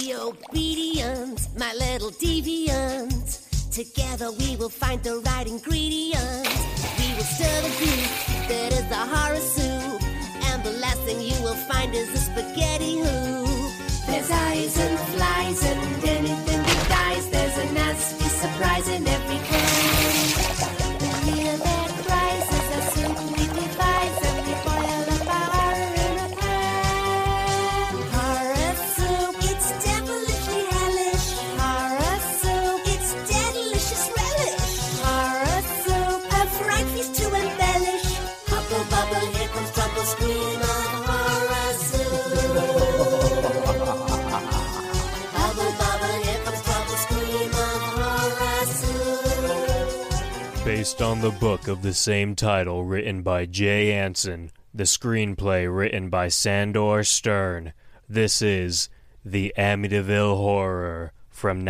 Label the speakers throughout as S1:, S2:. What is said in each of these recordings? S1: Be obedient, my little deviant. Together we will find the right ingredient. We will stir the goop that is the horror soup. And the last thing you will find is a spaghetti hoop. There's eyes and flies and anything that dies. There's a nasty surprise in every can. The fear that rises as soon we devise and we boil up our horror in a pan. Horror soup, it's devilishly hellish. Horror soup, it's delicious relish. Horror soup, a fright feast to embellish. Hubble bubble, here comes trouble, scream of horror soup. Bubble bubble, here comes trouble, scream of horror soup.
S2: Based on the book of the same title written by Jay Anson, the screenplay written by Sandor Stern, this is The Amityville Horror from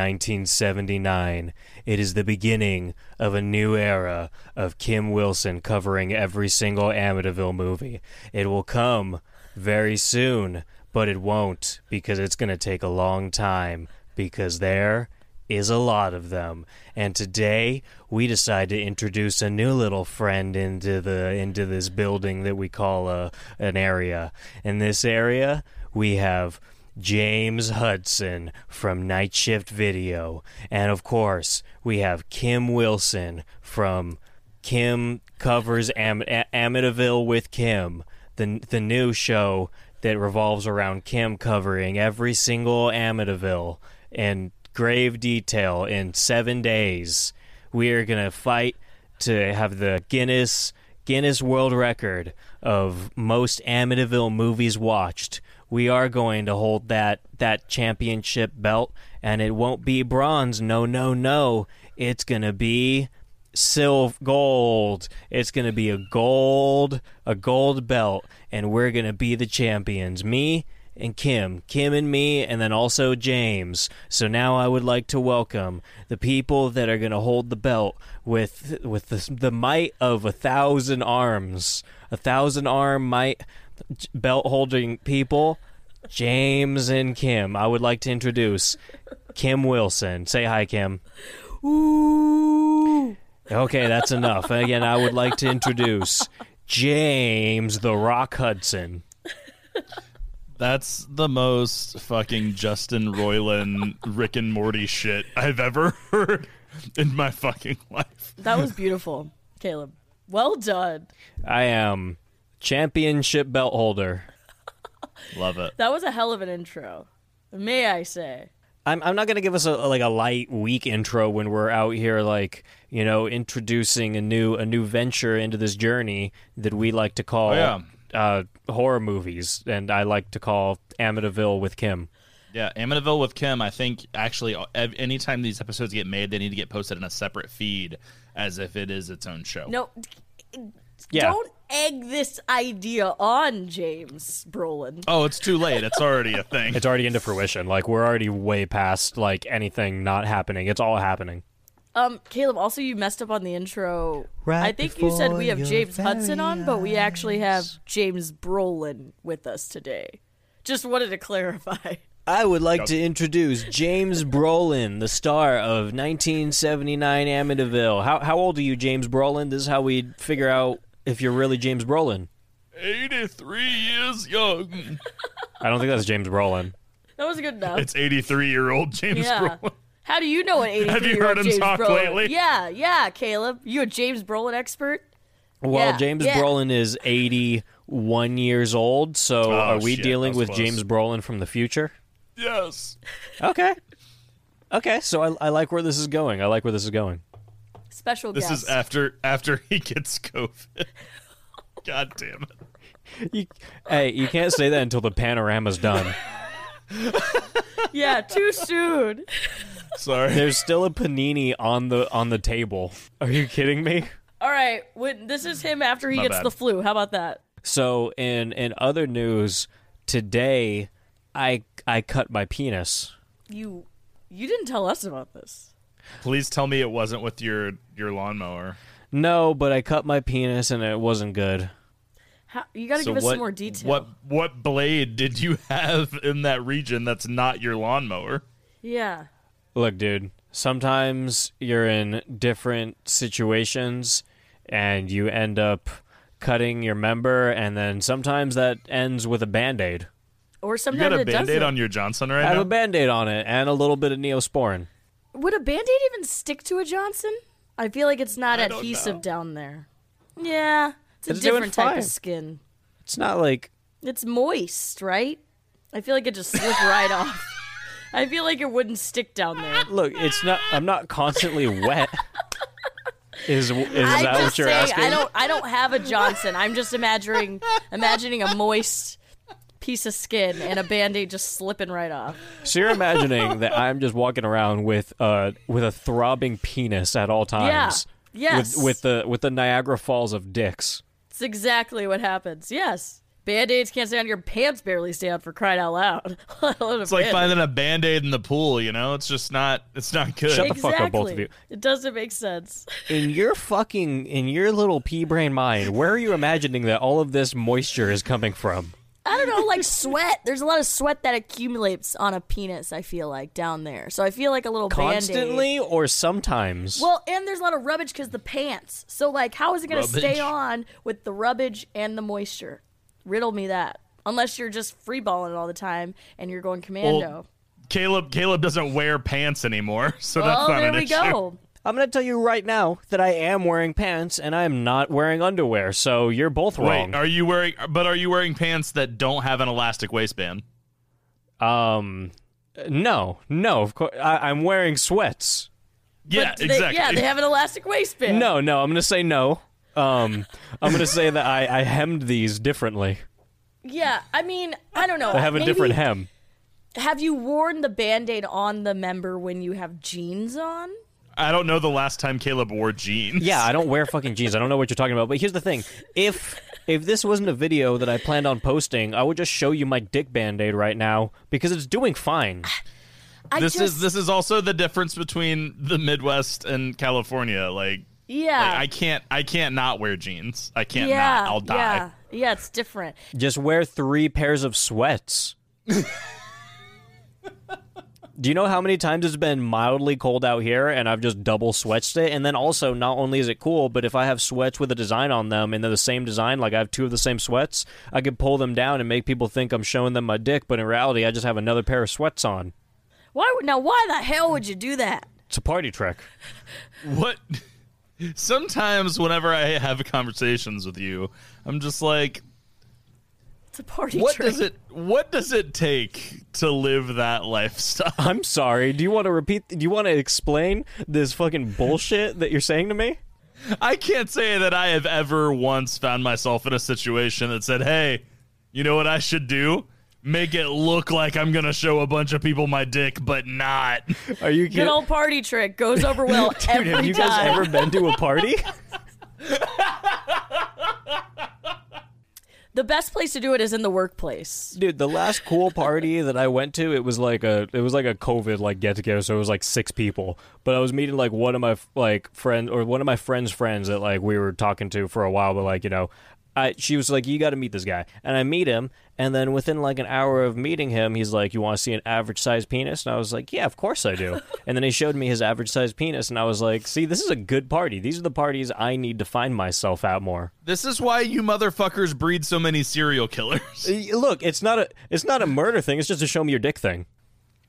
S2: 1979. It is the beginning of a new era of Kim Wilson covering every single Amityville movie. It will come very soon, but it won't because it's going to take a long time because there is a lot of them. And today we decide to introduce a new little friend into the into this building that we call a an area. In this area, we have James Hudson from Night Shift Video, and of course, we have Kim Wilson from Kim covers Am- A- Amityville with Kim, the the new show that revolves around Kim covering every single Amityville in grave detail in seven days. We are gonna fight to have the Guinness Guinness World Record of most Amityville movies watched. We are going to hold that that championship belt, and it won't be bronze. No, no, no. It's gonna be silver gold it's going to be a gold a gold belt and we're going to be the champions me and kim kim and me and then also james so now i would like to welcome the people that are going to hold the belt with with the, the might of a thousand arms a thousand arm might belt holding people james and kim i would like to introduce kim wilson say hi kim Okay, that's enough. And Again, I would like to introduce James the Rock Hudson.
S3: That's the most fucking Justin Roiland Rick and Morty shit I've ever heard in my fucking life.
S4: That was beautiful, Caleb. Well done.
S2: I am championship belt holder.
S3: Love it.
S4: That was a hell of an intro. May I say?
S2: I'm I'm not gonna give us a like a light weak intro when we're out here like you know introducing a new a new venture into this journey that we like to call
S3: Oh, yeah.
S2: uh, horror movies and I like to call Amityville with Kim.
S3: Yeah, Amityville with Kim. I think actually, ev- anytime these episodes get made, they need to get posted in a separate feed as if it is its own show.
S4: No.
S2: Yeah.
S4: Don't egg this idea on James Brolin.
S3: Oh, it's too late. It's already a thing.
S2: It's already into fruition. Like we're already way past like anything not happening. It's all happening.
S4: Um, Caleb, also you messed up on the intro.
S2: Right
S4: I think you said we have
S2: before
S4: James
S2: your
S4: Hudson on, but we actually have James Brolin with us today. Just wanted to clarify.
S2: I would like to introduce James Brolin, the star of 1979 Amityville. How how old are you, James Brolin? This is how we figure out if you're really James Brolin.
S3: 83 years young.
S2: I don't think that's James Brolin.
S4: That was good enough.
S3: It's 83 year old James
S4: yeah.
S3: Brolin.
S4: How do you know an 83
S3: Have you
S4: year
S3: heard
S4: old
S3: him
S4: James
S3: talk
S4: Brolin?
S3: lately?
S4: Yeah, yeah, Caleb. You a James Brolin expert?
S2: Well,
S4: Yeah,
S2: James
S4: yeah.
S2: Brolin is 81 years old, so are we
S3: shit,
S2: dealing
S3: that
S2: with
S3: was close.
S2: James Brolin from the future?
S3: Yes.
S2: Okay. Okay, so I, I like where this is going. I like where this is going.
S4: Special
S3: This
S4: guest.
S3: is after after he gets COVID. God damn it.
S2: You, hey, you can't say that until the panorama's done.
S4: yeah, too soon.
S3: Sorry.
S2: There's still a panini on the on the table. Are you kidding me?
S4: All right, when, this is him after he
S3: My
S4: gets
S3: bad.
S4: the flu. How about that?
S2: So in in other news today, I I cut my penis.
S4: You you didn't tell us about this.
S3: Please tell me it wasn't with your your lawnmower.
S2: No, but I cut my penis and it wasn't good.
S4: How, you got to give us some more detail.
S3: What what blade did you have in that region that's not your lawnmower?
S4: Yeah.
S2: Look, dude, sometimes you're in different situations and you end up cutting your member, and then sometimes that ends with a band aid.
S4: Or
S3: You
S4: sometimes
S3: got a
S4: it
S3: band aid
S4: doesn't.
S3: on your Johnson
S2: I
S3: right
S2: have
S3: now?
S2: a band aid on it and a little bit of neosporin.
S4: Would a band aid even stick to a Johnson? I feel like it's not
S3: I don't
S4: adhesive
S3: know.
S4: down there. Yeah. It's a
S2: It's doing
S4: different type
S2: fine.
S4: of skin.
S2: It's not like
S4: It's moist, right? I feel like it just slipped right off. I feel like it wouldn't stick down there.
S2: look, it's not. I'm not constantly wet. Is is
S4: I'm
S2: that
S4: just
S2: what you're
S4: saying,
S2: asking?
S4: I don't I don't have a Johnson. I'm just imagining imagining a moist piece of skin and a band-aid just slipping right off.
S2: So you're imagining that I'm just walking around with uh with a throbbing penis at all times.
S4: Yes.
S2: With with the with the Niagara Falls of dicks.
S4: It's exactly what happens. Yes. Band-aids can't stay on your pants barely stay on for crying out loud.
S3: It's like finding a band aid in the pool, you know? It's just not it's not good.
S2: Shut the fuck up, both of you.
S4: It doesn't make sense.
S2: In your fucking in your little pea brain mind, where are you imagining that all of this moisture is coming from?
S4: I don't know, like sweat. There's a lot of sweat that accumulates on a penis, I feel like, down there. So I feel like a little band-aid.
S2: Constantly or sometimes?
S4: Well, and there's a lot of rubbage because the pants. So, like, how is it going to stay
S3: Rubbage.
S4: on with the rubbage and the moisture? Riddle me that. Unless you're just freeballing it all the time and you're going commando.
S3: Caleb Caleb doesn't wear pants anymore, so that's
S4: well,
S3: not
S4: Oh, there
S3: an
S4: we
S3: issue.
S4: go.
S2: I'm gonna tell you right now that I am wearing pants and I am not wearing underwear, so you're both
S3: Wait,
S2: wrong.
S3: are you wearing but are you wearing pants that don't have an elastic waistband?
S2: um no, no, of course I- I'm wearing sweats.
S3: Yeah,
S4: They-
S3: exactly.
S4: yeah, they have an elastic waistband.
S2: No, no, I'm gonna say no. Um, I'm gonna say that I, I hemmed these differently.
S4: Yeah, I mean, I don't know.
S2: I have a
S4: Maybe-
S2: different hem.
S4: Have you worn the band aid on the member when you have jeans on?
S3: I don't know the last time Caleb wore jeans.
S2: Yeah, I don't wear fucking jeans. I don't know what you're talking about. But here's the thing: if if this wasn't a video that I planned on posting, I would just show you my dick band aid right now because it's doing fine.
S4: I
S3: This
S4: just,
S3: is this is also the difference between the Midwest and California. Like,
S4: yeah.
S3: like I can't I can't not wear jeans. I can't
S4: yeah,
S3: not. I'll die.
S4: Yeah, yeah, it's different.
S2: Just wear three pairs of sweats. Do you know how many times it's been mildly cold out here and I've just double sweatsed it? And then also, not only is it cool, but if I have sweats with a design on them and they're the same design, like I have two of the same sweats, I could pull them down and make people think I'm showing them my dick, but in reality, I just have another pair of sweats on.
S4: Why would- now? Why the hell would you do that?
S2: It's a party trick.
S3: What? Sometimes whenever I have conversations with you, I'm just like,
S4: It's a party
S3: what
S4: trick.
S3: does it what does it take to live that lifestyle?
S2: I'm sorry. Do you want to repeat? Do you want to explain this fucking bullshit that you're saying to me?
S3: I can't say that I have ever once found myself in a situation that said, "Hey, you know what I should do? Make it look like I'm going to show a bunch of people my dick, but not."
S2: Are you kidding?
S4: Good old party trick goes over well every
S2: Have you
S4: time.
S2: guys ever been to a party?
S4: the best place to do it is in the workplace.
S2: Dude, the last cool party that I went to, it was like a it was like a COVID like get together, so it was like six people. But I was meeting like one of my like friend or one of my friends' friends that like we were talking to for a while, but like you know, I she was like, "You got to meet this guy," and I meet him, and then within like an hour of meeting him, he's like, "You want to see an average sized penis?" And I was like, "Yeah, of course I do." and then he showed me his average sized penis, and I was like, "See, this is a good party. These are the parties I need to find myself out more."
S3: This is why you motherfuckers breed so many serial killers.
S2: Y- Look, it's not a it's not a murder thing. It's just a show me your dick thing.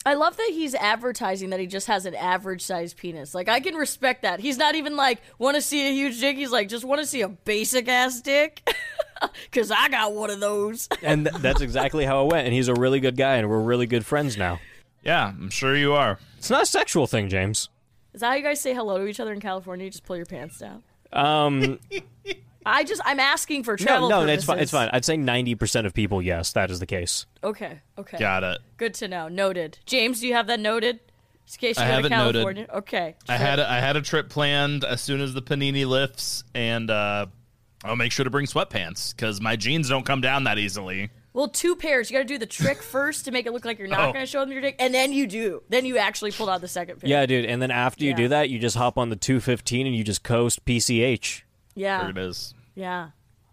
S4: I love that he's advertising that he just has an average sized penis. Like I can respect that. He's not even like want to see a huge dick. He's like just want to see a basic ass dick. Cause I got one of those.
S2: and th- that's exactly how it went. And he's a really good guy, and we're really good friends now.
S3: Yeah, I'm sure you are.
S2: It's not a sexual thing, James.
S4: Is that how you guys say hello to each other in California? You just pull your pants down.
S2: Um,
S4: I just I'm asking for
S2: no,
S4: travel.
S2: no, it's fine.
S4: purposes.
S2: It's fine. I'd say ninety percent of people, yes, that is the case.
S4: Okay, okay.
S3: Got it.
S4: Good to know. Noted. James, do you have that noted? Just in case you
S3: I
S4: go to
S3: have it noted.
S4: California. Okay.
S3: I had a, I had a trip planned as soon as the panini lifts, and uh, I'll make sure to bring sweatpants because my jeans don't come down that easily.
S4: Well, two pairs. You got to do the trick first to make it look like you're not
S3: Oh.
S4: going to show them your dick, and then you do. Then you actually pulled out the second pair.
S2: Yeah, dude. And then after you
S4: Yeah.
S2: do that, you just hop on the two fifteen and you just coast PCH.
S4: Yeah.
S3: There it is.
S4: Yeah.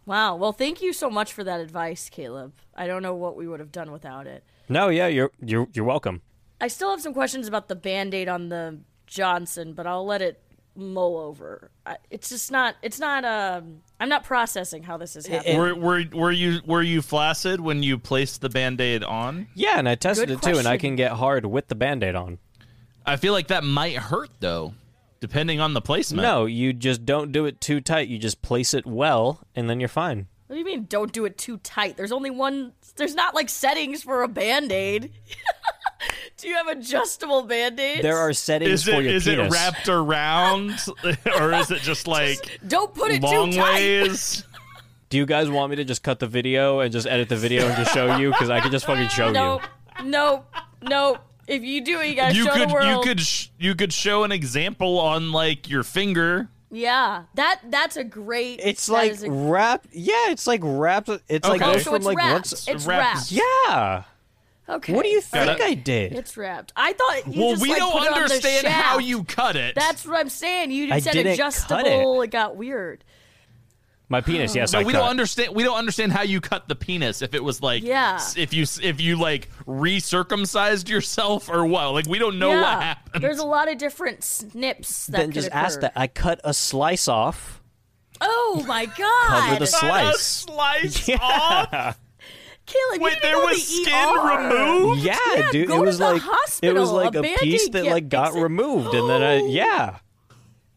S4: Wow. Well, thank you so much for that advice, Caleb. I don't know what we would have done without it.
S2: No, yeah, you're you're you're welcome.
S4: I still have some questions about the band aid on the Johnson, but I'll let it mull over. I, it's just not. It's not. Um, I'm not processing how this is happening.
S3: Were, were, were you were you flaccid when you placed the band-aid on?
S2: Yeah, and I tested
S4: Good
S2: it too, and I
S4: question.
S2: can get hard with the band-aid on.
S3: I feel like that might hurt though, depending on the placement.
S2: No, you just don't do it too tight. You just place it well, and then you're fine.
S4: what do you mean? Don't do it too tight. There's only one. There's not like settings for a band aid. do you have adjustable band aids?
S2: There are settings
S3: Is
S2: for
S3: it
S2: your
S3: is it
S2: penis.
S3: wrapped around or is it just like
S4: Don't put it
S3: long
S4: too tight.
S3: ways?
S2: do you guys want me to just cut the video and just edit the video and just show you? Because I could just fucking show
S4: Nope.
S2: you.
S4: Nope. Nope. If you do it, you gotta
S3: You
S4: show
S3: could
S4: the world.
S3: you could sh- you could show an example on like your finger.
S4: Yeah, that that's a great.
S2: It's
S4: that
S2: like
S4: is a-
S2: wrapped. Yeah, it's like wrapped. It's like
S3: Okay.
S4: oh,
S2: goes
S4: so
S2: from
S4: it's
S2: like
S4: wrapped.
S2: once.
S4: It's
S3: wrapped.
S4: wrapped.
S2: Yeah.
S4: Okay.
S2: What do you
S4: All
S2: think
S4: right.
S2: I did?
S4: It's wrapped. I thought. You
S3: well,
S4: just,
S3: we
S4: like,
S3: don't
S4: put it on the
S3: understand how
S4: shaft.
S3: you cut it.
S4: That's what I'm saying. You
S2: I
S4: said
S2: didn't cut
S4: adjustable. It. got weird.
S2: My penis. Yes,
S3: no,
S2: I
S3: we
S2: cut.
S3: don't understand. We don't understand how you cut the penis. If it was like,
S4: Yeah.
S3: s- if you s- if you like recircumcised yourself or what? Like we don't know
S4: yeah.
S3: what happened.
S4: There's a lot of different snips that
S2: then
S4: could
S2: just
S4: occur.
S2: ask that. I cut a slice off.
S4: Oh my
S2: with a
S4: god!
S3: Cut a
S2: slice.
S3: slice off.
S4: Caleb, you
S3: Wait,
S4: need to
S3: there
S4: go to
S3: was
S4: the
S3: skin
S4: ER.
S3: removed.
S2: Yeah, dude.
S4: go
S2: it
S4: to
S2: was
S4: the
S2: like it was
S4: hospital.
S2: like
S4: A
S2: a, piece
S4: Band-Aid
S2: that
S4: get-
S2: like got
S4: fix it.
S2: removed, and then I yeah.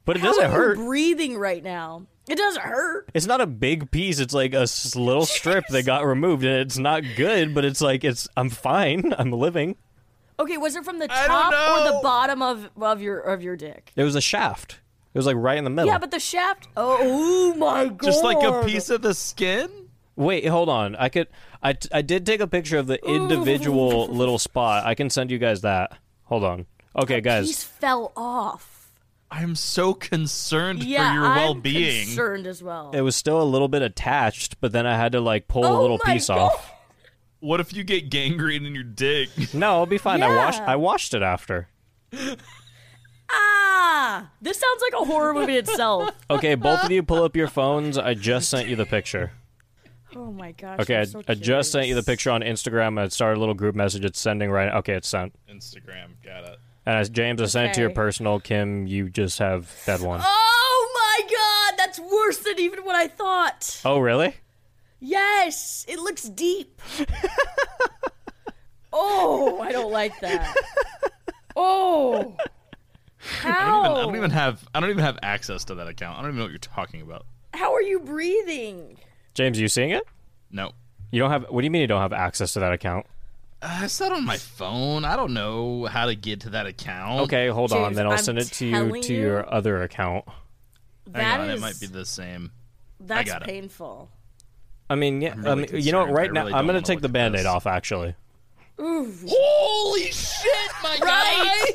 S2: But it
S4: How
S2: doesn't
S4: are you
S2: hurt.
S4: breathing right now. It doesn't hurt.
S2: It's not a big piece. It's like a s- little strip that got removed, and it's not good. But it's like it's. I'm fine. I'm living.
S4: Okay, was it from the
S3: I don't
S4: top or the
S3: know.
S4: bottom of of your of your dick?
S2: It was a shaft. It was like right in the middle.
S4: Yeah, but the shaft. Oh, ooh, my god!
S3: Just like a piece of the skin.
S2: Wait, hold on. I could. I t- I did take a picture of the individual little spot. I can send you guys that. Hold on. Okay,
S4: piece
S2: guys.
S4: fell off.
S3: I'm so concerned
S4: Yeah,
S3: for your
S4: I'm
S3: well-being.
S4: concerned as well.
S2: It was still a little bit attached, but then I had to like pull a
S4: Oh
S2: little
S4: my
S2: piece
S4: God.
S2: off.
S3: What if you get gangrene in your dick?
S2: No, I'll be fine. I washed.
S4: Yeah.
S2: I washed it after.
S4: Ah, this sounds like a horror movie itself.
S2: Okay, both of you pull up your phones. I just sent you the picture.
S4: Oh my gosh.
S2: Okay, I,
S4: I'm so
S2: I just sent you the
S4: curious.
S2: picture on Instagram. I started a little group message. It's sending right. Okay, it's sent.
S3: Instagram, got it.
S2: And I, James, I sent it to your
S4: Okay.
S2: personal. Kim, you just have that one.
S4: Oh my god, that's worse than even what I thought.
S2: Oh, really?
S4: Yes, it looks deep. oh, I don't like that. Oh. How?
S3: I don't even have. I don't even have access to that account. I don't even know what you're talking about.
S4: How are you breathing?
S2: James, you seeing it?
S3: No,
S2: You don't have. What do you mean you don't have access to that account?
S3: I said on my phone. I don't know how to get to that account.
S2: Okay, hold on.
S4: James,
S2: Then I'll
S4: I'm
S2: send it to you
S4: telling
S2: to
S4: you-
S2: your other account.
S3: Hang
S4: That
S3: on,
S4: is
S3: it might be the same.
S4: that's
S3: got it.
S4: painful.
S2: I mean, yeah.
S3: really
S2: I mean, you know what?
S3: concerned.
S2: Right
S3: I
S2: now,
S3: really
S2: I'm gonna
S3: don't wanna
S2: take the
S3: look at this.
S2: band-aid off. Actually,
S3: Holy shit, my
S4: Right.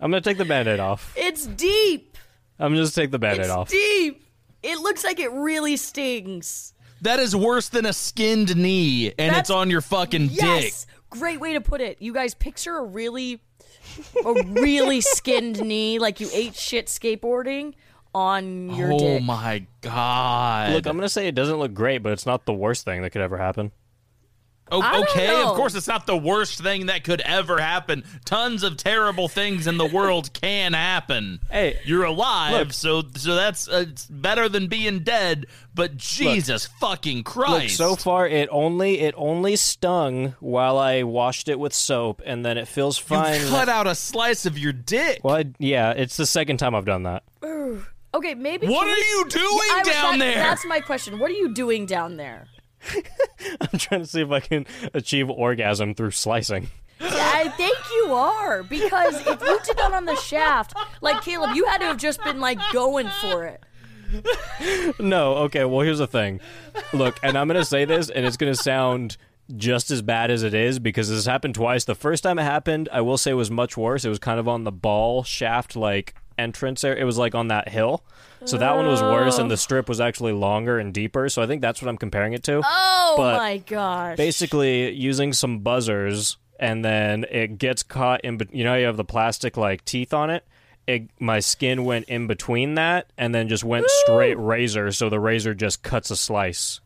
S2: I'm gonna take the band-aid off.
S4: It's deep.
S2: I'm gonna just take the band-aid
S4: It's
S2: off.
S4: deep. It looks like it really stings.
S3: That is worse than a skinned knee, and
S4: That's-
S3: it's on your fucking
S4: Yes. Great way to put it. You guys picture a really a really skinned knee like you ate shit skateboarding on
S3: dick.
S4: your
S3: Oh
S4: dick.
S3: my god.
S2: Look, I'm gonna say it doesn't look great, but it's not the worst thing that could ever happen.
S3: O-
S4: I don't
S3: Oh, okay,
S4: know.
S3: of course it's not the worst thing that could ever happen. Tons of terrible things in the world can happen.
S2: Hey,
S3: You're alive,
S2: look.
S3: so so that's uh, it's better than being dead. But Jesus fucking
S2: Look,
S3: Christ!
S2: so far it only it only stung while I washed it with soap, and then it feels fine.
S3: you cut out a slice of your dick.
S2: well, I- yeah, it's the second time I've done that.
S4: Okay, maybe
S3: What
S4: can
S3: are
S4: we-
S3: you doing
S4: I was-
S3: down
S4: that-
S3: there?
S4: That's my question. What are you doing down there?
S2: I'm trying to see if I can achieve orgasm through slicing.
S4: I think you are because if you did that on the shaft, like Caleb, you had to have just been like going for it.
S2: No, okay, well here's the thing. Look, and I'm gonna say this, and it's gonna sound just as bad as it is because this happened twice. The first time it happened, I will say was much worse. It was kind of on the ball shaft like entrance there. It was like on that hill. So that one was worse and the strip was actually longer and deeper. So I think that's what I'm comparing it to.
S4: Oh
S2: But
S4: my gosh!
S2: basically using some buzzers and then it gets caught in bet- you know you have the plastic like teeth on it it, my skin went in between that and then just went straight razor, so the razor just cuts a slice,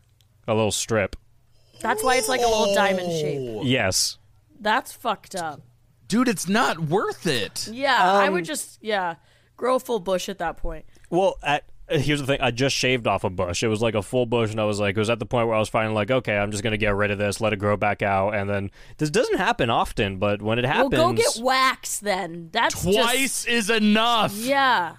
S2: a little strip.
S4: That's why it's like a little diamond shape.
S2: Oh. Yes.
S4: That's fucked up.
S3: Dude, it's not worth it.
S4: Yeah, I would just yeah grow a full bush at that point.
S2: Well, at, uh, here's the thing. I just shaved off a bush. It was like a full bush, and I was like, it was at the point where I was finally like, okay, I'm just gonna get rid of this, let it grow back out, and then this doesn't happen often, but when it happens,
S4: Well, go get wax then. That's just-
S3: Twice is enough.
S4: yeah,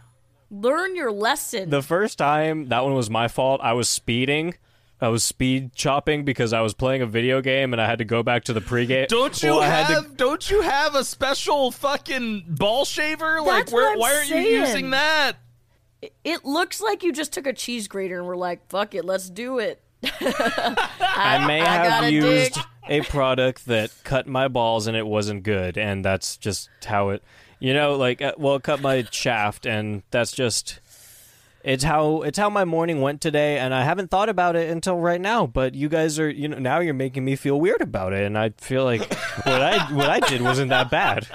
S4: learn your lesson.
S2: the first time that one was my fault. I was speeding. I was speed chopping because I was playing a video game and I had to go back to the pregame.
S3: Don't you
S2: Well, I had to-
S3: have don't you have a special fucking ball shaver? like
S4: That's
S3: where
S4: what I'm
S3: why aren't you
S4: saying.
S3: using that?
S4: it looks like you just took a cheese grater and were like, "Fuck it, let's do it."
S2: I may
S4: got
S2: have
S4: a
S2: used
S4: dick.
S2: a product that cut my balls and it wasn't good, and that's just how it, you know, like uh, well, it cut my shaft, and that's just it's how it's how my morning went today, and I haven't thought about it until right now. But you guys are, you know, now you're making me feel weird about it, and I feel like what I what I did wasn't that bad.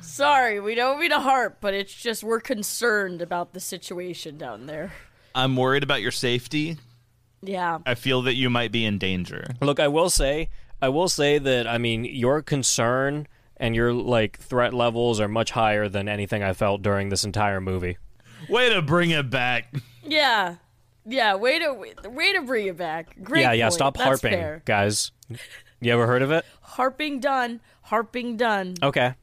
S4: Sorry, we don't mean to harp, but it's just we're concerned about the situation down there.
S3: I'm worried about your safety.
S4: Yeah,
S3: I feel that you might be in danger.
S2: Look, I will say, I will say that I mean your concern and your like threat levels are much higher than anything I felt during this entire movie.
S3: Way to bring it back.
S4: yeah, yeah. Way to way to bring it back. Great.
S2: yeah, yeah.
S4: point.
S2: Stop
S4: That's
S2: harping,
S4: fair.
S2: guys. You ever heard of it?
S4: Harping done. Harping done.
S2: Okay.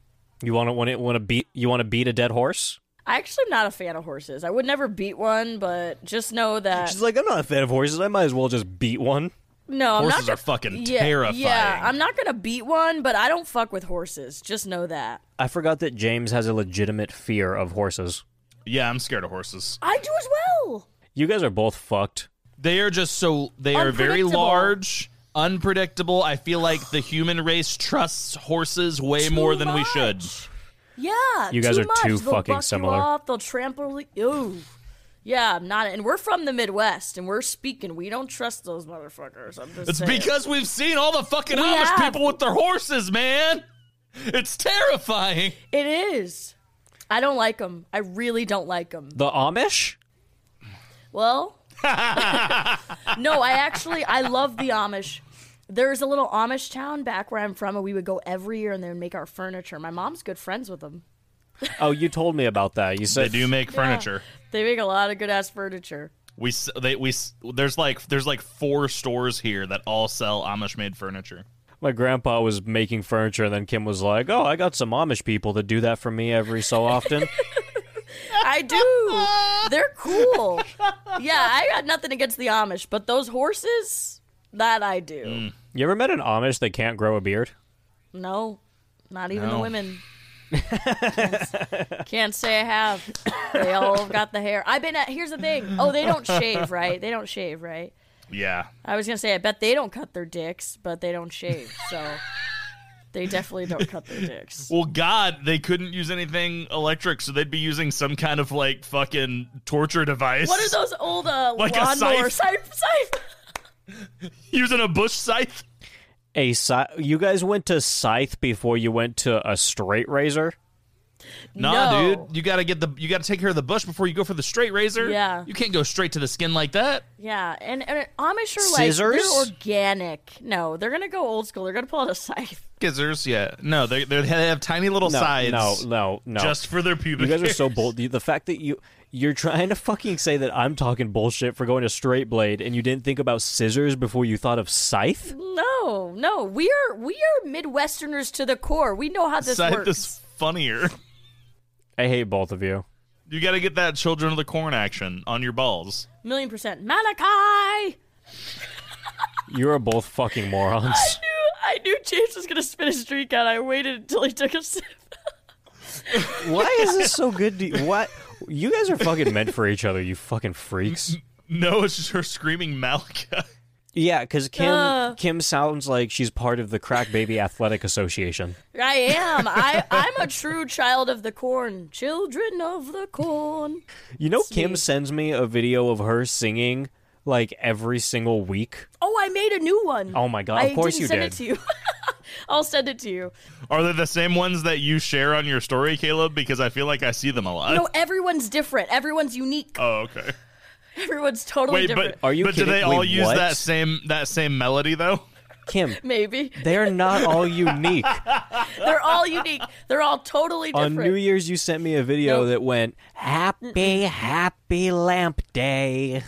S2: You want to want to want to beat you want to beat a dead horse?
S4: I actually am not a fan of horses. I would never beat one, but just know that
S2: She's like, I'm not a fan of horses. I might as well just beat one.
S4: no, I'm
S3: Horses
S4: not
S3: are fucking
S4: yeah,
S3: terrifying.
S4: Yeah, I'm not gonna beat one, but I don't fuck with horses. Just know that.
S2: I forgot that James has a legitimate fear of horses.
S3: Yeah, I'm scared of horses.
S4: I do as well.
S2: You guys are both fucked.
S3: They are just so they are very
S4: Unpredictable.
S3: large, unpredictable. I feel like the human race trusts horses way more than we should.
S4: much. Yeah,
S2: You guys
S4: too
S2: are
S4: much.
S2: too
S4: They'll
S2: fucking
S4: buck
S2: similar.
S4: You off, they'll trample. Ooh, yeah, I'm not. And we're from the Midwest, and we're speaking. We don't trust those motherfuckers. I'm just
S3: It's
S4: saying.
S3: because we've seen all the fucking
S4: We
S3: Amish
S4: have.
S3: people with their horses, man. It's terrifying.
S4: it is. I don't like them. I really don't like them.
S2: The Amish?
S4: Well, no, I actually I love the Amish. There's a little Amish town back where I'm from, and we would go every year, and they would make our furniture. My mom's good friends with them.
S2: Oh, you told me about that. You
S3: They
S2: said
S3: do make furniture.
S4: They make a lot of good ass furniture.
S3: We s- they we s- there's like there's like four stores here that all sell Amish made furniture.
S2: my grandpa was making furniture, and then Kim was like, "Oh, I got some Amish people that do that for me every so often."
S4: I do. They're cool. Yeah, I got nothing against the Amish, but those horses, that I do.
S3: Mm.
S2: you ever met an Amish that can't grow a beard?
S4: No, not even the
S3: No.
S4: women. Can't, can't say I have. They all got the hair. I've been at. Here's the thing. Oh, they don't shave, right? They don't shave, right?
S3: Yeah.
S4: I was gonna say, I bet they don't cut their dicks, but they don't shave, so they definitely don't cut their dicks.
S3: Well, God, they couldn't use anything electric, so they'd be using some kind of like fucking torture device.
S4: What are those old uh,
S3: Like a
S4: lawnmower scythe? scythe?
S3: using a bush scythe?
S2: A scythe? You guys went to scythe before you went to a straight razor?
S3: Nah,
S4: No.
S3: dude, you gotta get the you gotta take care of the bush before you go for the straight razor.
S4: Yeah.
S3: you can't go straight to the skin like that.
S4: Yeah, and, and Amish are like
S2: Scissors?
S4: they're organic. No, they're gonna go old school. They're gonna pull out a scythe.
S3: Gizzards, yeah, no, they they have tiny little
S2: No,
S3: sides.
S2: no, no, no.
S3: just for their pubic.
S2: You guys are
S3: hair.
S2: so bold. The fact that you you're trying to fucking say that I'm talking bullshit for going to straight blade and you didn't think about scissors before you thought of scythe?
S4: No, no, we are we are Midwesterners to the core. We know how this
S3: Scythe
S4: works.
S3: is funnier.
S2: I hate both of you.
S3: You gotta get that children of the corn action on your balls.
S4: Million percent, Malachi.
S2: You are both fucking morons.
S4: I knew James was gonna spit his drink out. I waited until he took a sip.
S2: Why is this so good to you? What? You guys are fucking meant for each other, you fucking freaks.
S3: No, it's just her screaming Malika.
S2: Yeah, because Kim
S4: Uh.
S2: Kim sounds like she's part of the Crack Baby Athletic Association.
S4: I am. I I'm a true child of the corn. Children of the corn.
S2: You know, Kim
S4: me.
S2: sends me a video of her singing like every single week.
S4: Oh, I made a new one.
S2: Oh my God,
S4: I
S2: of course
S4: didn't
S2: you
S4: send
S2: did.
S4: it to you. I'll send it to you.
S3: Are they the same ones that you share on your story, Caleb? Because I feel like I see them a lot.
S4: No, everyone's different. Everyone's
S2: Uh,
S4: unique.
S3: Oh, okay.
S4: Everyone's totally
S3: Wait,
S4: different.
S3: but
S2: Are you
S3: But do
S2: kidding?
S3: they all
S2: Wait,
S3: use
S2: what?
S3: that same that same melody though?
S2: Kim,
S4: Maybe
S2: they're not all unique.
S4: they're all unique. They're all totally
S2: On
S4: different.
S2: New Year's, you sent me a video
S4: Nope.
S2: that went, Happy, happy lamp day.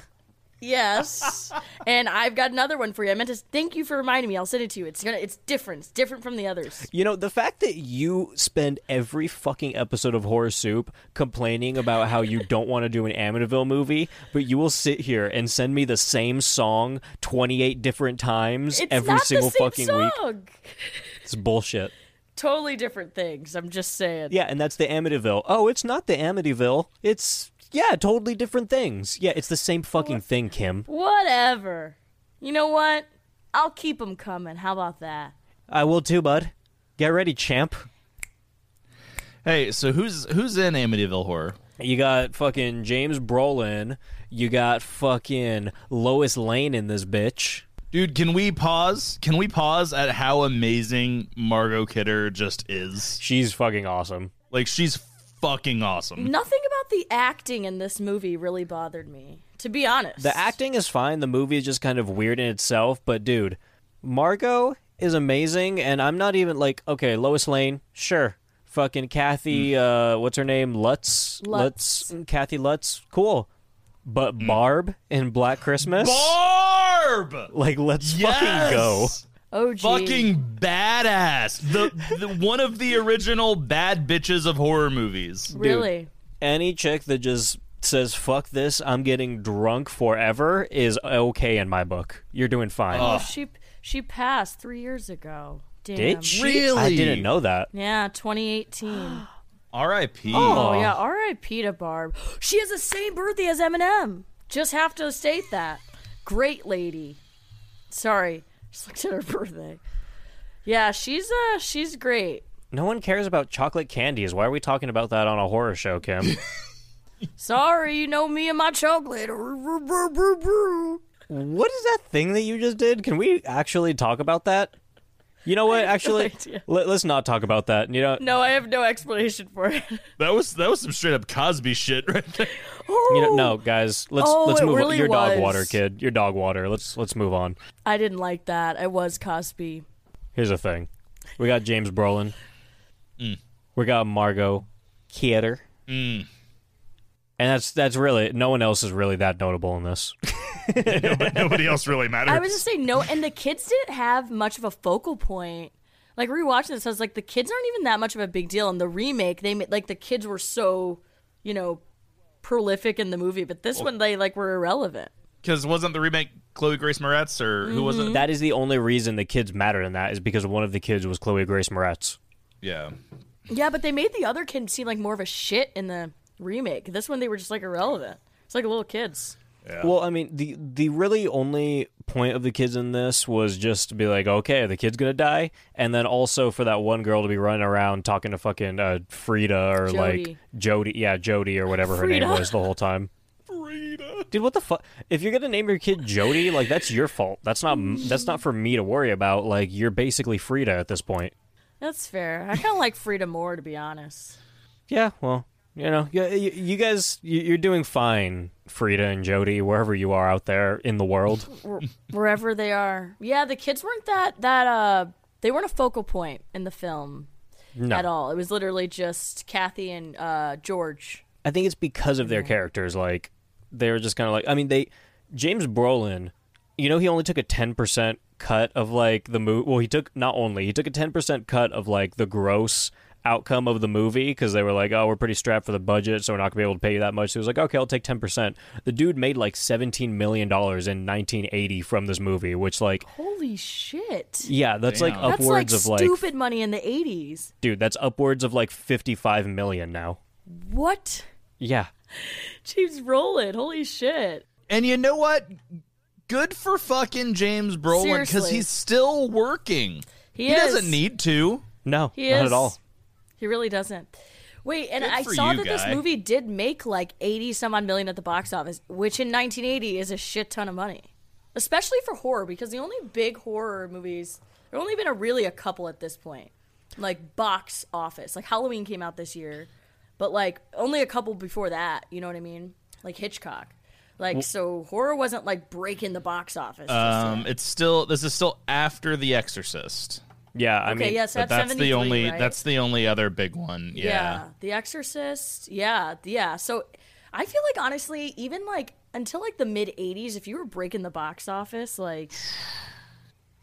S4: yes. And I've got another one for you. I meant to thank you for reminding me. I'll send it to you. It's gonna. It's different. It's different from the others.
S2: You know, the fact that you spend every fucking episode of Horror Soup complaining about how you don't want to do an Amityville movie, but you will sit here and send me the same song 28 different times
S4: It's
S2: every
S4: not
S2: single
S4: the same
S2: fucking week.
S4: song.
S2: It's bullshit.
S4: Totally different things. I'm just saying.
S2: Yeah, and that's the Amityville. Oh, it's not the Amityville. It's, yeah, totally different things. Yeah, it's the same fucking thing, Kim.
S4: Whatever. You know what? I'll keep them coming. How about that?
S2: I will too, bud. Get ready, champ.
S3: Hey, so who's who's in Amityville Horror?
S2: You got fucking James Brolin. You got fucking Lois Lane in this bitch.
S3: Dude, can we pause? Can we pause at how amazing Margot Kidder just is?
S2: She's fucking awesome.
S3: Like she's fucking awesome.
S4: Nothing about the acting in this movie really bothered me. To be honest,
S2: The acting is fine. The movie is just kind of weird in itself. But dude, Margot is amazing. And I'm not even like, okay, Lois Lane, sure. Fucking Kathy, uh, what's her name? Lutz?
S4: Lutz.
S2: Kathy Lutz. Cool. But Barb in Black Christmas?
S3: Barb!
S2: like, let's fucking go.
S3: Yes!
S4: Oh, gee.
S3: Fucking badass. The, the one of the original bad bitches of horror movies.
S4: really.
S2: any chick that just says fuck this i'm getting drunk forever is okay in my book you're doing fine
S4: Oh, she she passed three years ago. Damn.
S2: did she i
S3: Really?
S2: didn't know that
S4: Yeah, 2018.
S3: R.I.P.
S4: oh yeah, R.I.P. to Barb. She has the same birthday as Eminem. Just have to state that. Great lady. Sorry, just looked at her birthday. Yeah, she's uh she's great.
S2: no one cares about chocolate candies why are we talking about that on a horror show kim
S4: Sorry, you know me and my chocolate.
S2: what is that thing that you just did can we actually talk about that you know what actually
S4: idea.
S2: let, us not talk about that you know
S4: No, I have no explanation for it.
S3: That was that was some straight up Cosby shit right there.
S2: you know, no, guys. Let's
S4: Oh,
S2: let's
S4: it
S2: move on.
S4: really
S2: Your dog
S4: was.
S2: water, kid. Your dog water. Let's let's move on.
S4: I didn't like that. I was Cosby.
S2: Here's the thing. We got James Brolin. We got Margot Kidder. And that's that's really no one else is really that notable in this.
S4: Mm-hmm.
S3: Nobody else really matters.
S4: I was just saying no, and the kids didn't have much of a focal point. Like rewatching this, I was like, the kids aren't even that much of a big deal. In the remake, they ma- like the kids were so, you know, prolific in the movie, but this one they like were irrelevant.
S3: Because wasn't the remake Chloe Grace Moretz or who was
S4: Mm-hmm.
S3: it?
S2: That is the only reason the kids mattered in that is because one of the kids was Chloe Grace Moretz.
S3: Yeah.
S4: Yeah, but they made the other kid seem like more of a shit in the remake. This one they were just like irrelevant. It's like little kids.
S2: Well, I mean, the the really only point of the kids in this was just to be like, okay, the kid's gonna die, and then also for that one girl to be running around talking to fucking uh, Frida or like
S4: Jody.
S2: Jody, yeah, Jody or whatever her name
S4: Frida.
S2: was the whole time. Dude, what the fuck? If you're gonna name your kid Jody, like that's your fault. That's not that's not for me to worry about. Like you're basically Frida at this point.
S4: That's fair. I kind of like Frida more, to be honest.
S2: Yeah, well, you know, you, you you guys, you- you're doing fine, Frida and Jody, wherever you are out there in the world.
S4: wherever they are. Yeah, the kids weren't that that uh they weren't a focal point in the film
S2: No.
S4: at all. It was literally just Kathy and uh George.
S2: I think it's because of their characters. Like they were just kind of like I mean they James Brolin, you know he only took a ten percent cut of like the movie. Well, he took not only he took a ten percent cut of like the gross outcome of the movie because they were like, oh, we're pretty strapped for the budget, so we're not gonna be able to pay you that much. So he was like, okay, I'll take ten percent. The dude made like seventeen million dollars in nineteen eighty from this movie, which like
S4: Holy shit.
S2: yeah, that's like
S4: That's like
S2: upwards of
S4: stupid
S2: like
S4: money in the 80s.
S2: dude, that's upwards of like fifty five million now.
S4: What?
S2: Yeah.
S4: James rolling. Holy shit.
S3: And you know what? Good for fucking James Brolin because
S4: Seriously.
S3: he's still working.
S4: He,
S3: He
S4: is.
S3: doesn't need to.
S2: No,
S4: He
S2: not at
S4: is.
S2: all.
S4: He really doesn't. Wait, and
S3: Good
S4: I
S3: for
S4: saw
S3: you,
S4: that
S3: guy.
S4: this movie did make like 80 some odd million at the box office, which in 1980 is a shit ton of money. Especially for horror because the only big horror movies There only been a really a couple at this point. Like box office. Like Halloween came out this year, but like only a couple before that, you know what I mean? Like Hitchcock. Like so horror wasn't like breaking the box office. just
S3: Um,
S4: yet.
S3: it's still this is still after The Exorcist.
S2: Yeah, I
S4: okay,
S2: mean,
S4: yes,
S3: But that's the only
S4: right?
S3: that's the only other big one. Yeah.
S4: The Exorcist. Yeah. Yeah. So I feel like honestly, even like until like the mid 80s, if you were breaking the box office, like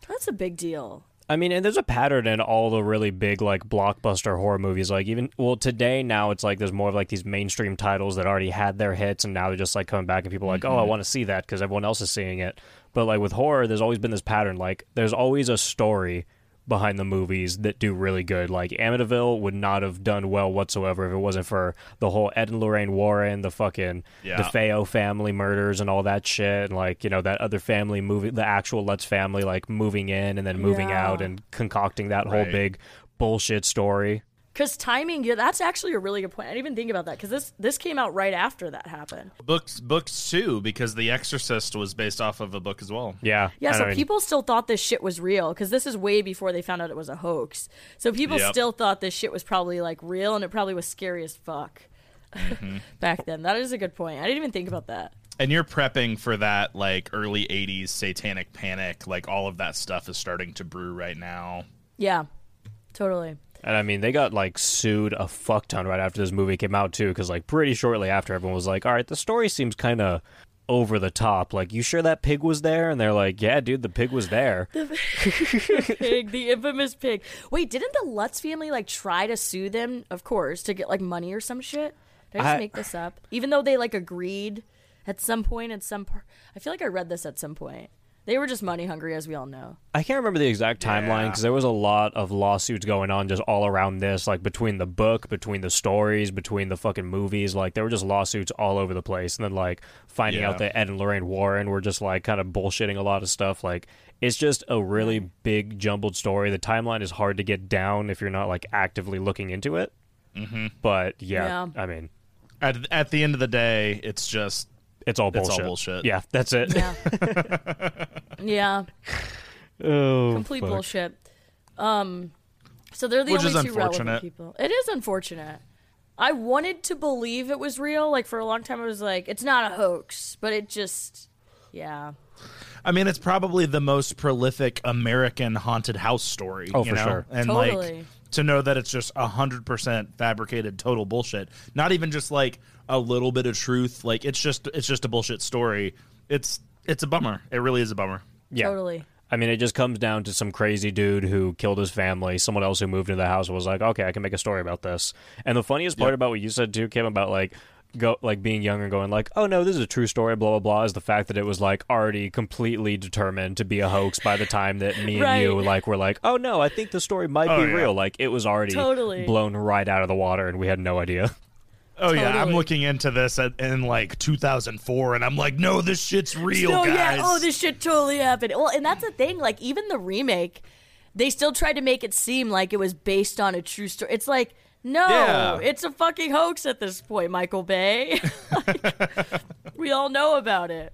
S4: that's a big deal.
S2: I mean, and there's a pattern in all the really big like blockbuster horror movies. Like even well, today now it's like there's more of like these mainstream titles that already had their hits, and now they're just like coming back, and people are like, oh, I want to see that because everyone else is seeing it. But like with horror, there's always been this pattern. Like there's always a story behind the movies that do really good. Like Amityville would not have done well whatsoever if it wasn't for the whole Ed and Lorraine Warren, the fucking
S3: Yeah.
S2: the Feo family murders and all that shit, and like you know that other family moving, the actual Lutz family like moving in and then moving
S4: Yeah.
S2: out and concocting that whole
S3: Right.
S2: big bullshit story.
S4: Because timing, yeah, that's actually a really good point. I didn't even think about that because this this came out right after that happened.
S3: Books books too because The Exorcist was based off of a book as well.
S2: Yeah,
S4: Yeah,
S2: I
S4: so
S2: mean,
S4: people still thought this shit was real because this is way before they found out it was a hoax. So people
S3: Yep.
S4: still thought this shit was probably like real and it probably was scary as fuck back then. That is a good point. I didn't even think about that.
S3: And you're prepping for that like early 80s satanic panic, like all of that stuff is starting to brew right now.
S4: Yeah, totally.
S2: and I mean they got like sued a fuck ton right after this movie came out too, because like pretty shortly after everyone was like, all right, the story seems kind of over the top. Like, you sure that pig was there? And they're like, yeah, dude, the pig was there.
S4: Pig, the infamous pig. Wait, didn't the Lutz family like try to sue them? Of course, to get like money or some shit. Did I just
S2: I-
S4: make this up? Even though they like agreed at some point at some part. I feel like I read this at some point. They were just money hungry, as we all know.
S2: I can't remember the exact timeline because there was a lot of lawsuits going on just all around this, like between the book, between the stories, between the fucking movies. Like there were just lawsuits all over the place, and then like finding
S3: Yeah.
S2: out that Ed and Lorraine Warren were just like kind of bullshitting a lot of stuff. Like it's just a really big jumbled story. The timeline is hard to get down if you're not like actively looking into it. Mm-hmm. But yeah,
S4: Yeah.
S2: I mean,
S3: At at the end of the day, it's just
S2: it's all
S3: It's all
S2: bullshit.
S3: bullshit.
S2: Yeah, that's it.
S4: Yeah. yeah.
S2: oh,
S4: Complete
S2: fuck.
S4: bullshit. Um. So they're the
S3: Which
S4: only
S3: is
S4: two relevant
S3: unfortunate.
S4: people. It is unfortunate. I wanted to believe it was real. Like for a long time, I was like, it's not a hoax, but it just, yeah.
S3: I mean, it's probably the most prolific American haunted house story.
S2: Oh,
S3: you
S2: for
S3: know?
S2: sure.
S3: And
S4: Totally.
S3: like to know that it's just hundred percent fabricated, total bullshit. Not even just like a little bit of truth. Like it's just it's just a bullshit story. It's it's a bummer. It really is a bummer.
S2: Yeah.
S4: Totally.
S2: I mean, it just comes down to some crazy dude who killed his family. Someone else who moved into the house was like, "Okay, I can make a story about this." And the funniest part about what you said too, Kim, about like go like being young and going like, "Oh no, this is a true story," blah blah blah, is the fact that it was like already completely determined to be a hoax by the time that me
S4: Right.
S2: and you like were like, "Oh no, I think the story might
S3: Oh,
S2: be
S3: yeah.
S2: real." Like it was already
S4: Totally.
S2: blown right out of the water, and we had no idea.
S3: Oh yeah, I'm
S4: Totally.
S3: looking into this at, in like 2004, and I'm like, no, this shit's real,
S4: Oh
S3: guys.
S4: yeah. Oh, this shit totally happened. Well, and that's the thing. Like, even the remake, they still tried to make it seem like it was based on a true story. It's like, no,
S3: Yeah.
S4: it's a fucking hoax at this point, Michael Bay. Like, we all know about it.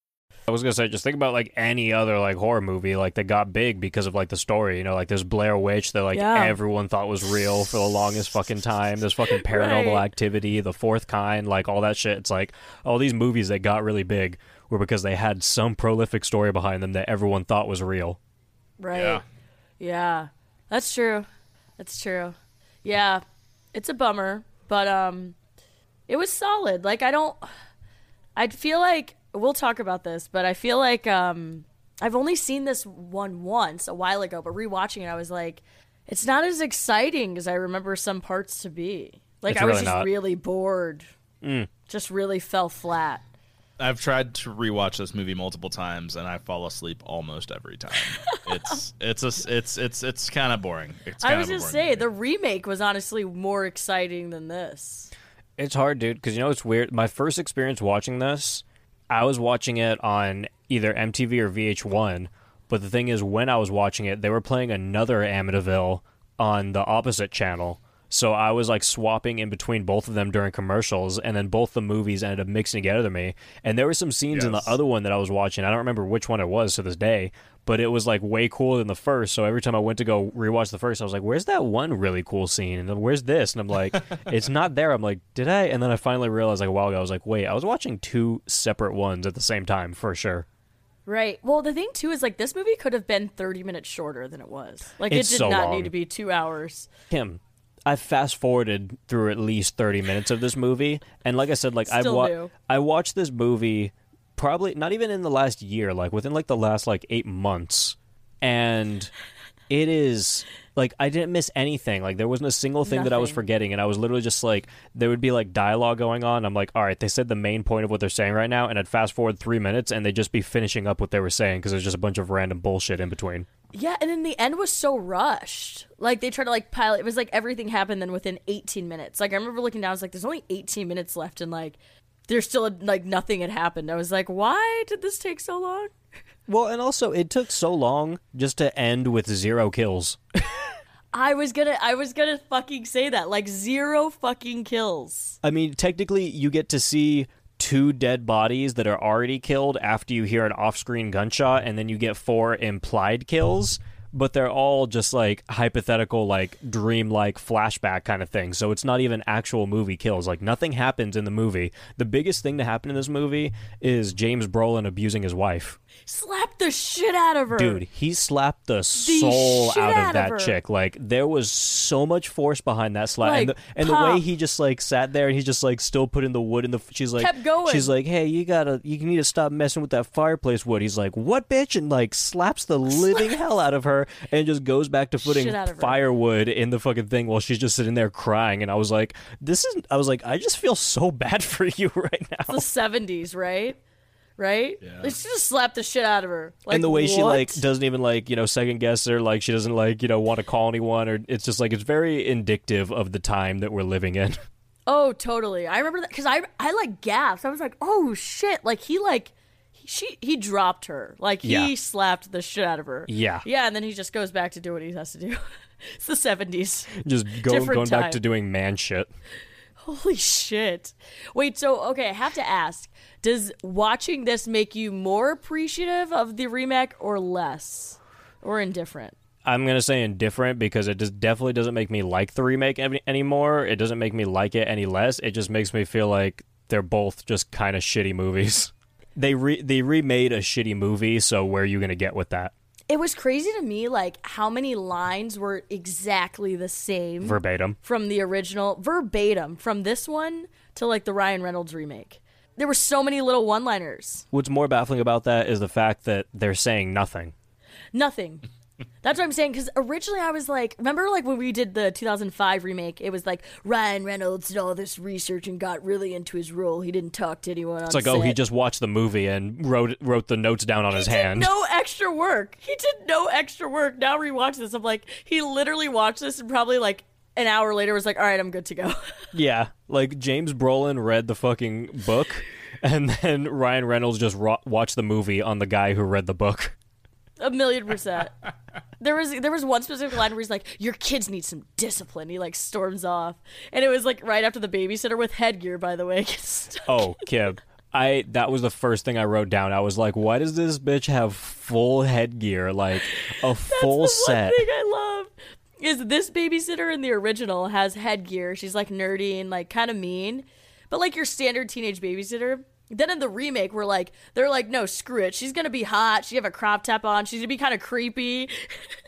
S2: I was gonna say, just think about like any other like horror movie like that got big because of like the story. You know, like there's Blair Witch that like
S4: Yeah.
S2: everyone thought was real for the longest fucking time. There's fucking Paranormal
S4: Right.
S2: Activity, The Fourth Kind, like all that shit. It's like all these movies that got really big were because they had some prolific story behind them that everyone thought was real.
S4: Right. Yeah. That's true. That's true. Yeah. It's a bummer, but um it was solid. Like I don't I feel like we'll talk about this, but I feel like um I've only seen this one once a while ago, but rewatching it I was like it's not as exciting as I remember some parts to be. Like
S2: It's
S4: I was
S2: really
S4: just
S2: not.
S3: Mm.
S4: really bored. Just really fell flat.
S3: I've tried to rewatch this movie multiple times, and I fall asleep almost every time. it's it's a, it's it's it's kind of boring. It's
S4: I
S3: kind
S4: was
S3: of a
S4: gonna
S3: boring
S4: say
S3: movie.
S4: the remake was honestly more exciting than this.
S2: It's hard, dude, because you know it's weird. My first experience watching this, I was watching it on either MTV or VH1. But the thing is, when I was watching it, they were playing another Amityville on the opposite channel. So I was like swapping in between both of them during commercials, and then both the movies ended up mixing together to me. And there were some scenes in the
S3: Yes.
S2: other one that I was watching. I don't remember which one it was to this day, but it was like way cooler than the first. So every time I went to go rewatch the first, I was like, "Where's that one really cool scene?" And then where's this? And I'm like, "It's not there." I'm like, "Did I?" And then I finally realized like a while ago, I was like, "Wait, I was watching two separate ones at the same time for sure."
S4: Right. Well, the thing too is like this movie could have been 30 minutes shorter than it was. Like
S2: It's
S4: it did
S2: so
S4: not
S2: long.
S4: need to be 2 hours.
S2: Kim, I fast forwarded through at least thirty minutes of this movie, and like I said, like I've
S4: Still
S2: wa-
S4: new.
S2: I watched this movie probably not even in the last year, like within like the last like eight months, and it is like I didn't miss anything. Like there wasn't a single thing that I was
S4: Nothing.
S2: forgetting, and I was literally just like there would be like dialogue going on. I'm like, all right, they said the main point of what they're saying right now, and I'd fast forward three minutes, and they'd just be finishing up what they were saying because there's just a bunch of random bullshit in between.
S4: Yeah, and then the end was so rushed. Like they tried to like pile it was like everything happened then within 18 minutes. Like I remember looking down I was like there's only 18 minutes left and like there's still like nothing had happened. I was like, "Why did this take so long?"
S2: Well, and also it took so long just to end with zero kills.
S4: I was going to I was going to fucking say that. Like zero fucking kills.
S2: I mean, technically, you get to see two dead bodies that are already killed after you hear an off screen gunshot, and then you get four implied kills, but they're all just like hypothetical, like dream like flashback kind of thing. So it's not even actual movie kills. Like, nothing happens in the movie. The biggest thing to happen in this movie is James Brolin abusing his wife.
S4: Slapped the shit out of her.
S2: Dude, he slapped the, soul
S4: shit
S2: out of
S4: out of
S2: that
S4: her.
S2: chick. Like there was so much force behind that slap, and, the,
S4: Like,
S2: and the way
S4: pop.
S2: he just like sat there and he just like still putting the wood in the. She's like,
S4: Kept going.
S2: She's like, hey, you gotta, you need to stop messing with that fireplace wood. He's like, what, bitch? And like slaps the living hell out of her, and just goes back to putting
S4: Shit out of her.
S2: firewood in the fucking thing while she's just sitting there crying. And I was like, this is. I was like, I just feel so bad for you right now.
S4: the 70s, right? Right? Yeah. She just slapped the shit out of her. Like,
S2: and the way she
S4: what?
S2: like doesn't even like you know second guess her like she doesn't like you know want to call anyone or it's just like it's very indicative of the time that we're living in
S4: Oh, totally. I remember that because I I like gasped. I was like, oh shit! Like he like he- she he dropped her. Like he
S2: Yeah.
S4: slapped the shit out of her.
S2: Yeah.
S4: Yeah, and then he just goes back to do what he has to do. it's the seventies.
S2: just going
S4: Different
S2: going back
S4: time.
S2: to doing man shit
S4: Holy shit! Wait, so okay, I have to ask: Does watching this make you more appreciative of the remake or less, or indifferent?
S2: i'm gonna say indifferent because it just definitely doesn't make me like the remake any- anymore it doesn't make me like it any less it just makes me feel like they're both just kind of shitty movies they re- they remade a shitty movie so where are you gonna get with that
S4: It was crazy to me, like how many lines were exactly the same.
S2: verbatim
S4: from the original verbatim from this one to like the Ryan Reynolds remake. There were so many little one-liners.
S2: what's more baffling about that is the fact that they're saying nothing
S4: Nothing. That's what I'm saying cuz originally I was like remember like when we did the 2005 remake it was like Ryan Reynolds did all this research and got really into his role. He didn't talk to anyone on
S2: It's like, oh, he
S4: set.
S2: just watched the movie and wrote wrote the notes down on his
S4: He did
S2: hand.
S4: No extra work. He did no extra work. Now rewatch this. I'm like, he literally watched this and probably like an hour later was like, all right, I'm good to go.
S2: Yeah, like James Brolin read the fucking book, and then Ryan Reynolds just ro- watched the movie on the guy who read the book.
S4: A million percent. There was there was one specific line where he's like, "Your kids need some discipline." He like storms off, and it was like right after the babysitter with headgear. By the way, gets stuck.
S2: Oh, Kib, I that was the first thing I wrote down. I was like, why does this bitch have full headgear, like a full
S4: That's the
S2: set?
S4: One thing I love is this babysitter in the original has headgear. She's like nerdy and like kind of mean, but like your standard teenage babysitter. Then in the remake, we're like, they're like, no, screw it. She's gonna be hot. She have a crop top on. She's gonna be kind of creepy.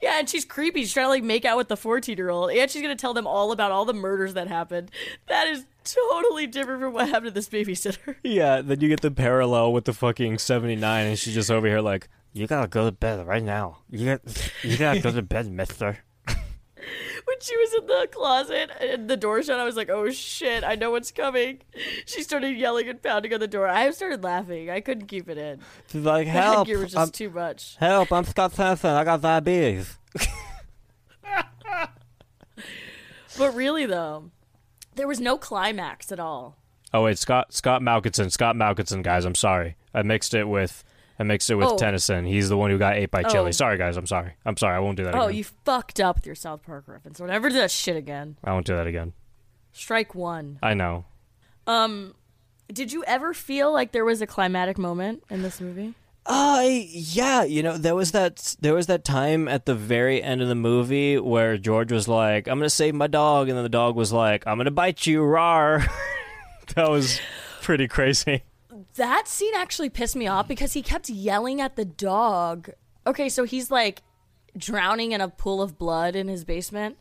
S4: yeah, and she's creepy. She's trying to like make out with the fourteen year old, and she's gonna tell them all about all the murders that happened. That is totally different from what happened to this babysitter.
S2: Yeah, then you get the parallel with the fucking seventy nine, and she's just over here like,
S5: You gotta go to bed right now. You got, you gotta go to bed, mister.
S4: when when she was in the closet and the door shut, I was like, "Oh shit! I know what's coming." She started yelling and pounding on the door. I started laughing. I couldn't keep it in.
S2: She's like,
S4: The
S2: help, Um,
S4: headgear was just
S2: I'm,
S4: too much.
S2: help, I'm Scott Sampson. I got diabetes.
S4: But really, though, there was no climax at all.
S2: Oh wait, Scott Scott Malkinson, Scott Malkinson, guys. I'm sorry, I mixed it with I mixed it with
S4: Oh.
S2: Tennyson. He's the one who got ate by
S4: Oh.
S2: chili. Sorry, guys. I'm sorry. I'm sorry. I won't do that.
S4: Oh,
S2: again.
S4: you fucked up with your South Park reference. Don't ever do that shit again.
S2: I won't do that again.
S4: Strike one. Um,
S2: I know.
S4: Did you ever feel like there was a climatic moment in this movie?
S2: Uh, yeah, you know, there was that there was that time at the very end of the movie where George was like, "I'm gonna save my dog," and then the dog was like, "I'm gonna bite you, rar." that was pretty crazy.
S4: That scene actually pissed me off because he kept yelling at the dog. Okay, so he's like drowning in a pool of blood in his basement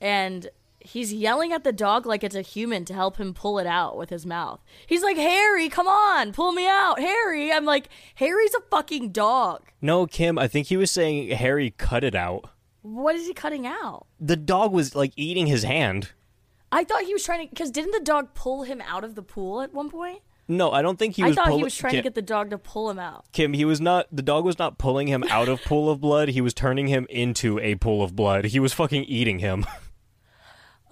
S4: and he's yelling at the dog like it's a human to help him pull it out with his mouth. He's like, "Harry, come on, pull me out, Harry." I'm like, "Harry's a fucking dog.
S2: No, Kim, I think he was saying Harry cut it out.
S4: What is he cutting out?"
S2: The dog was like eating his hand.
S4: I thought he was trying to cuz didn't the dog pull him out of the pool at one point?
S2: No, I don't think he
S4: I
S2: was.
S4: thought
S2: pull-
S4: he was trying
S2: Kim,
S4: to get the dog to pull him out.
S2: Kim, he was not. The dog was not pulling him out of pool of blood. He was turning him into a pool of blood. He was fucking eating him.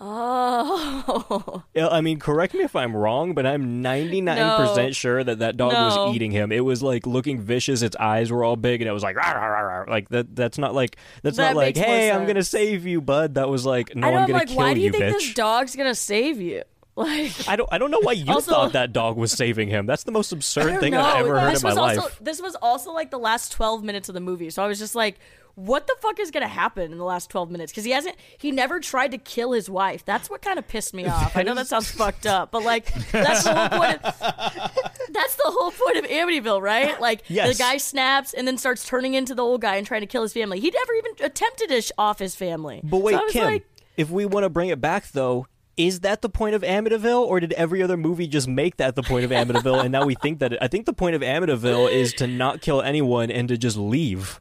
S4: Oh.
S2: Yeah, I mean, correct me if I'm wrong, but I'm 99%
S4: No.
S2: sure that that dog
S4: No.
S2: was eating him. It was like looking vicious. Its eyes were all big, and it was like, rah, rah, rah, rah. like that. That's not like that's
S4: That
S2: not like,
S4: makes more
S2: hey, I'm gonna
S4: sense.
S2: save you, bud. That was like, no,
S4: I know,
S2: I'm
S4: I'm
S2: gonna
S4: like,
S2: kill
S4: why do you, think
S2: bitch.
S4: this dog's gonna save you? Like,
S2: I don't. I don't know why you
S4: Also-
S2: thought that dog was saving him. That's the most
S4: I
S2: absurd
S4: don't
S2: thing
S4: know.
S2: I've ever heard
S4: this
S2: in my
S4: was
S2: life.
S4: Also, this was also like the last 12 minutes of the movie, so I was just like, what the fuck is gonna happen in the last 12 minutes? Because he hasn't, he never tried to kill his wife. That's what kind of pissed me off. I know that sounds fucked up, but like, that's the whole point. Of, that's the whole point of Amityville, right? Like,
S2: Yes.
S4: the guy snaps and then starts turning into the old guy and trying to kill his family. He never even attempted to sh- off his family.
S2: But wait,
S4: so I was
S2: Kim,
S4: like,
S2: if we want to bring it back though, is that the point of Amityville or did every other movie just make that the point of Amityville and now we think that it, I think the point of Amityville is to not kill anyone and to just leave.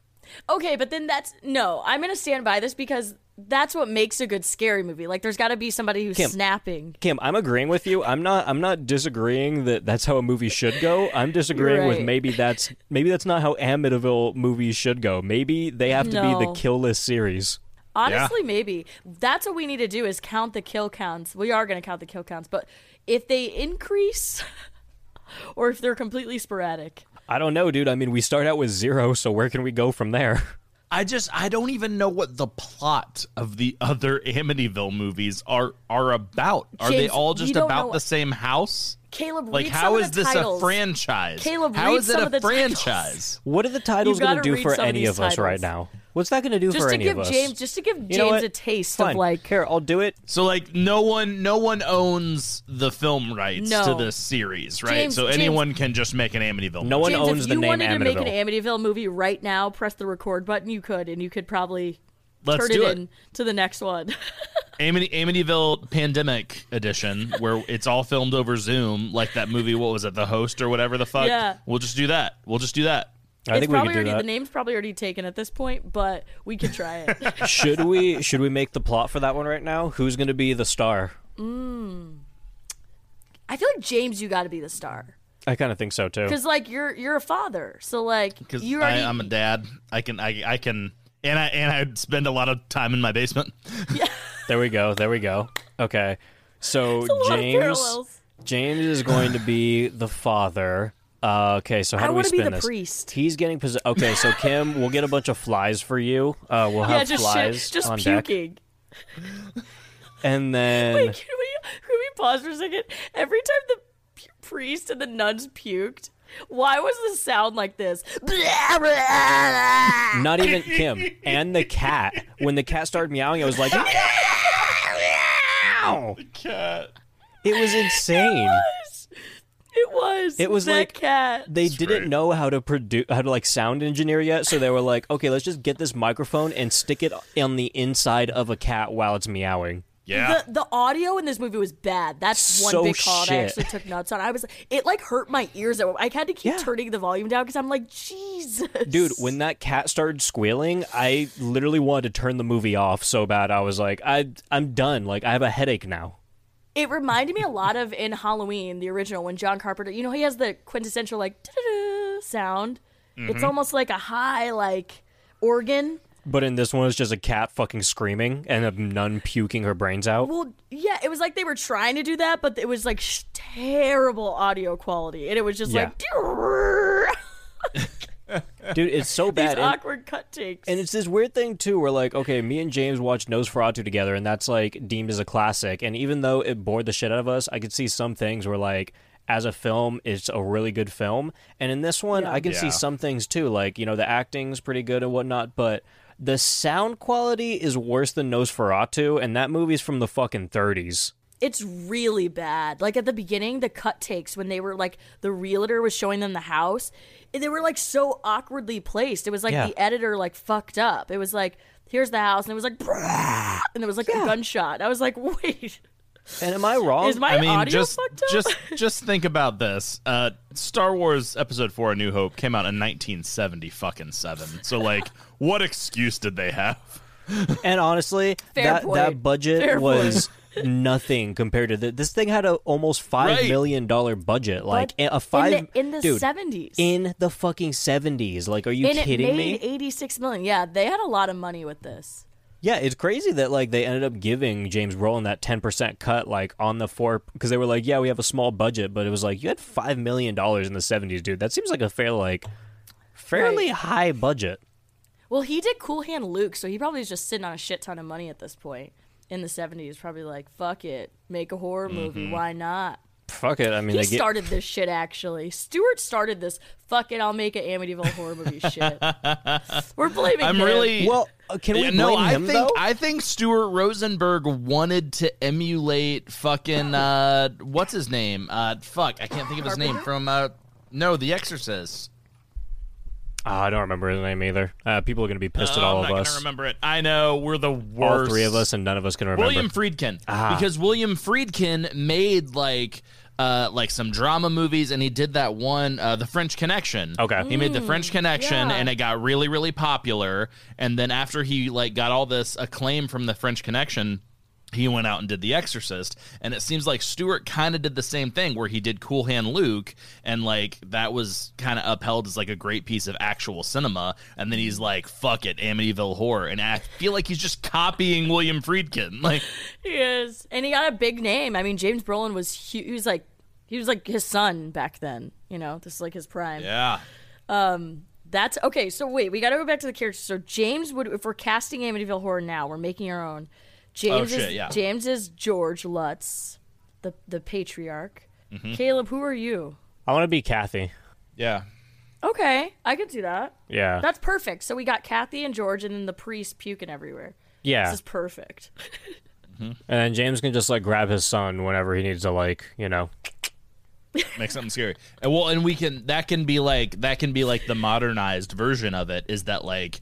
S4: Okay, but then that's no. I'm gonna stand by this because that's what makes a good scary movie. Like, there's got to be somebody who's
S2: Kim.
S4: snapping.
S2: Kim, I'm agreeing with you. I'm not I'm not disagreeing that that's how a movie should go. I'm disagreeing with
S4: right.
S2: maybe that's maybe that's not how Amityville movies should go. Maybe they have to be the
S4: No.
S2: kill list series.
S4: Honestly, maybe that's what we need to do is count the kill counts. We are gonna count the kill counts, but if they increase, or if they're completely sporadic,
S2: I don't know, dude. I mean, we start out with 0, so where can we go from there?
S3: I just I don't even know what the plot of the other Amityville movies are are about. Are they
S4: James,
S3: all
S4: you
S3: just
S4: don't
S3: about
S4: know-
S3: the same house?
S4: Caleb,
S3: Like
S4: read
S3: how
S4: some
S3: is
S4: of the
S3: this
S4: titles.
S3: a franchise?
S4: Caleb,
S3: how
S4: read
S3: is it
S4: some
S3: a
S4: of the titles.
S3: franchise?
S2: What are the titles going
S4: gotta
S2: to do
S4: read
S2: for
S4: some of
S2: any
S4: these
S2: of, us right
S4: titles.
S2: now? What's that going to do
S4: Just
S2: for
S4: to
S2: any
S4: give
S2: of us?
S4: James, just to give
S2: You know
S4: James
S2: what?
S4: a taste
S2: Fine.
S4: of like
S2: here, I'll do it.
S3: So like no one no one owns the film rights
S4: No.
S3: to this series, right?
S4: James-
S3: so
S4: James-
S3: anyone can just make an Amityville.
S2: No one
S4: James,
S2: owns
S4: if
S2: the
S4: you
S2: name
S4: wanted to make an
S2: Amityville.
S4: Amityville movie right now, press the record button. You could, and you could probably
S3: Let's
S4: turn
S3: do
S4: it
S3: it.
S4: in to the next one.
S3: Amity- Amityville Pandemic Edition, where it's all filmed over Zoom, like that movie. What was it, The Host or whatever the fuck?
S4: Yeah.
S3: We'll just do that. We'll just do that.
S2: I think
S4: it's
S2: we could
S4: probably
S2: do
S4: already the
S2: that.
S4: name's probably already taken at this point, but we could try it.
S2: should we? Should we make the plot for that one right now? Who's going to be the star?
S4: I feel like James, you got to be the star
S2: I kind of think so too.
S4: because like you're you're a father, so like
S3: Because
S4: you already.
S3: I'm a dad. I can. I, I can. And I and I spend a lot of time in my basement.
S2: There we go. There we go. Okay, so
S4: a lot of
S2: James.
S4: parallels.
S2: James is going to be the father. Uh, okay, so how
S4: I
S2: do we
S4: wanna be
S2: spin
S4: the
S2: this?
S4: priest.
S2: He's getting pos- Okay, so Kim, we'll get a bunch of flies for you. Uh, we'll
S4: yeah,
S2: have
S4: just shit,
S2: flies
S4: just
S2: on deck,
S4: puking.
S2: and then
S4: Can we can we pause for a second? Every time the p- priest and the nuns puked, why was the sound like this?
S2: Not even Kim and the cat. When the cat started meowing, I was like, "Meow!"
S3: Cat.
S2: It was insane.
S4: It was.
S2: It was
S4: that
S2: like-
S4: cat.
S2: They didn't know how to produce, how to like sound engineer yet, so they were like, "Okay, let's just get this microphone and stick it on the inside of a cat while it's meowing."
S3: Yeah.
S4: The, the audio in this movie was bad. That's one
S2: So
S4: big call that I
S2: shit.
S4: actually took nuts on. I was it like hurt my ears. at one- I had to keep
S2: Yeah.
S4: turning the volume down because I'm like Jesus.
S2: Dude, when that cat started squealing, I literally wanted to turn the movie off so bad. I was like, I I'm done. Like I have a headache now.
S4: It reminded me a lot of in Halloween, the original, when John Carpenter, you know, he has the quintessential like "da-da-da" sound. It's almost like a high like organ.
S2: But in this one, it's just a cat fucking screaming and a nun puking her brains out.
S4: Well, yeah, it was like they were trying to do that, but it was like sh- terrible audio quality, and it was just
S2: Yeah.
S4: like "Durr."
S2: Dude, it's so
S4: these
S2: bad. And-
S4: awkward cut takes.
S2: And it's this weird thing too, where like, okay, me and James watched Nosferatu together, and that's like deemed as a classic. And even though it bored the shit out of us, I could see some things where like, as a film, it's a really good film. And in this one, I can see some things too, like you know the acting's pretty good and whatnot, but the sound quality is worse than Nosferatu, and that movie's from the fucking thirties.
S4: it's really bad. Like at the beginning, the cut takes when they were like the realtor was showing them the house, they were like so awkwardly placed. It was like
S2: Yeah.
S4: the editor like fucked up. It was like here's the house, and it was like "Brah," and it was like a gunshot. I was like, wait,
S2: And am Oh, I wrong?
S4: is my
S3: I mean,
S4: audio
S3: just
S4: fucked up?
S3: just just think about this. Uh, Star Wars Episode Four: A New Hope came out in 1970 fucking seven. So like, what excuse did they have?
S2: And honestly,
S4: Fair
S2: that
S4: point.
S2: that budget
S4: Fair
S2: was nothing compared to this. This thing had a almost five
S3: Right.
S2: million dollar budget, like
S4: But
S2: a five
S4: in the- in the
S2: dude,
S4: 70s.
S2: in the fucking seventies. Like, are you
S4: and it
S2: kidding
S4: made
S2: me?
S4: 86 million. Yeah, they had a lot of money with this.
S2: Yeah, it's crazy that like they ended up giving James Brolin that ten percent cut, like on the four, because they were like, yeah, we have a small budget, but it was like you had five million dollars in the seventies, dude. That seems like a fair, like fairly high budget.
S4: Well, he did Cool Hand Luke, so he probably was just sitting on a shit ton of money at this point in the 70s. Probably like, fuck it, make a horror
S3: Mm-hmm.
S4: movie. Why not?
S2: Fuck it. I mean,
S4: He
S2: they get
S4: started this shit, actually. Stewart started this. Fuck it, I'll make an Amityville horror movie shit. We're blaming
S3: I'm
S4: him.
S3: really
S2: well. uh, Can we
S3: Yeah,
S2: blame
S3: no, I
S2: him
S3: think
S2: though?
S3: I think Stuart Rosenberg wanted to emulate fucking uh, what's his name? Uh, fuck, I can't think of his name from uh, no, The Exorcist.
S2: Ah, I don't remember his name either. Uh, people are going to be pissed at
S3: Oh,
S2: all
S3: I'm
S2: of
S3: not
S2: us.
S3: gonna remember it. I know we're the
S2: all
S3: worst.
S2: three of us, and none of us can remember. Ah.
S3: William Friedkin, because William Friedkin made like. Uh, like some drama movies, and he did that one, uh, The French Connection.
S2: Okay.
S3: he made The French Connection,
S4: yeah.
S3: and it got really, really popular. And then after he like got all this acclaim from The French Connection, he went out and did The Exorcist, and it seems like Stewart kind of did the same thing where he did Cool Hand Luke, and like that was kind of upheld as like a great piece of actual cinema, and then he's like, "Fuck it, Amityville Horror," and I feel like he's just copying William Friedkin. Like,
S4: He is. And he got a big name. I mean, James Brolin was huge. He was like, he was like his son back then. You know, this is like his prime.
S3: yeah,
S4: That's okay. So wait, we got to go back to the characters. So James would, if we're casting Amityville Horror now, we're making our own. James
S3: Oh, shit,
S4: is
S3: yeah.
S4: James is George Lutz, the the patriarch.
S3: Mm-hmm.
S4: Caleb, who are you?
S2: I want to be Kathy.
S3: yeah,
S4: Okay, I could do that.
S2: Yeah,
S4: That's perfect. So we got Kathy and George, and then the priest puking everywhere.
S2: yeah.
S4: This is perfect.
S2: And then James can just like grab his son whenever he needs to, like you know.
S3: make something scary. And well, and we can that can be like that can be like the modernized version of it is that like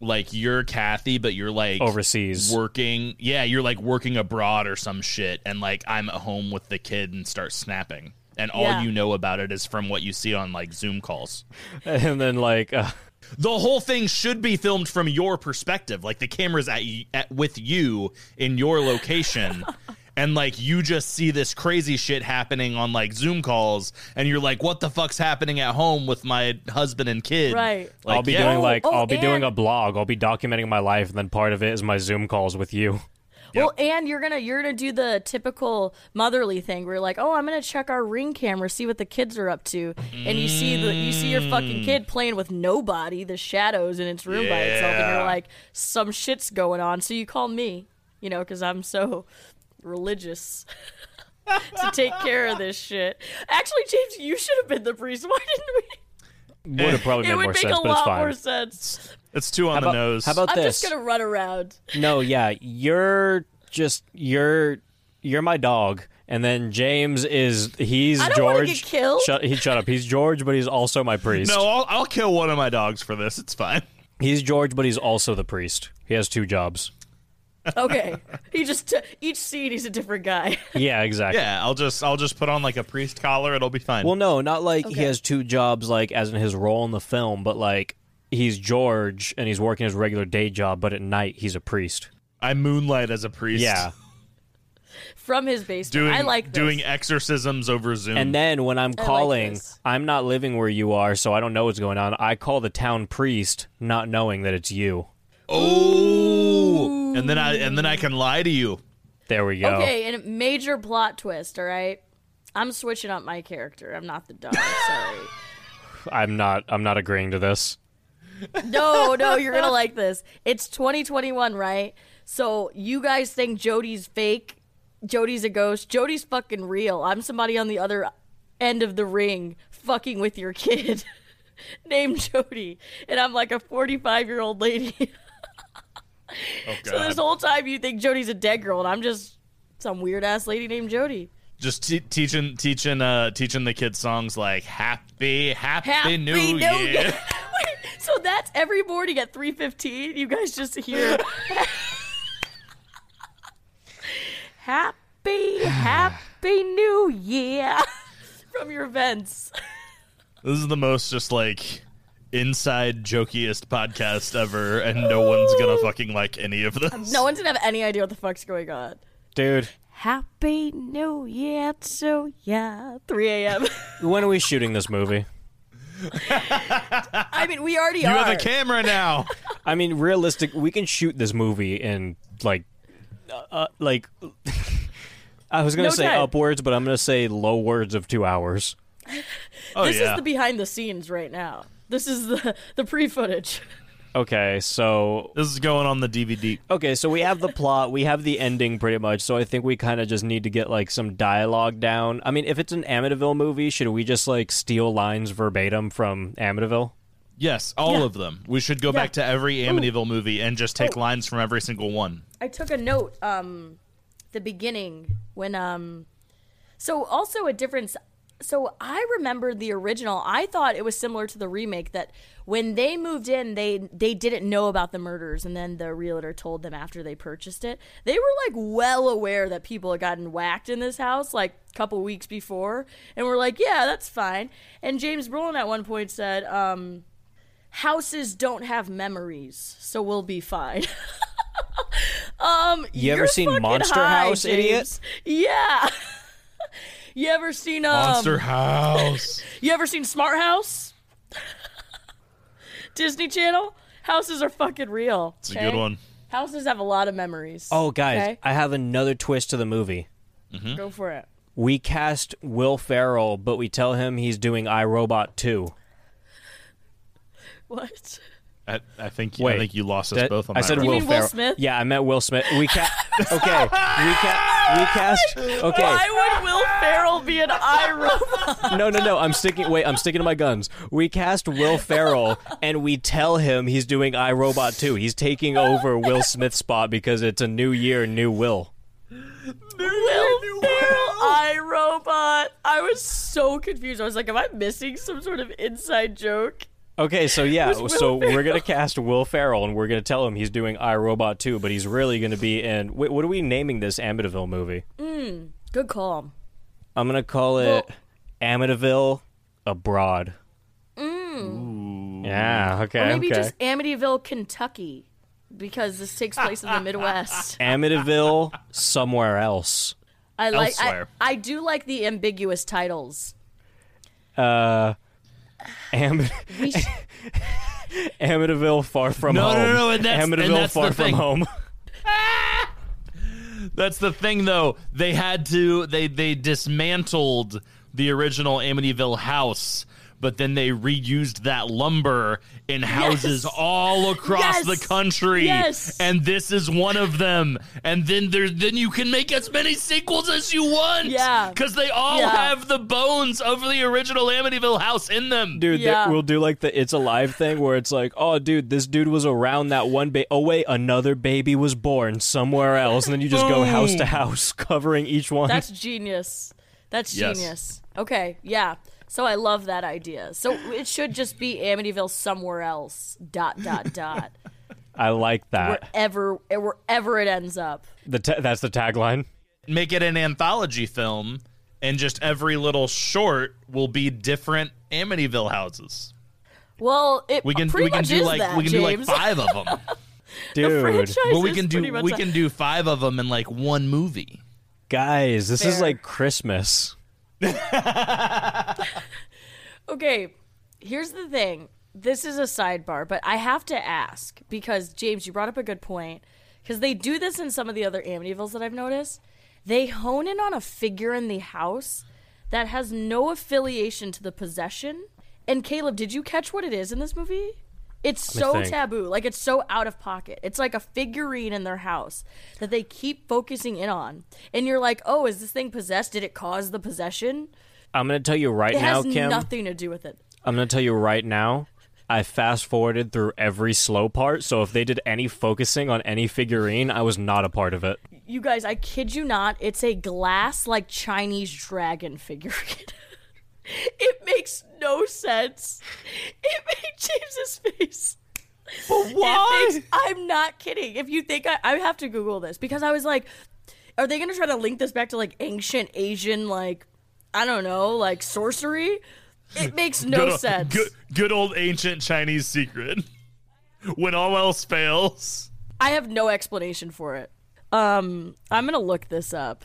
S3: like you're Kathy, but you're like
S2: Overseas.
S3: working. Yeah, you're like working abroad or some shit, and like I'm at home with the kid and start snapping, and
S4: Yeah.
S3: all you know about it is from what you see on like Zoom calls.
S2: And then like, uh,
S3: The whole thing should be filmed from your perspective, like the camera's at, y- at with you in your location. And like you just see this crazy shit happening on like Zoom calls, and you're like, "What the fuck's happening at home with my husband and kid?"
S4: Right.
S3: Like,
S2: I'll be
S3: yeah.
S2: doing like
S4: Oh, oh,
S2: I'll be doing
S4: and-
S2: a blog. I'll be documenting my life, and then part of it is my Zoom calls with you.
S4: Well, and you're gonna you're gonna do the typical motherly thing where you're like, oh, I'm gonna check our ring camera, see what the kids are up to, and you see the you see your fucking
S2: Mm.
S4: kid playing with nobody, the shadows in its room by itself, and you're
S3: Yeah.
S4: like, some shit's going on. So you call me, you know, because I'm so religious. to take care of this shit. Actually, James, you should have been the priest. Why didn't
S2: Would have probably
S4: we?
S2: made
S4: It would
S2: more
S4: make
S2: sense,
S4: a
S2: but it's
S4: lot
S2: fine.
S4: more sense.
S3: it's two on
S2: How
S3: the
S2: about,
S3: nose.
S2: how about
S4: I'm
S2: this?
S4: just gonna run around.
S2: No, yeah, you're just you're you're my dog. And then James is he's
S4: I don't wanna
S2: George.
S4: get killed.
S2: Shut, he shut up. He's George, but he's also my priest.
S3: no, I'll, I'll kill one of my dogs for this. It's fine.
S2: He's George, but he's also the priest. He has two jobs.
S4: Okay. he just each scene he's a different guy.
S2: Yeah, exactly.
S3: Yeah, I'll just I'll just put on like a priest collar. It'll be fine.
S2: Well, no, not like he
S4: Okay.
S2: has two jobs, like as in his role in the film, but like he's George and he's working his regular day job, but at night he's a priest.
S3: I moonlight as a priest.
S2: Yeah.
S4: From his basement.
S3: doing
S4: I like this.
S3: doing exorcisms over Zoom.
S2: And then when I'm calling,
S4: this.
S2: I'm not living where you are, so I don't know what's going on. I call the town priest, not knowing that it's you.
S3: oh, and then I and then I can lie to you.
S2: There we go.
S4: Okay, and a major plot twist, all right? I'm switching up my character. I'm not the dog, sorry.
S2: I'm not. I'm not agreeing to this.
S4: No, no, you're gonna like this. It's 2021, right? So you guys think Jody's fake? Jody's a ghost. Jody's fucking real. I'm somebody on the other end of the ring, fucking with your kid, named Jody, and I'm like a 45 year old lady.
S3: Oh
S4: so this whole time you think Jody's a dead girl, and I'm just some weird ass lady named Jody.
S3: Just te- teaching teaching uh teaching the kids songs like happy happy,
S4: Happy
S3: new,
S4: New
S3: year.
S4: Year. So that's every morning at 3:15. You guys just hear Happy Happy New Year from your vents.
S3: This is the most just like inside jokiest podcast ever, and no one's gonna fucking like any of this.
S4: No one's going to have any idea what the fuck's going on.
S2: Dude,
S4: Happy New Year to ya. 3 a.m.
S2: when are we shooting this movie?
S4: I mean, we already
S3: you
S4: are.
S3: have a camera now.
S2: I mean, realistic. We can shoot this movie in like, uh, uh, like. I was gonna
S4: No
S2: say
S4: time.
S2: upwards, but I'm gonna say low words of two hours.
S3: Oh
S4: this
S3: yeah.
S4: is the behind the scenes right now. This is the the pre footage.
S2: Okay, so
S3: this is going on the DVD.
S2: okay, so we have the plot, we have the ending pretty much. So I think we kind of just need to get like some dialogue down. I mean, if it's an Amityville movie, should we just like steal lines verbatim from Amityville?
S3: Yes, all of them. We should go back to every Amityville movie and just take lines from every single one.
S4: I took a note um the beginning when um so also a difference so I remember the original I thought it was similar to the remake that when they moved in they they didn't know about the murders and then the realtor told them after they purchased it they were like well aware that people had gotten whacked in this house like a couple weeks before and were like yeah that's fine and James Brolin at one point said um houses don't have memories so we'll be fine
S2: You ever
S4: You're
S2: seen
S4: fucking
S2: Monster
S4: high,
S2: House,
S4: James.
S2: idiot?
S4: Yeah. you ever seen um?
S3: Monster House.
S4: You ever seen Smart House? Disney Channel. Houses are fucking real.
S3: It's a good one.
S4: Houses have a lot of memories.
S2: Oh, guys,
S4: Okay?
S2: I have another twist to the movie.
S4: go for it.
S2: We cast Will Ferrell, but we tell him he's doing iRobot 2.
S4: What?
S3: I, I think
S2: Wait,
S3: I think you lost us
S2: That-
S3: both on
S2: I
S3: that.
S2: said
S3: round.
S2: Will,
S4: mean Will
S2: Ferrell.
S4: Smith?
S2: Yeah, I meant Will Smith. We cast. okay, we cast. We cast. Okay.
S4: Why would Will Ferrell be an iRobot?
S2: No, no, no. I'm sticking. Wait, I'm sticking to my guns. We cast Will Ferrell, and we tell him he's doing iRobot 2. He's taking over Will Smith's spot because it's a new year, new Will.
S4: Will Ferrell iRobot. I was so confused. I was like, am I missing some sort of inside joke?
S2: Okay, so yeah,
S4: Will
S2: so we're gonna cast Will Ferrell, and we're gonna tell him he's doing iRobot 2, but he's really gonna be in. Wait, what are we naming this Amityville movie?
S4: Good call.
S2: I'm gonna call it Amityville Abroad. Mm. Yeah. Okay.
S4: Or maybe
S2: okay.
S4: just Amityville, Kentucky, because this takes place in the
S2: ah,
S4: Midwest.
S2: Amityville somewhere else.
S4: I like. I,
S3: Elsewhere.
S4: I do like the ambiguous titles.
S2: Am-
S4: We sh-
S2: Amityville Far From
S3: No,
S2: Home.
S3: no, no, and that's- and
S2: Amityville
S3: that's the
S2: Far From
S3: thing.
S2: Home.
S3: That's the thing, though. They had to. They they dismantled the original Amityville house, but then they reused that lumber in houses all across
S4: Yes.
S3: the country.
S4: Yes.
S3: And this is one of them. And then there, then you can make as many sequels as you want.
S4: Yeah.
S3: Because they all
S4: Yeah.
S3: have the bones of the original Amityville house in them.
S2: Dude,
S4: Yeah.
S2: that- we'll do like the It's Alive thing where it's like, oh, dude, this dude was around that one baby. Oh, wait, another baby was born somewhere else. And then you just go house to house covering each one.
S4: that's genius. That's
S3: Yes.
S4: genius. Okay, yeah. So I love that idea. So it should just be Amityville somewhere else. Dot dot dot.
S2: I like that.
S4: Ever wherever it ends up.
S2: The ta- that's the tagline.
S3: Make it an anthology film, and just every little short will be different Amityville houses.
S4: Well, it
S3: We can
S4: Uh, pretty
S3: we can
S4: much
S3: do
S4: is
S3: like
S4: that,
S3: we can do like
S4: James.
S3: five of them.
S4: The
S2: Dude,
S4: franchise
S3: but we
S4: is
S3: can
S4: pretty
S3: do
S4: much
S3: we
S4: that.
S3: can do five of them in like one movie.
S2: guys, this is
S4: Fair.
S2: like Christmas.
S4: Okay, here's the thing. This is a sidebar, but I have to ask because James, you brought up a good point. Because they do this in some of the other Amityvilles that I've noticed. They hone in on a figure in the house that has no affiliation to the possession. And Caleb, did you catch what it is in this movie? It's
S2: me
S4: so
S2: think.
S4: taboo. Like it's so out of pocket. It's like a figurine in their house that they keep focusing in on. And you're like, oh, is this thing possessed? Did it cause the possession?
S2: I'm gonna tell you right
S4: It
S2: now,
S4: has
S2: Kim.
S4: nothing to do with it.
S2: I'm gonna tell you right now. I fast forwarded through every slow part, so if they did any focusing on any figurine, I was not a part of it.
S4: You guys, I kid you not, it's a glass like Chinese dragon figurine. it makes no sense. It made James's face. But why? I'm not kidding. If you think I, I have to Google this because I was like, are they going to try to link this back to like ancient Asian, like, I don't know, like sorcery? It makes no sense.
S3: Good, good old ancient Chinese secret. When all else fails.
S4: I have no explanation for it. Um, I'm going to look this up.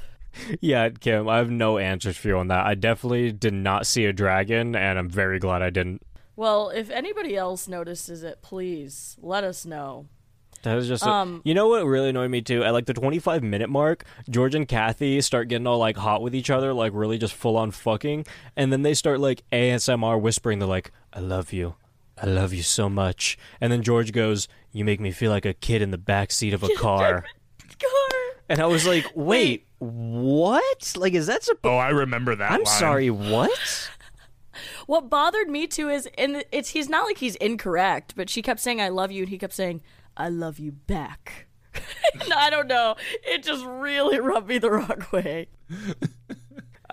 S2: Yeah, Kim, I have no answers for you on that. I definitely did not see a dragon, and I'm very glad I didn't.
S4: Well, if anybody else notices it, please let us know.
S2: That was just. a- you know what really annoyed me too? At like the 25 minute mark, George and Kathy start getting all like hot with each other, like really just full on fucking. And then they start like ASMR whispering. They're like, I love you. I love you so much. And then George goes, You make me feel like a kid in the backseat of a car. And I was like, Wait, what? Like, is that supposed.
S3: Oh, I remember that.
S2: I'm
S3: line.
S2: sorry, what?
S4: What bothered me too is, and it's he's not like he's incorrect, but she kept saying "I love you," and he kept saying "I love you back." And I don't know. It just really rubbed me the wrong way.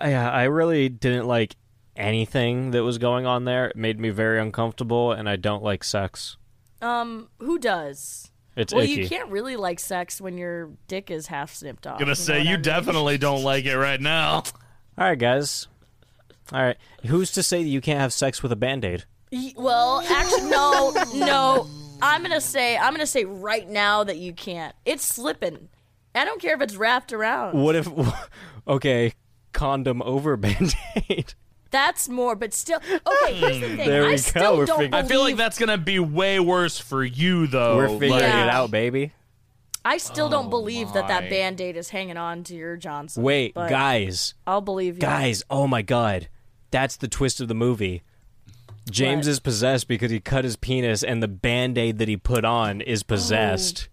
S2: Yeah, I really didn't like anything that was going on there. It made me very uncomfortable, and I don't like sex.
S4: Um, who does?
S2: It's
S4: well,
S2: icky.
S4: you can't really like sex when your dick is half snipped off.
S3: Gonna
S4: know
S3: say
S4: what I
S3: you
S4: mean?
S3: definitely don't like it right now.
S2: All right, guys. All right. Who's to say that you can't have sex with a band aid?
S4: Y- Well, actually, no, no. I'm gonna say, I'm gonna say right now that you can't. It's slipping. I don't care if it's wrapped around.
S2: What if. Okay, condom over band aid?
S4: That's more, but still. Okay, here's the thing.
S2: Hmm, There we
S4: I
S2: go,
S4: still
S2: we're
S4: don't
S2: figuring-
S4: believe.
S3: I feel like that's gonna be way worse for you though.
S2: We're figuring
S3: Like,
S4: Yeah.
S2: it out, baby.
S4: I still
S2: Oh
S4: don't believe that
S3: my.
S4: that band aid is hanging on to your Johnson.
S2: Wait,
S4: but
S2: guys.
S4: I'll believe you.
S2: Guys, oh my god. That's the twist of the movie. James
S4: What?
S2: is possessed because he cut his penis, and the band aid that he put on is possessed.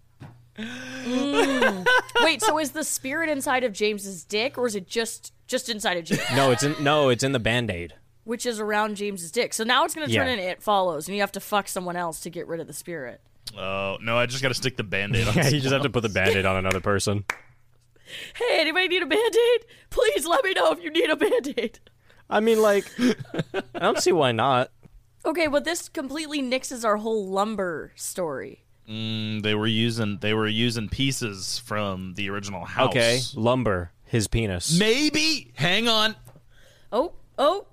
S4: Wait, so is the spirit inside of James's dick, or is it just just inside of James,
S2: No, it's in, no, it's in the band aid.
S4: which is around James's dick? So now it's gonna turn
S2: Yeah.
S4: into it follows, and you have to fuck someone else to get rid of the spirit.
S3: Oh no, I just gotta stick the band-aid on.
S2: Yeah, you just have to put the band-aid on another person.
S4: Hey, anybody need a band aid? Please let me know if you need a band aid.
S2: I mean, like, I don't see why not.
S4: Okay, well this completely nixes our whole lumber story.
S3: Mm, they were using they were using pieces from the original house.
S2: Okay, lumber his penis.
S3: Maybe hang on.
S4: Oh, oh,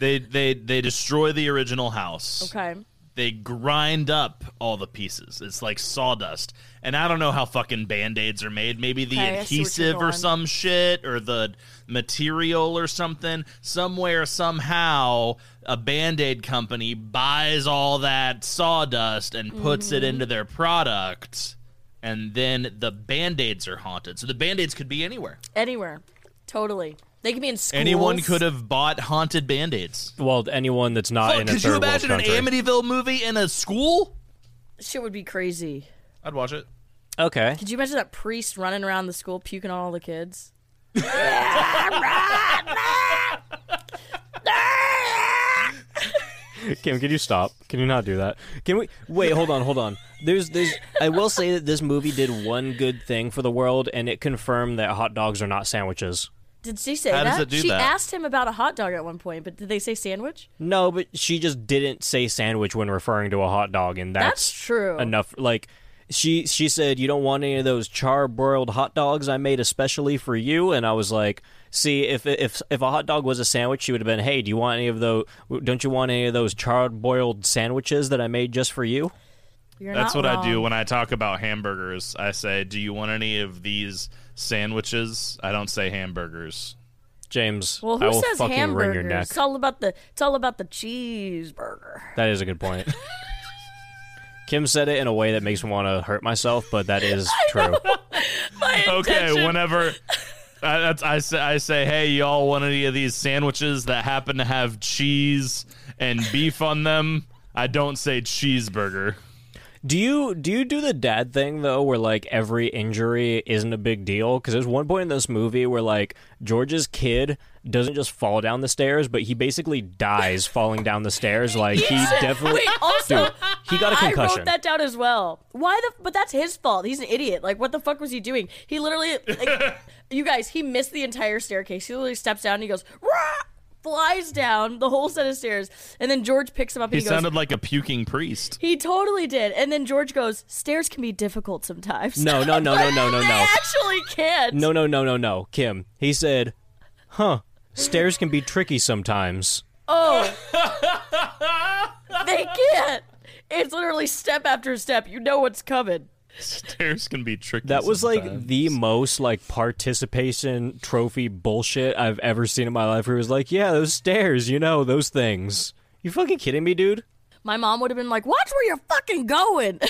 S3: They they they destroy the original house.
S4: okay.
S3: They grind up all the pieces. It's like sawdust. And I don't know how fucking band-aids are made. Maybe the
S4: Okay, I see what you're
S3: adhesive or
S4: going.
S3: some shit or the material or something. Somewhere somehow a band-aid company buys all that sawdust and puts
S4: Mm-hmm.
S3: it into their product. And then the band-aids are haunted. So the band-aids could be anywhere.
S4: Anywhere. Totally. They could be in schools.
S3: Anyone could have bought haunted band-aids.
S2: Well, anyone that's not
S3: Fuck,
S2: in a
S3: could
S2: third
S3: you imagine an
S2: world country.
S3: Amityville movie in a school?
S4: Shit would be crazy.
S3: I'd watch it.
S2: okay,
S4: Could you imagine that priest running around the school puking on all the kids?
S2: Kim, can you stop? Can you not do that? Can we wait? Hold on, hold on. There's, there's. I will say that this movie did one good thing for the world, and it confirmed that hot dogs are not sandwiches.
S4: Did she say
S3: How
S4: that?
S3: does it do
S4: she
S3: that?
S4: asked him about a hot dog at one point, but did they say sandwich?
S2: No, but she just didn't say sandwich when referring to a hot dog, and that's,
S4: That's true.
S2: Enough, like she she said you don't want any of those char broiled hot dogs I made especially for you, and I was like, see if if if a hot dog was a sandwich, she would have been, hey, do you want any of those? Don't you want any of those char boiled sandwiches that I made just for you?
S4: You're
S3: That's
S4: not
S3: what I do
S4: wrong.
S3: when I talk about hamburgers. I say, "Do you want any of these sandwiches?" I don't say hamburgers.
S2: James,
S4: Well,
S2: I
S4: who
S2: will
S4: says
S2: fucking
S4: hamburger?
S2: wring your neck.
S4: It's all about the it's all about the cheeseburger.
S2: That is a good point. Kim said it in a way that makes me want to hurt myself, but that is true.
S4: My
S3: Okay,
S4: intention-
S3: whenever I, that's, I say, I say, "Hey, y'all want any of these sandwiches that happen to have cheese and beef on them?" I don't say cheeseburger.
S2: Do you do you do the dad thing though, where like every injury isn't a big deal? Because there's one point in this movie where like George's kid doesn't just fall down the stairs, but he basically dies falling down the stairs. Like he definitely
S4: Wait, also,
S2: Dude, he got a
S4: I
S2: concussion.
S4: wrote that down as well. Why the? But that's his fault. He's an idiot. Like, what the fuck was he doing? He literally, like, you guys, he missed the entire staircase. He literally steps down and he goes, Rah! flies down the whole set of stairs, and then George picks him up and
S3: He
S4: he, goes.
S3: sounded like a puking priest.
S4: he totally did. And then George goes, stairs can be difficult sometimes.
S2: No, no, no, no, no, no,
S4: they
S2: no.
S4: actually can't.
S2: No, no, no, no, no, Kim. He said, "Huh, stairs can be tricky sometimes."
S4: Oh. they can't. It's literally step after step. You know what's coming.
S3: Stairs can be tricky.
S2: That was like
S3: sometimes.
S2: the most like participation trophy bullshit I've ever seen in my life. Where it was like, yeah, those stairs, you know, those things. You fucking kidding me, dude?
S4: My mom would have been like, watch where you're fucking going.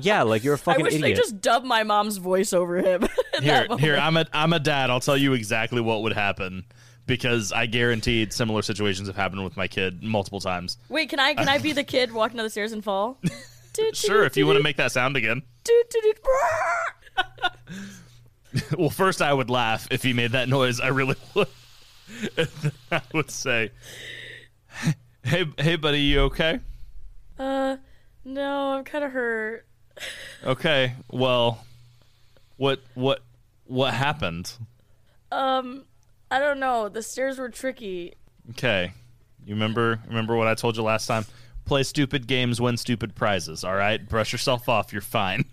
S2: Yeah, like you're a
S4: I
S2: fucking
S4: wish they
S2: idiot.
S4: just dubbed my mom's voice over him.
S3: here, here. I'm a I'm a dad. I'll tell you exactly what would happen because I guaranteed similar situations have happened with my kid multiple times.
S4: Wait, can I can I be the kid walking down the stairs and fall?
S3: Sure, if you want to make that sound again. Well, first I would laugh if he made that noise. I really would. And then I would say, "Hey, hey, buddy, you okay?
S4: Uh, no, I'm kind of hurt.
S3: Okay. Well, what what what happened?
S4: Um, I don't know. The stairs were tricky.
S3: Okay. You remember remember what I told you last time? Play stupid games, win stupid prizes. All right, brush yourself off. You're fine."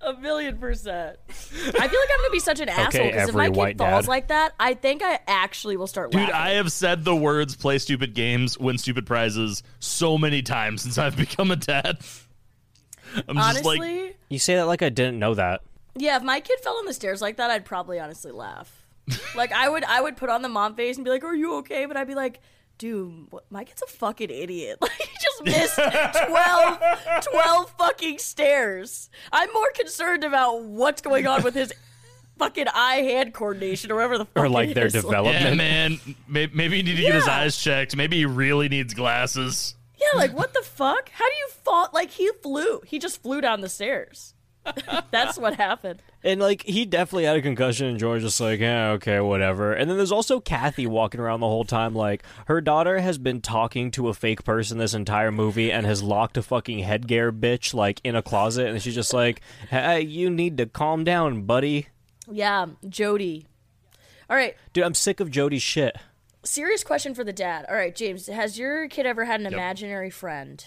S4: A million percent. I feel like I'm gonna be such an asshole because if
S2: every
S4: my
S2: white
S4: kid falls
S2: dad.
S4: like that, I think I actually will start.
S3: Dude,
S4: laughing.
S3: I have said the words play stupid games, win stupid prizes so many times since I've become a dad. I'm just
S4: honestly,
S3: like,
S2: you say that like I didn't know that.
S4: yeah. If my kid fell on the stairs like that, I'd probably honestly laugh. like I would, I would put on the mom face and be like, "Are you okay?" But I'd be like. Dude, what- my kid's a fucking idiot. Like, he just missed 12, 12 fucking stairs. I'm more concerned about what's going on with his fucking eye hand coordination or whatever the fuck.
S2: Or like
S4: it
S2: their
S4: is. Like,
S3: yeah,
S2: development.
S3: man, maybe, maybe you need to get his
S4: Yeah.
S3: eyes checked. Maybe he really needs glasses.
S4: Yeah, like what the fuck? How do you fall? Like he flew. He just flew down the stairs. That's what happened.
S2: and like he definitely had a concussion and George just like, yeah, okay, whatever. And then there's also Kathy walking around the whole time like her daughter has been talking to a fake person this entire movie and has locked a fucking headgear bitch like in a closet and she's just like, Hey, you need to calm down, buddy.
S4: Yeah, Jody. All right,
S2: Dude, I'm sick of Jody's shit.
S4: serious question for the dad. All right, James, has your kid ever had an imaginary friend?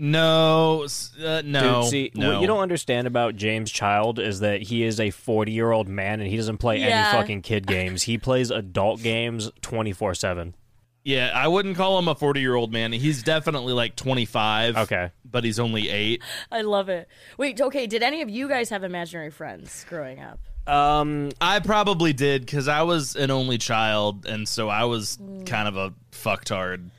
S3: No, s- uh, no,
S2: Dude, see,
S3: no.
S2: what you don't understand about James Child is that he is a 40 year old man and he doesn't play
S4: Yeah.
S2: any fucking kid games. He plays adult games 24 7.
S3: yeah, I wouldn't call him a 40 year old man. He's definitely like 25.
S2: Okay.
S3: But he's only eight.
S4: I love it. Wait, okay, did any of you guys have imaginary friends growing up?
S2: Um,
S3: I probably did because I was an only child, and so I was kind of a fucktard.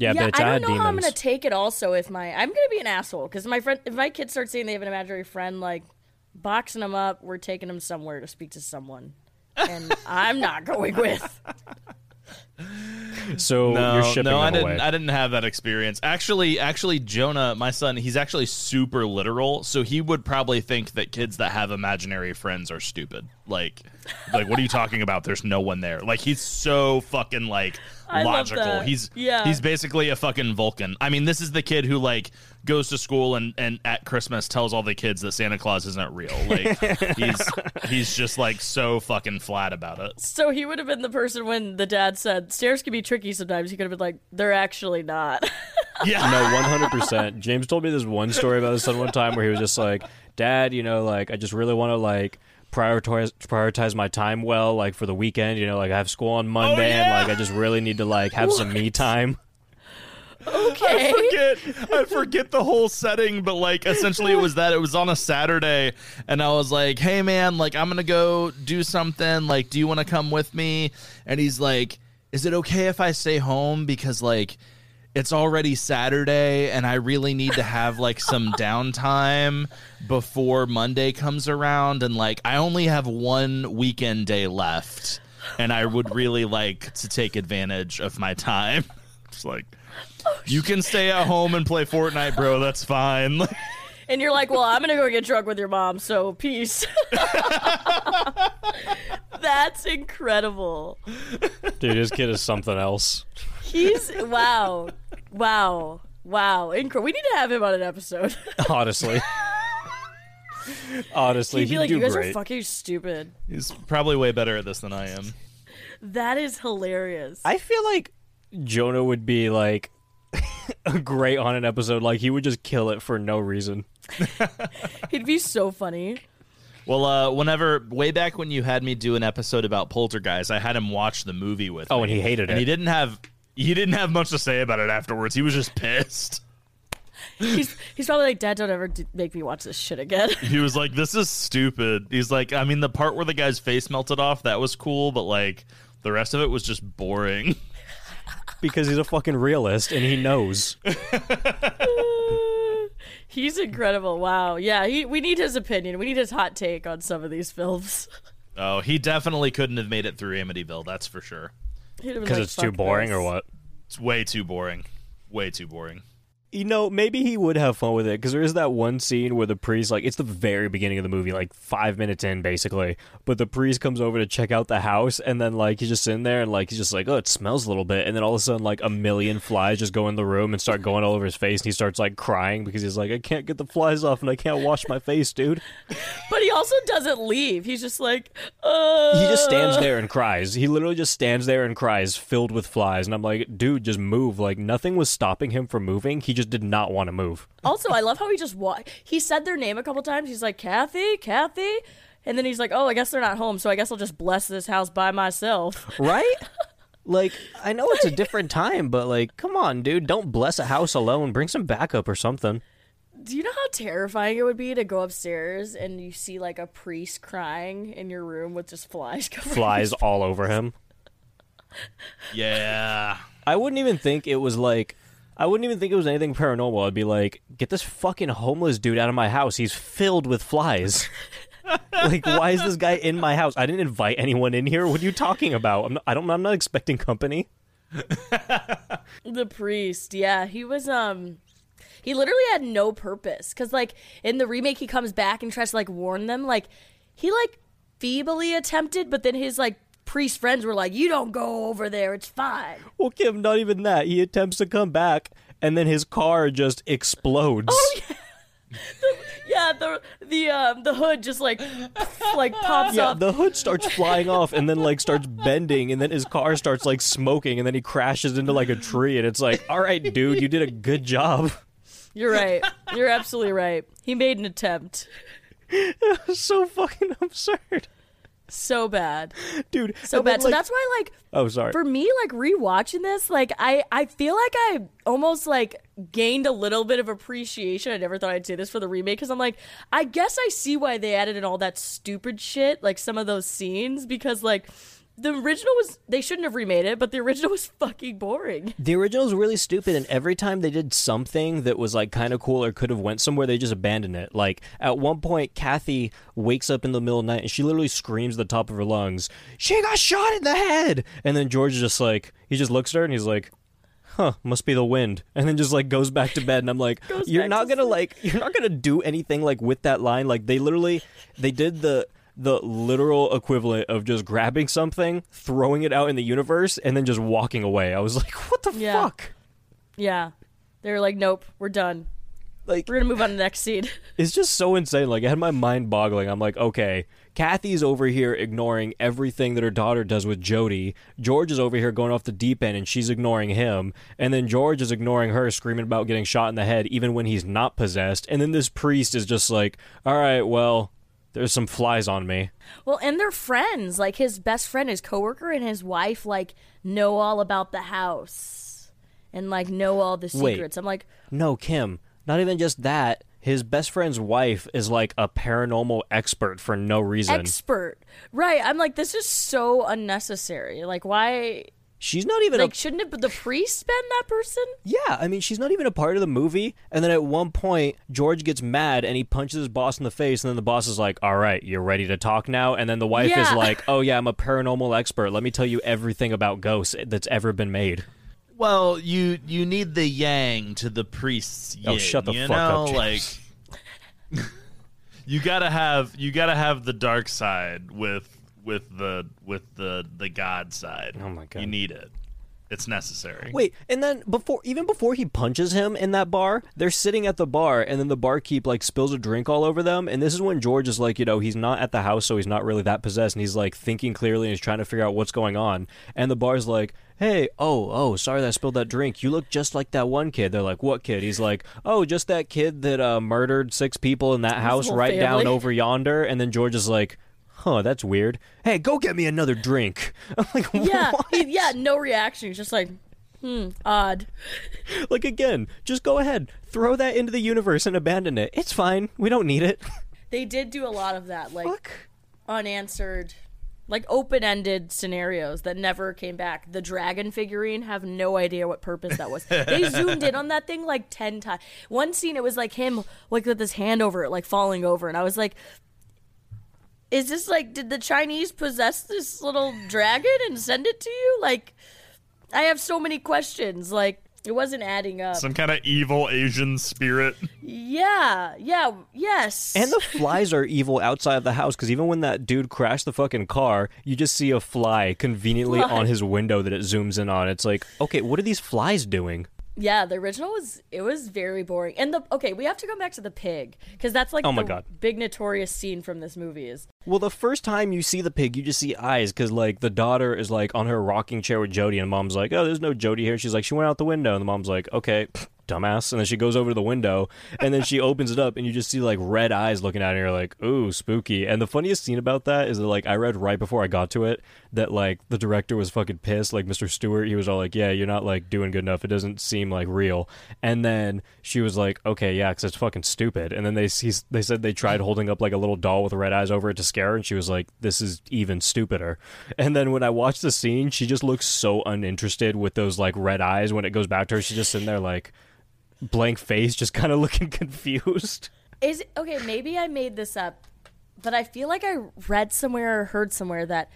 S2: yeah,
S4: yeah,
S2: bitch,
S4: I
S2: I,
S4: don't
S2: had
S4: know
S2: demons.
S4: how I'm gonna take it. Also, if my I'm gonna be an asshole because my friend, if my kids start saying they have an imaginary friend, like boxing them up, we're taking them somewhere to speak to someone, and I'm not going with.
S2: so
S3: No,
S2: you're shipping
S3: no,
S2: them
S3: I didn't.
S2: away.
S3: I didn't have that experience. Actually, actually, Jonah, my son, he's actually super literal, so he would probably think that kids that have imaginary friends are stupid. Like, like, what are you talking about? There's no one there. Like, he's so fucking like
S4: I love
S3: logical.
S4: that.
S3: He's
S4: Yeah.
S3: He's basically a fucking Vulcan. I mean, this is the kid who like goes to school and and at Christmas tells all the kids that Santa Claus isn't real. Like, he's he's just like so fucking flat about it.
S4: So he would have been the person when the dad said stairs can be tricky sometimes. He could have been like, "They're actually not."
S3: Yeah.
S2: No, one hundred percent. James told me this one story about his son one time where he was just like, "Dad, you know, like I just really want to like prioritize prioritize my time well, like for the weekend. You know, like I have school on Monday,
S3: Oh, yeah.
S2: and like I just really need to like have some me time."
S3: I
S4: Okay.
S3: forget, I forget the whole setting, but like essentially it was that it was on a Saturday, and I was like, "Hey man, like I'm gonna go do something. Like, do you want to come with me?" And he's like, "Is it okay if I stay home because like it's already Saturday and I really need to have like some downtime before Monday comes around, and like I only have one weekend day left." And I would really like to take advantage of my time. It's like, you can stay at home and play Fortnite, bro. That's fine.
S4: And you're like, well, I'm going to go get drunk with your mom, so peace. That's incredible.
S2: Dude, this kid is something else.
S4: He's, wow. Wow. Wow. Incre- we need to have him on an episode.
S2: Honestly. Honestly,
S4: He'd
S2: he'd
S4: be like,
S2: do
S4: you guys
S2: great.
S4: are fucking stupid.
S3: He's probably way better at this than I am.
S4: That is hilarious.
S2: I feel like Jonah would be like great on an episode. Like he would just kill it for no reason.
S4: He'd be so funny.
S3: Well, uh, whenever way back when you had me do an episode about Poltergeist, I had him watch the movie with.
S2: Oh,
S3: me.
S2: and he hated
S3: and he
S2: it.
S3: didn't have he didn't have much to say about it afterwards. He was just pissed.
S4: He's, he's probably like, Dad, don't ever d- make me watch this shit again.
S3: He was like, "This is stupid." He's like, "I mean, the part where the guy's face melted off that was cool, but like." The rest of it was just boring.
S2: because he's a fucking realist and he knows.
S4: He's incredible. Wow. Yeah, he, we need his opinion. We need his hot take on some of these films.
S3: Oh, he definitely couldn't have made it through Amityville, that's for sure.
S2: Because it's too boring or what?
S3: It's way too boring. Way too boring.
S2: You know, maybe he would have fun with it because there is that one scene where the priest, like, it's the very beginning of the movie, like five minutes in, basically. But the priest comes over to check out the house, and then, like, he's just in there and, like, he's just like, oh, it smells a little bit. And then all of a sudden, like, a million flies just go in the room and start going all over his face, and he starts, like, crying because he's like, I can't get the flies off and I can't wash my face, dude.
S4: But he also doesn't leave. He's just like, uh.
S2: He just stands there and cries. He literally just stands there and cries, filled with flies. And I'm like, dude, just move. Like, nothing was stopping him from moving. He just did not want to move.
S4: Also, I love how he just wa- he said their name a couple times. He's like Kathy, Kathy, and then he's like, "Oh, I guess they're not home, so I guess I'll just bless this house by myself."
S2: Right? Like, I know it's a different time, but like, come on, dude. Don't bless a house alone. Bring some backup or something.
S4: Do you know how terrifying it would be to go upstairs and you see like a priest crying in your room with just flies covering?
S2: Flies all over him.
S3: Yeah.
S2: I wouldn't even think it was like. I wouldn't even think it was anything paranormal. I'd be like, get this fucking homeless dude out of my house. He's filled with flies. like, why is this guy in my house? I didn't invite anyone in here. What are you talking about? I'm not, I don't. I'm not expecting company.
S4: The priest, yeah, he was um he literally had no purpose cuz like in the remake he comes back and tries to like warn them like he like feebly attempted but then his like priest friends were like you don't go over there it's fine.
S2: Well, Kim, not even that. He attempts to come back, and then his car just explodes.
S4: Yeah, the the um the hood just like like pops
S2: Yeah,
S4: off.
S2: the hood starts flying off and then like starts bending and then his car starts like smoking and then he crashes into like a tree and it's like, "All right, dude, you did a good job."
S4: You're right. You're absolutely right. He made an attempt.
S2: so fucking absurd.
S4: So bad.
S2: Dude.
S4: So
S2: and
S4: bad.
S2: then,
S4: so
S2: like-
S4: that's why like
S2: Oh, sorry.
S4: for me like rewatching this like i i feel like i almost like gained a little bit of appreciation i never thought i'd say this for the remake because i'm like i guess i see why they added in all that stupid shit like some of those scenes because like the original was they shouldn't have remade it but the original was fucking boring
S2: the original is really stupid and every time they did something that was like kind of cool or could have went somewhere they just abandoned it like at one point kathy wakes up in the middle of the night and she literally screams at the top of her lungs she got shot in the head and then george is just like he just looks at her and he's like huh must be the wind and then just like goes back to bed and i'm like you're
S4: back
S2: not
S4: to
S2: gonna
S4: sleep.
S2: like you're not gonna do anything like with that line like they literally they did the the literal equivalent of just grabbing something throwing it out in the universe and then just walking away i was like what the
S4: Yeah.
S2: fuck
S4: yeah they were like nope we're done
S2: like
S4: We're gonna move on to the next scene.
S2: it's just so insane. Like, I had my mind boggling. I'm like, okay, Kathy's over here ignoring everything that her daughter does with Jody. George is over here going off the deep end, and she's ignoring him. And then George is ignoring her, screaming about getting shot in the head, even when he's not possessed. And then this priest is just like, all right, well, there's some flies on me.
S4: Well, and they're friends. Like his best friend, his coworker, and his wife, like know all about the house and like know all the
S2: Wait.
S4: secrets. I'm like,
S2: No, Kim, not even just that. His best friend's wife is like a paranormal expert for no reason.
S4: expert, right? I'm like, this is so unnecessary. Like, why?
S2: She's not even
S4: Like,
S2: a
S4: shouldn't it, the priest been that person?
S2: Yeah, I mean, she's not even a part of the movie. And then at one point, George gets mad and he punches his boss in the face. And then the boss is like, All right, you're ready to talk now. And then the wife is
S4: Yeah.
S2: like, Oh, yeah, I'm a paranormal expert. Let me tell you everything about ghosts that's ever been made.
S3: Well, you you need the yang to the priest's yin.
S2: Oh, shut the
S3: you
S2: fuck
S3: know?
S2: up,
S3: Like
S2: James.
S3: you gotta have you gotta have the dark side with with the with the the god side.
S2: Oh my God.
S3: you need it. It's necessary.
S2: Wait, and then before, even before he punches him in that bar, they're sitting at the bar. And then the barkeep, like, spills a drink all over them. And this is when George is like, You know, he's not at the house, so he's not really that possessed. And he's like thinking clearly and he's trying to figure out what's going on. And the bar's like, hey, oh, oh, sorry that I spilled that drink. You look just like that one kid. They're like, what kid? He's like, oh, just that kid that uh, murdered six people in that house
S4: whole
S2: right down
S4: family."
S2: over yonder. And then George is like, huh, that's weird. Hey, go get me another drink. I'm like,
S4: Yeah,
S2: what?
S4: he- yeah, no reaction. He's just like, hmm, odd.
S2: Like, again, just go ahead, throw that into the universe and abandon it. It's fine. We don't need it.
S4: They did do a lot of that, like
S2: Fuck.
S4: unanswered, like open-ended scenarios that never came back. The dragon figurine have no idea what purpose that was. they zoomed in on that thing like ten times. One scene, it was like him like with his hand over it, like falling over, and I was like. Is this like did the Chinese possess this little dragon and send it to you? Like I have so many questions. Like it wasn't adding up.
S5: Some kind of evil Asian spirit.
S4: Yeah, yeah, yes.
S2: And the flies are evil outside of the house because even when that dude crashed the fucking car, you just see a fly conveniently
S4: Fly.
S2: on his window that it zooms in on. It's like, okay, what are these flies doing?
S4: yeah, the original was it was very boring. And the okay, we have to go back to the pig because that's like
S2: Oh my
S4: the
S2: God.
S4: big notorious scene from this movie is
S2: Well, the first time you see the pig, you just see eyes because, like, the daughter is like on her rocking chair with Jody, and mom's like, "Oh, there's no Jody here." She's like, "She went out the window," and the mom's like, "Okay, dumbass." And then she goes over to the window, and then she opens it up, and you just see like red eyes looking at her, and you're like, "Ooh, spooky." And the funniest scene about that is that, like, I read right before I got to it that like the director was fucking pissed, like Mr. Stewart. He was all like, "Yeah, you're not like doing good enough. It doesn't seem like real." And then she was like, "Okay, yeah, because it's fucking stupid." And then they he's, they said they tried holding up like a little doll with red eyes over it to scare her, and she was like, "This is even stupider." And then when I watched the scene, she just looks so uninterested with those like red eyes. When it goes back to her, she's just sitting there like blank face, just kind of looking confused.
S4: is okay, maybe I made this up, but I feel like I read somewhere or heard somewhere that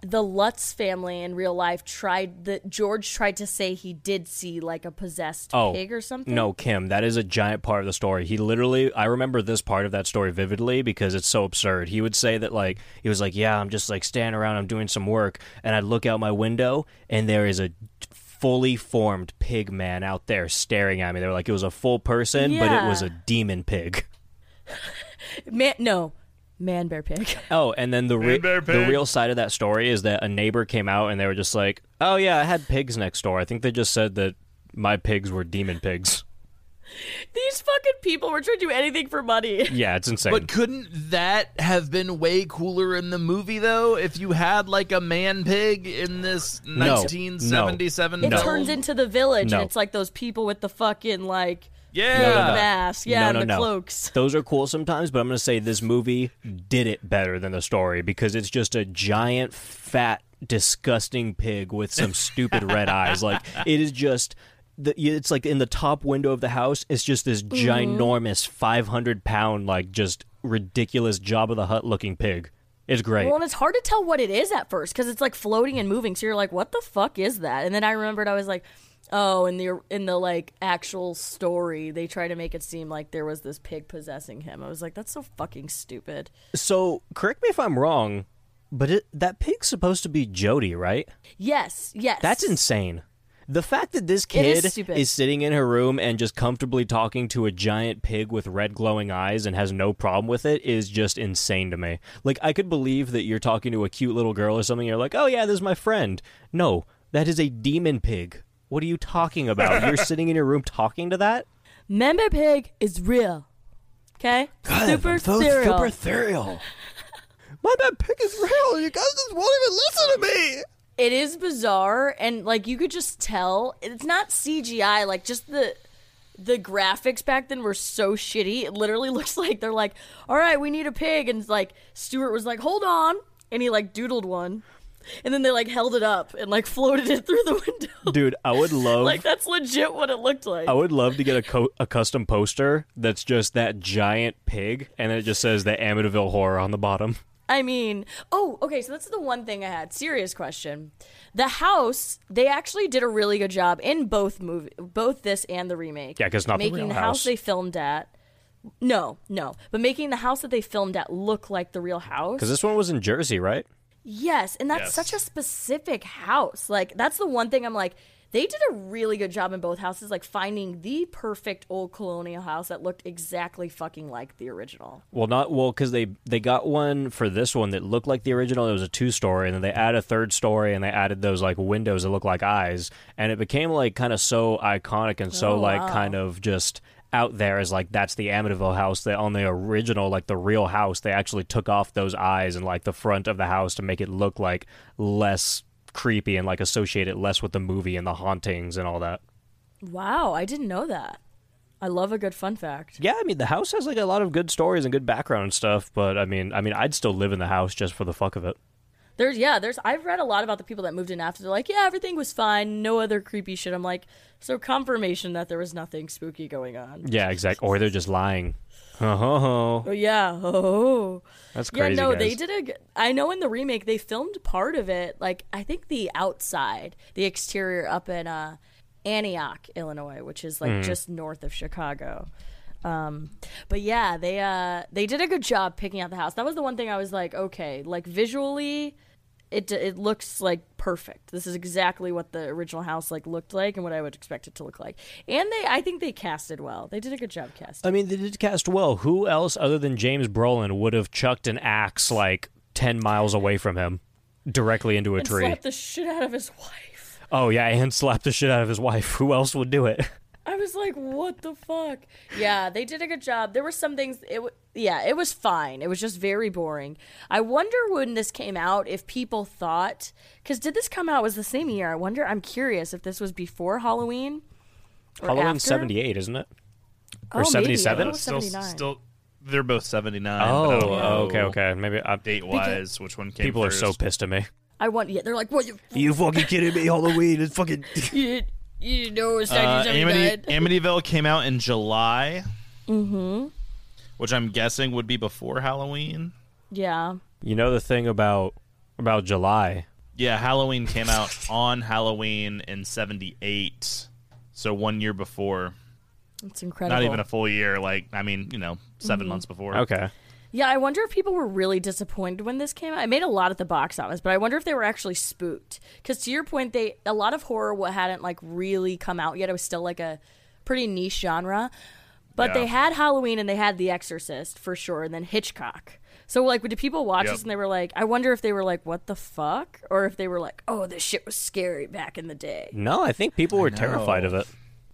S4: the Lutz family in real life tried that George tried to say he did see like a possessed pig or something.
S2: Oh, No, Kim, that is a giant part of the story. He literally, I remember this part of that story vividly because it's so absurd. He would say that, like, he was like, Yeah, I'm just like standing around, I'm doing some work, and I'd look out my window, and there is a fully formed pig man out there staring at me. They were like, It was a full person, but it was
S4: Yeah.
S2: a demon pig.
S4: man, no, man bear pig.
S2: Oh, and then the, re-
S5: bear
S2: the
S5: pig.
S2: real side of that story is that a neighbor came out and they were just like, Oh, yeah, I had pigs next door. I think they just said that my pigs were demon pigs.
S4: These fucking people were trying to do anything for money.
S2: Yeah, it's insane.
S3: But couldn't that have been way cooler in the movie though? If you had like a man pig in this
S2: No.
S3: 1977
S4: It
S2: No.
S4: turns into the village,
S2: No.
S4: and it's like those people with the fucking like
S3: yeah.
S4: mask, yeah, and the cloaks.
S2: Those are cool sometimes, but I'm going to say this movie did it better than the story because it's just a giant, fat, disgusting pig with some stupid red eyes. Like it is just. The, it's like in the top window of the house. It's just this
S4: Mm-hmm.
S2: ginormous, five hundred pound, like just ridiculous Job of the Hut looking pig. It's great.
S4: Well, and it's hard to tell what it is at first because it's like floating and moving. So you're like, "What the fuck is that?" And then I remembered I was like, "Oh, in the in the like actual story, they try to make it seem like there was this pig possessing him." I was like, "That's so fucking stupid."
S2: so correct me if I'm wrong, but it, that pig's supposed to be Jody, right?
S4: Yes, yes,
S2: That's insane. The fact that this
S4: It is
S2: kid is,
S4: stupid.
S2: sitting in her room and just comfortably talking to a giant pig with red glowing eyes and has no problem with it is just insane to me. Like, I could believe that you're talking to a cute little girl or something. And you're like, oh, yeah, this is my friend. No, that is a demon pig. What are you talking about? you're sitting in your room talking to that?
S4: Member pig is real. Okay? super serial.
S2: ethereal. My bad pig is real. You guys just won't even listen to me.
S4: it is bizarre and like you could just tell it's not CGI like just the the graphics back then were so shitty it literally looks like they're like all right we need a pig and like Stuart was like hold on and he like doodled one and then they like held it up and like floated it through the window
S2: Dude, I would love
S4: like that's legit what it looked like
S2: I would love to get a, co- a custom poster that's just that giant pig, and then it just says the Amityville Horror on the bottom.
S4: I mean, oh, okay, so that's the one thing I had. Serious question. The house, they actually did a really good job in both movie both this and the remake.
S2: Yeah, 'cause not the
S4: making
S2: real
S4: the
S2: house.
S4: house they filmed at. No, no. But making the house that they filmed at look like the real house.
S2: Because this one was in Jersey, right?
S4: Yes, and that's such a
S3: Yes.
S4: specific house. Like that's the one thing I'm like they did a really good job in both houses like finding the perfect old colonial house that looked exactly fucking like the original.
S2: Well, not well because they they got one for this one that looked like the original. It was a two story, and then they added a third story, and they added those like windows that look like eyes, and it became like kind of so iconic and so like kind of just out there as like that's the Amityville house that on the original like the real house they actually took off those eyes and like the front of the house to make it look like less creepy and like associate it less with the movie and the hauntings and all that.
S4: Wow, I didn't know that. I love a good fun fact.
S2: Yeah, I mean the house has like a lot of good stories and good background and stuff, but I mean I mean I'd still live in the house just for the fuck of it.
S4: There's yeah, there's I've read a lot about the people that moved in after they're like, yeah, everything was fine, no other creepy shit. I'm like, so confirmation that there was nothing spooky going on.
S2: Yeah, exactly. Or they're just lying. Ho ho ho.
S4: Oh yeah. Oh.
S2: That's
S4: Yeah,
S2: crazy.
S4: no,
S2: guys.
S4: they did a g- I know in the remake they filmed part of it like I think the outside, the exterior up in uh Antioch, Illinois, which is
S2: Hmm.
S4: like just north of Chicago. Um, but yeah, they uh they did a good job picking out the house. That was the one thing I was like, okay, like visually it it looks like perfect. This is exactly what the original house like looked like and what I would expect it to look like. And they I think they casted well. They did a good job casting.
S2: I mean, they did cast well. Who else other than James Brolin would have chucked an axe like 10 miles away from him directly into a
S4: and
S2: tree?
S4: slapped the shit out of his wife.
S2: oh, yeah, and slapped the shit out of his wife. Who else would do it?
S4: I was like, what the fuck? Yeah, they did a good job. There were some things. It w- yeah, it was fine. It was just very boring. I wonder when this came out if people thought because did this come out it was the same year? I wonder. I'm curious if this was before Halloween. Or
S2: Halloween
S4: after?
S2: 78, isn't it?
S4: or
S2: 77?
S4: Maybe.
S2: It's
S5: Still,
S4: 79.
S5: still, they're both seventy nine.
S2: Oh, okay, okay. Maybe I,
S5: Date wise, which one came?
S2: people are
S5: first.
S2: so pissed at me.
S4: I want. Yeah, they're like, what? You,
S2: You fucking kidding me? Halloween is fucking.
S4: you, you know, it's
S3: Uh,
S4: 1979.
S3: Amity, Amityville came out in July. Mm-hmm. Which I'm guessing would be before Halloween.
S4: yeah.
S2: You know the thing about about July?
S3: Yeah, Halloween came out on Halloween in '78, so one year before.
S4: It's incredible.
S3: Not even a full year. Like, I mean, you know, 7 months before.
S2: Okay.
S4: Yeah, I wonder if people were really disappointed when this came out. I made a lot at the box office, but I wonder if they were actually spooked. Because to your point, they a lot of horror what hadn't like really come out yet. It was still like a pretty niche genre. But they
S3: Yeah.
S4: had Halloween and they had The Exorcist for sure, and then Hitchcock. So like, did people watch this and they were like, I wonder if they were like, what the fuck, or if they were like, oh, this shit was scary back in the day.
S2: No, I think people were terrified of it.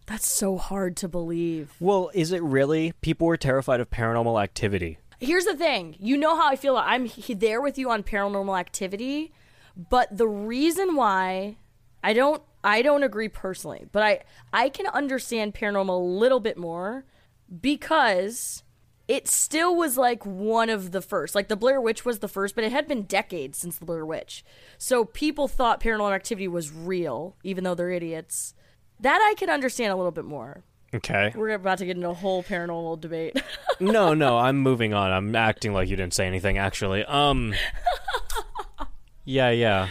S4: That's so hard to believe.
S2: Well, is it really? People were terrified of paranormal activity.
S4: Here's the thing. You know how I feel. I'm he- there with you on paranormal activity, but the reason why I don't I don't agree personally, but I I can understand paranormal a little bit more because it still was like one of the first. Like the Blair Witch was the first, but it had been decades since the Blair Witch. So people thought paranormal activity was real even though they're idiots. That I can understand a little bit more.
S2: Okay.
S4: We're about to get into a whole paranormal debate.
S2: no, no, I'm moving on. I'm acting like you didn't say anything actually. Um Yeah, yeah.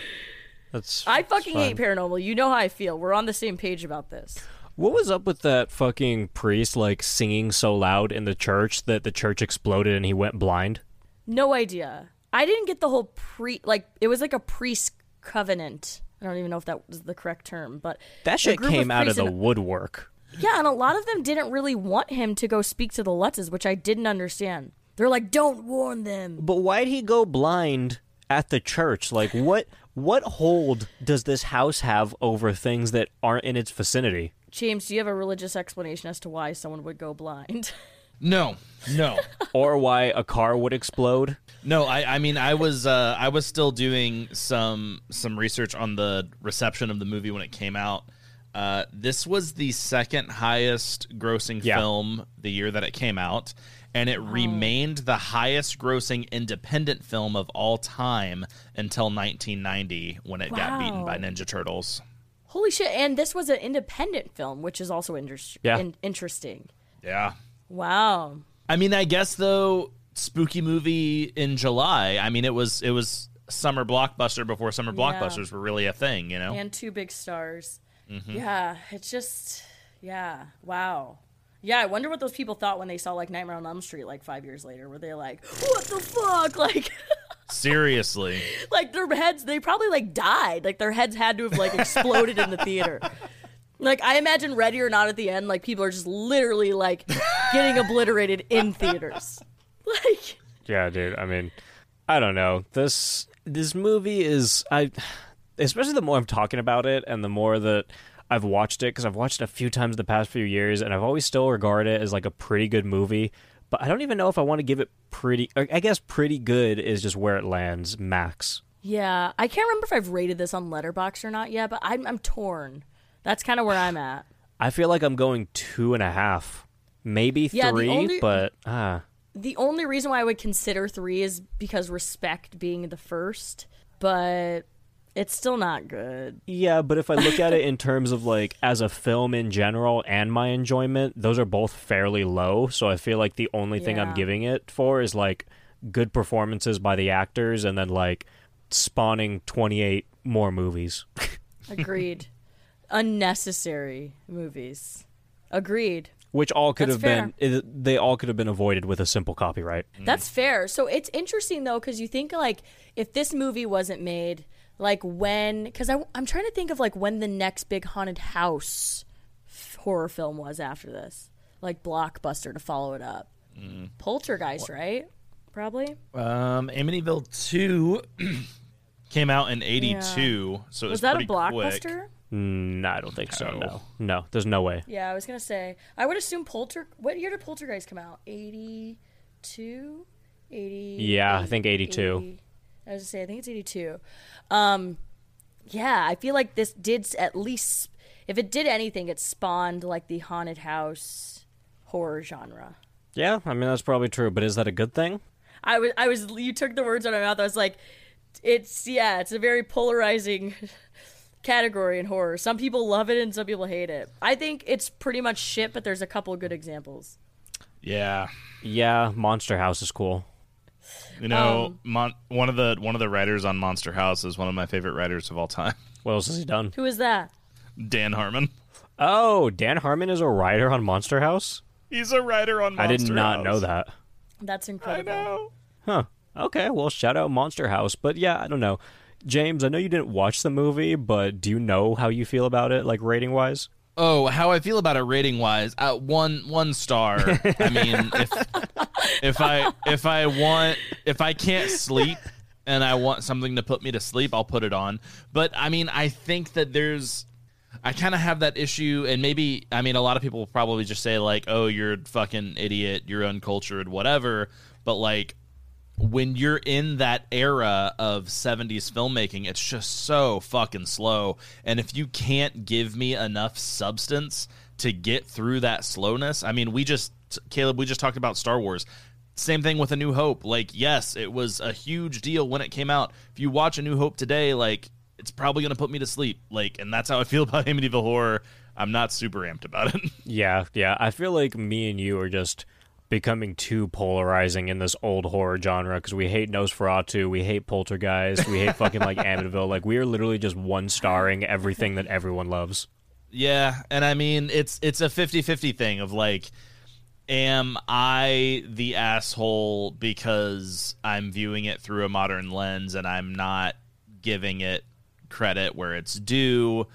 S2: That's
S4: I fucking hate paranormal. You know how I feel. We're on the same page about this.
S2: What was up with that fucking priest like singing so loud in the church that the church exploded and he went blind?
S4: No idea. I didn't get the whole pre like it was like a priest covenant I don't even know if that was the correct term, but
S2: That
S4: the
S2: shit
S4: group
S2: came out of
S4: priests
S2: the
S4: and-
S2: woodwork.
S4: yeah, and a lot of them didn't really want him to go speak to the Lutzes, which I didn't understand. They're like, "Don't warn them."
S2: But why'd he go blind at the church? Like what what hold does this house have over things that aren't in its vicinity?
S4: James, do you have a religious explanation as to why someone would go blind?
S3: No, no,
S2: Or why a car would explode?
S3: no. I, I mean, I was, uh, I was still doing some, some research on the reception of the movie when it came out. Uh, this was the second highest grossing
S2: Yeah.
S3: film the year that it came out, and it remained the highest grossing independent film of all time until 1990 when it got beaten
S4: Wow.
S3: by Ninja Turtles.
S4: Holy shit! And this was an independent film, which is also inter-
S2: Yeah.
S4: in- interesting.
S3: Yeah.
S4: Wow.
S3: I mean, I guess though, spooky movie in July. I mean, it was it was summer blockbuster before summer blockbusters were really a thing. You know,
S4: and two big stars. Yeah, it's just yeah, wow. Yeah, I wonder what those people thought when they saw like Nightmare on Elm Street like 5 years later. Were they like, "What the fuck?" like
S3: seriously.
S4: like their heads they probably like died. Like their heads had to have like exploded in the theater. Like I imagine ready or not at the end like people are just literally like getting obliterated in theaters. Like
S2: Yeah, dude. I mean, I don't know. This this movie is I especially the more I'm talking about it and the more that I've watched it cuz I've watched it a few times the past few years and I've always still regarded it as like a pretty good movie, but I don't even know if I want to give it pretty I I guess pretty good is just where it lands max.
S4: yeah, I can't remember if I've rated this on Letterboxd or not yet, but I'm I'm torn. That's kind of where I'm at.
S2: I feel like I'm going two and a half, maybe
S4: Yeah, the
S2: three,
S4: only-
S2: but ah,
S4: the only reason why I would consider three is because respect being the first, but it's still not good.
S2: yeah. But if I look at it in terms of like as a film in general and my enjoyment, those are both fairly low. So I feel like the only thing I'm
S4: Yeah.
S2: giving it for is like good performances by the actors, and then like spawning 28 more movies.
S4: Agreed. Unnecessary movies. Agreed.
S2: Which all could
S4: That's
S2: have been, i- they all could have been avoided with a simple copyright.
S3: Mm.
S4: That's fair. So it's interesting though, because you think like if this movie wasn't made, like when, because I'm trying to think of like when the next big haunted house f- horror film was after this, like blockbuster to follow it up,
S3: Mm.
S4: Poltergeist, right? Probably.
S3: Um, Amityville two came out in eighty two, so it was,
S4: Was that a
S3: pretty quick.
S4: blockbuster?
S2: No, I don't think so. No, no, there's no way.
S4: Yeah, I was gonna say. I would assume Polter. What year did Poltergeist come out? 82? 80,
S2: Yeah, I think 82.
S4: 80. I was gonna say. I think it's eighty-two. Um, yeah, I feel like this did s- at least, if it did anything, it spawned like the haunted house horror genre.
S2: Yeah, I mean that's probably true, but is that a good thing?
S4: I was, I was. You took the words out of my mouth. I was like, it's yeah, it's a very polarizing category in horror. Some people love it and some people hate it. I think it's pretty much shit, but there's a couple good examples.
S5: Yeah.
S2: Yeah, Monster House is cool.
S5: You know,
S4: Um,
S5: Mon- one of the one of the writers on Monster House is one of my favorite writers of all time,
S2: What else has he done?
S4: Who is that?
S5: Dan Harmon.
S2: Oh, Dan Harmon is a writer on Monster House?
S5: He's a writer on.
S2: I
S5: Monster
S2: did not
S5: House.
S2: know that.
S4: That's incredible.
S2: Huh. Okay, well, shout out Monster House. But yeah, I don't know. James, I know you didn't watch the movie, but do you know how you feel about it, like rating wise?
S3: Oh, how I feel about it rating wise? Uh, one one star. I mean, if if I if I want if I can't sleep and I want something to put me to sleep, I'll put it on. But I mean, I think that there's I kind of have that issue, and maybe I mean a lot of people will probably just say like, "Oh, you're a fucking idiot, you're uncultured, whatever." But like, when you're in that era of 70s filmmaking, it's just so fucking slow. And if you can't give me enough substance to get through that slowness, I mean, we just, Caleb, we just talked about Star Wars. Same thing with A New Hope. Like, yes, it was a huge deal when it came out. If you watch A New Hope today, like, it's probably going to put me to sleep. Like, and that's how I feel about Amityville Horror. I'm not super amped about it.
S2: Yeah, yeah. I feel like me and you are just becoming too polarizing in this old horror genre because we hate Nosferatu, we hate Poltergeist, we hate fucking like Amityville. Like, we are literally just one starring everything that everyone loves.
S3: Yeah, and I mean it's it's a 50-50 thing of like am I the asshole because I'm viewing it through a modern lens and I'm not giving it credit where it's due,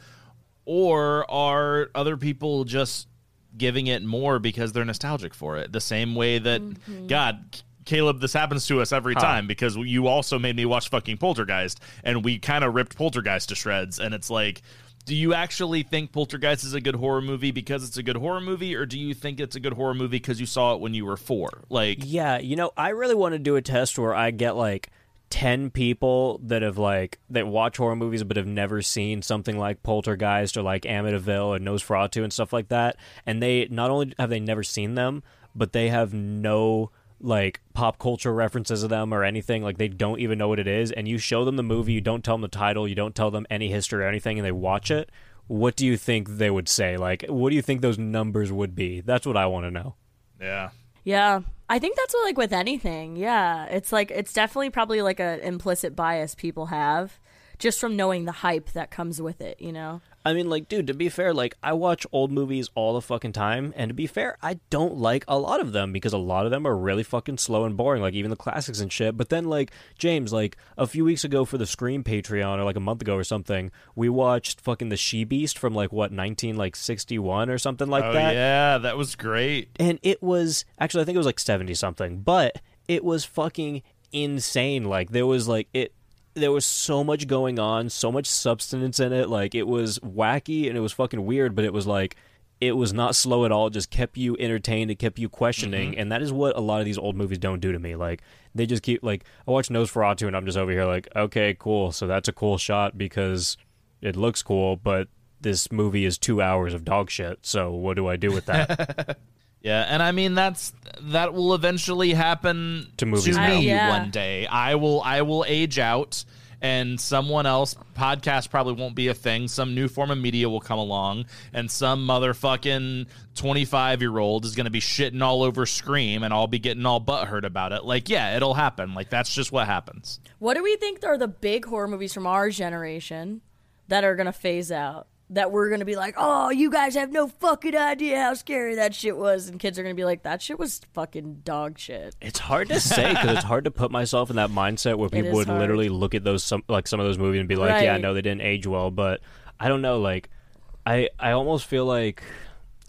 S3: or are other people just giving it more because they're nostalgic for it? The same way that God. Caleb, this happens to us every time because you also made me watch fucking Poltergeist, and we kind of ripped Poltergeist to shreds. And it's like, do you actually think Poltergeist is a good horror movie because it's a good horror movie, or do you think it's a good horror movie because you saw it when you were four? Like,
S2: Yeah, you know, I really want to do a test where I get like 10 people that have like that watch horror movies but have never seen something like Poltergeist or like Amityville and Nosferatu and stuff like that and they not only have they never seen them but they have no like pop culture references of them or anything like they don't even know what it is and you show them the movie you don't tell them the title you don't tell them any history or anything and they watch it what do you think they would say like what do you think those numbers would be that's what I want to know
S5: Yeah.
S4: Yeah. I think that's what, like with anything. Yeah. It's like, it's definitely probably like an implicit bias people have just from knowing the hype that comes with it, you know?
S2: I mean, like, dude, to be fair, like, I watch old movies all the fucking time, and to be fair, I don't like a lot of them because a lot of them are really fucking slow and boring, like, even the classics and shit. But then, like, James, like, a few weeks ago for the Scream Patreon, or like a month ago or something, we watched fucking The She Beast from, like, what, 19, like, 61 or something like
S5: Oh
S2: that?
S5: yeah, that was great.
S2: and it was actually I think it was like 70 something, but it was fucking insane. Like there was like it there was so much going on, so much substance in it. Like it was wacky and it was fucking weird, but it was like it was not slow at all. It just kept you entertained. It kept you questioning, and that is what a lot of these old movies don't do to me. Like they just keep like I watch Nosferatu, and I'm just over here like, okay, cool. So that's a cool shot because it looks cool, but this movie is two hours of dog shit. So what do I do with that?
S3: Yeah, and I mean that's that will eventually happen
S2: To movies
S3: to
S2: now.
S3: me
S4: Yeah.
S3: one day. I will I will age out and someone else podcast probably won't be a thing. Some new form of media will come along and some motherfucking 25-year-old is going to be shitting all over Scream and I'll be getting all butthurt about it. Like, yeah, it'll happen. Like that's just what happens.
S4: What do we think are the big horror movies from our generation that are going to phase out? That we're going to be like, oh, you guys have no fucking idea how scary that shit was. And kids are going to be like, that shit was fucking dog shit.
S2: It's hard to say because it's hard to put myself in that mindset where people
S4: is
S2: would
S4: hard.
S2: literally look at those some like some of those movies and be like, "Yeah, I
S4: Right.
S2: know they didn't age well," but I don't know. Like, I I almost feel like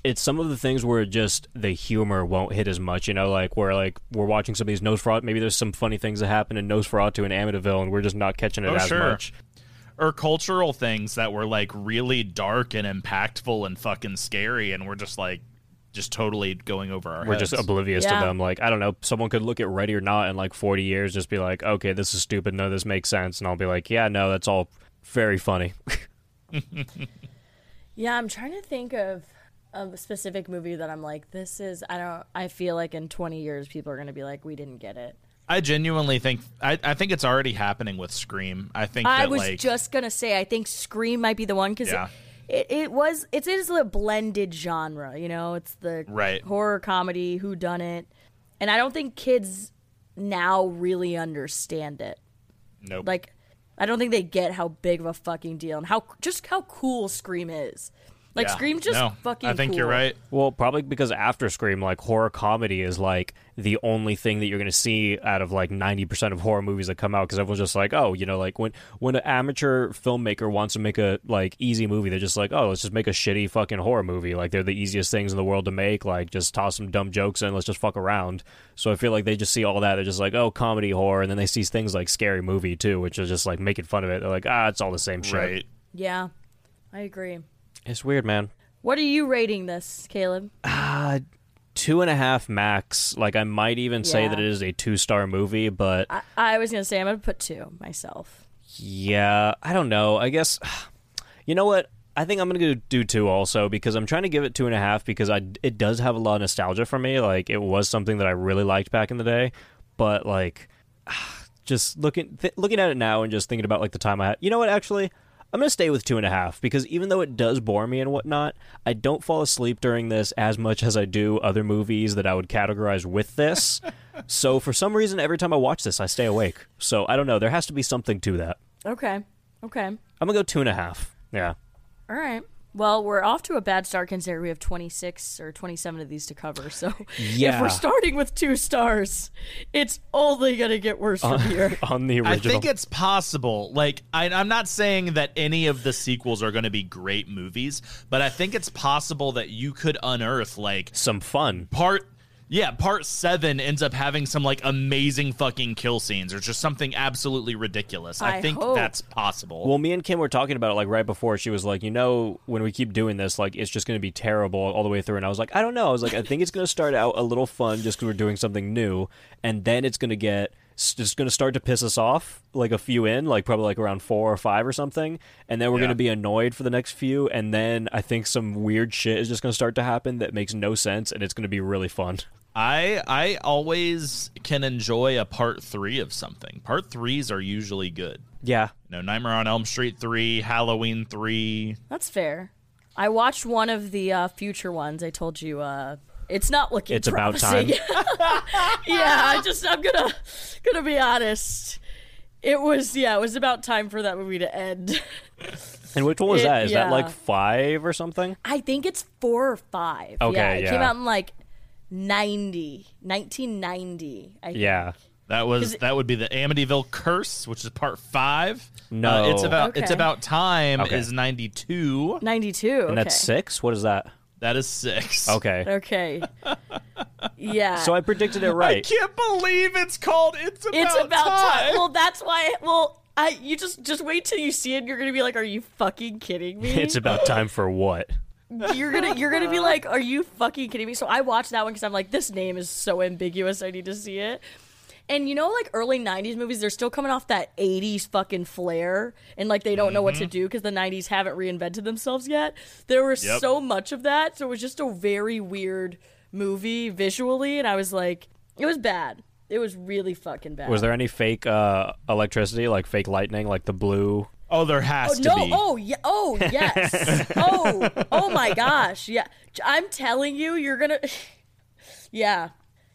S2: it's some of the things where just the humor won't hit as much. You know, like where like we're watching some of these Nosferatu. Maybe there's some funny things that happen in Nosferatu and Amityville, and we're just not catching it
S5: Oh,
S2: as
S5: sure.
S2: much.
S3: Or cultural things that were like really dark and impactful and fucking scary and we're just like just totally going over our
S2: We're just
S3: heads.
S2: oblivious
S4: Yeah.
S2: to them. Like, I don't know. Someone could look at Ready or Not in like 40 years, just be like, "Okay, this is stupid. No, this makes sense," and I'll be like, "Yeah, no, that's all very funny."
S4: Yeah, I'm trying to think of a specific movie that I'm like, this is, I don't, I feel like in 20 years people are going to be like, we didn't get it.
S3: I genuinely think I, I think it's already happening with Scream. I think
S4: I
S3: that
S4: was
S3: like
S4: just going to say, I think Scream might be the one because
S3: Yeah.
S4: it, it, it was, it is a blended genre, you know? It's the
S3: Right.
S4: horror comedy, who done it. And I don't think kids now really understand it.
S5: Nope.
S4: Like, I don't think they get how big of a fucking deal and how just how cool Scream is. Like
S3: yeah,
S4: Scream just
S3: no,
S4: fucking.
S3: I think you're
S4: cool.
S3: right.
S2: Well, probably because after Scream, like horror comedy is like the only thing that you're going to see out of like 90% of horror movies that come out because everyone's just like, oh, you know, like when when an amateur filmmaker wants to make a like easy movie, they're just like, oh, let's just make a shitty fucking horror movie. Like they're the easiest things in the world to make. Like just toss some dumb jokes in, let's just fuck around. So I feel like they just see all that. They're just like, oh, comedy horror, and then they see things like scary movie too, which is just like making fun of it. They're like, ah, it's all the same shit.
S5: Right.
S4: Yeah, I agree.
S2: It's weird, man.
S4: What are you rating this, Caleb?
S2: two and a half max. Like I might even say
S4: Yeah.
S2: that it is a two star movie, but
S4: I, I was gonna say I'm gonna put two myself.
S2: yeah, I don't know. I guess you know what? I think I'm gonna go do two also because I'm trying to give it two and a half because I it does have a lot of nostalgia for me. Like it was something that I really liked back in the day, but like just looking th- looking at it now and just thinking about like the time I had. You know what? Actually, I'm gonna stay with two and a half because even though it does bore me and whatnot, I don't fall asleep during this as much as I do other movies that I would categorize with this. so for some reason, every time I watch this, I stay awake. So I don't know. There has to be something to that.
S4: Okay, okay,
S2: I'm gonna go two and a half. Yeah.
S4: all right. Well, we're off to a bad start considering we have 26 or 27 of these to cover. So if
S2: Yeah.
S4: we're starting with two stars, it's only going to get worse from here.
S2: on the original.
S3: I think it's possible. Like, I, I'm not saying that any of the sequels are going to be great movies, but I think it's possible that you could unearth like
S2: some fun.
S3: part. Yeah, part seven ends up having some like amazing fucking kill scenes or just something absolutely ridiculous. I,
S4: I
S3: think
S4: hope.
S3: that's possible.
S2: Well, me and Kim were talking about it like right before. She was like, you know, when we keep doing this, like it's just going to be terrible all the way through. And I was like, I don't know. I was like, I think it's going to start out a little fun just because we're doing something new, and then it's going to get it's just going to start to piss us off like a few in, like probably like around four or five or something, and then we're going to be annoyed for the next few, and then I think some weird shit is just going to start to happen that makes no sense, and it's going to be really fun.
S3: I I always can enjoy a part three of something. Part threes are usually good.
S2: Yeah,
S3: You know, Nightmare on Elm Street three, Halloween three.
S4: That's fair. I watched one of the uh, future ones. I told you uh, it's not looking.
S2: It's about
S4: promising. yeah, I just I'm gonna gonna be honest. It was yeah, it was about time for that movie to end.
S2: and which one was
S4: It-
S2: that? Is
S4: yeah.
S2: that like five or something?
S4: I think it's four or five.
S2: Okay,
S4: yeah, it came
S2: yeah.
S4: out in like 90, 1990. I think.
S2: Yeah.
S3: That was that would be the Amityville Curse, which is part five.
S2: No.
S3: Uh, it's about it's
S4: Okay.
S3: about time
S2: Okay.
S3: is ninety two.
S4: 92. okay.
S2: And that's six. What is that?
S3: That is six.
S2: Okay.
S4: Okay. yeah.
S2: So I predicted it
S3: I
S2: right.
S3: can't believe it's called It's About,
S4: it's about time.
S3: time.
S4: Well, that's why. Well, I you just just wait till you see it. You're gonna be like, "Are you fucking kidding me?"
S2: It's about time for what?
S4: you're gonna you're gonna be like, "Are you fucking kidding me?" So I watched that one because I'm like, "This name is so ambiguous. I need to see it." And you know, like early '90s movies, they're still coming off that '80s fucking flair, and like they don't know what to do because the '90s haven't reinvented themselves yet. There was
S3: Yep.
S4: so much of that, so it was just a very weird movie visually, and I was like, it was bad. It was really fucking bad.
S2: Was there any fake uh, electricity, like fake lightning, like the blue?
S3: Oh, there has
S4: no,
S3: to be.
S4: oh yeah, oh yes, oh oh my gosh, yeah. J- I'm telling you, you're gonna, yeah,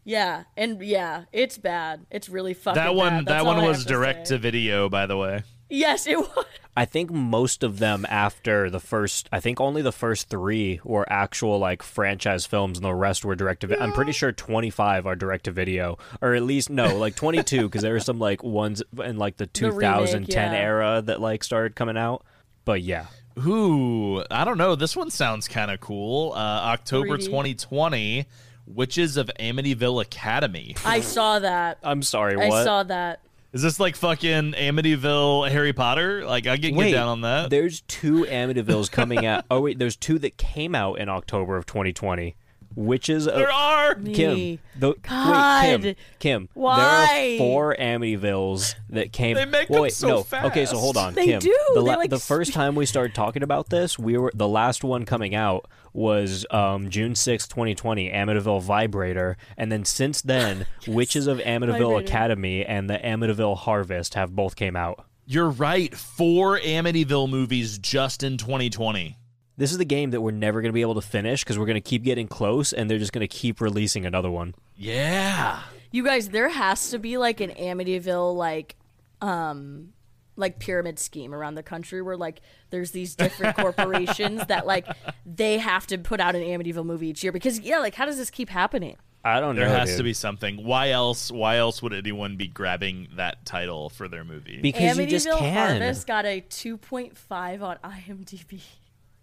S4: yeah, and yeah, it's bad. It's really fucking.
S5: That one
S4: bad. That's
S5: that one
S4: all I
S5: was
S4: have to
S5: direct
S4: say.
S5: to video, by the way.
S4: Yes, it was.
S2: I think most of them after the first, I think only the first three were actual like franchise films, and the rest were direct to. I'm pretty sure 25 are direct to video, or at least no, like 22, because there were some like ones in like the
S4: remake,
S2: 2010
S4: yeah.
S2: era that like started coming out. But yeah,
S3: Ooh, I don't know. This one sounds kind of cool. Uh, October
S4: 3D.
S3: 2020, Witches of Amityville Academy.
S4: I saw that.
S5: Uh,
S2: I'm sorry. What?
S4: I saw that.
S3: Is this like fucking Amityville Harry Potter? Like, I can get down on that.
S2: There's two Amityvilles coming out. Oh wait, there's two that came out in October of 2020. Witches of
S3: there are.
S2: uh, Kim.
S4: Me.
S2: The, Wait,
S4: God.
S2: Kim. Kim.
S4: Why?
S2: There are four Amityvilles that came.
S3: They make
S2: Well,
S3: them
S2: wait,
S3: so
S2: no.
S3: fast.
S2: Okay, so hold on,
S4: They
S2: Kim.
S4: do.
S2: The,
S4: They, like,
S2: the first time we started talking about this, we were the last one coming out was um, June sixth, 2020, Amityville Vibrator, and then since then, Witches of Amityville
S4: Vibrator.
S2: Academy and the Amityville Harvest have both came out.
S3: You're right. Four Amityville movies just in 2020.
S2: This is the game that we're never going to be able to finish because we're going to keep getting close, and they're just going to keep releasing another one.
S3: Yeah.
S4: You guys, there has to be like an Amityville like, um, like pyramid scheme around the country where like there's these different corporations that like they have to put out an Amityville movie each year because yeah, like how does this keep happening?
S2: I don't
S3: There
S2: know.
S3: has
S2: dude.
S3: to be something. Why else? Why else would anyone be grabbing that title for their movie?
S2: because you just
S4: Amityville
S2: can.
S4: Harvest got a 2.5 on IMDb.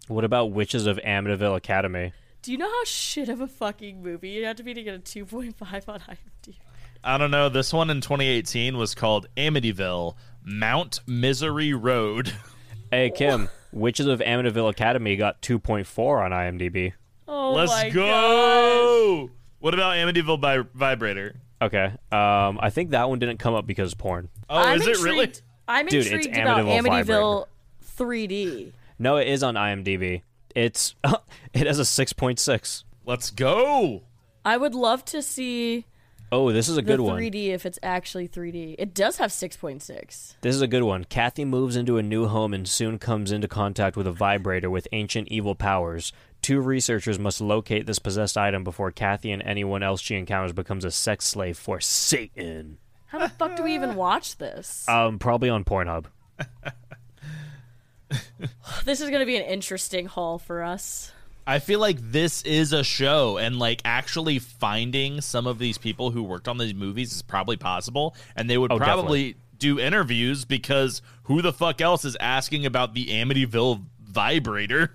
S2: What about Witches of Amityville Academy?
S4: Do you know how shit of a fucking movie you have to be to get a 2.5 on IMDb?
S3: I don't know. This one in 2018 was called Amityville Mount Misery Road.
S2: Hey Kim, Witches of Amityville Academy got 2.4 on IMDb.
S4: Oh my
S3: Let's
S4: God.
S3: go. What about Amityville bi- Vibrator?
S2: Okay, um, I think that one didn't come up because porn.
S3: Oh,
S4: I'm
S3: is it really?
S4: intrigued- I'm
S2: Dude, it's
S4: intrigued about
S2: Amityville
S4: Amityville 3D.
S2: No, it is on IMDb. It's it has a 6.6.
S3: Let's go.
S4: I would love to see
S2: Oh, this is a
S4: the
S2: good one.
S4: 3D if it's actually 3D. It does have 6.6.
S2: This is a good one. Kathy moves into a new home and soon comes into contact with a vibrator with ancient evil powers. Two researchers must locate this possessed item before Kathy and anyone else she encounters becomes a sex slave for Satan.
S4: How the fuck do we even watch this?
S2: Um, probably on Pornhub.
S4: This is going to be an interesting haul for us.
S3: I feel like this is a show, and like actually finding some of these people who worked on these movies is probably possible, and they would
S2: Oh,
S3: probably do interviews because who the fuck else is asking about the Amityville vibrator?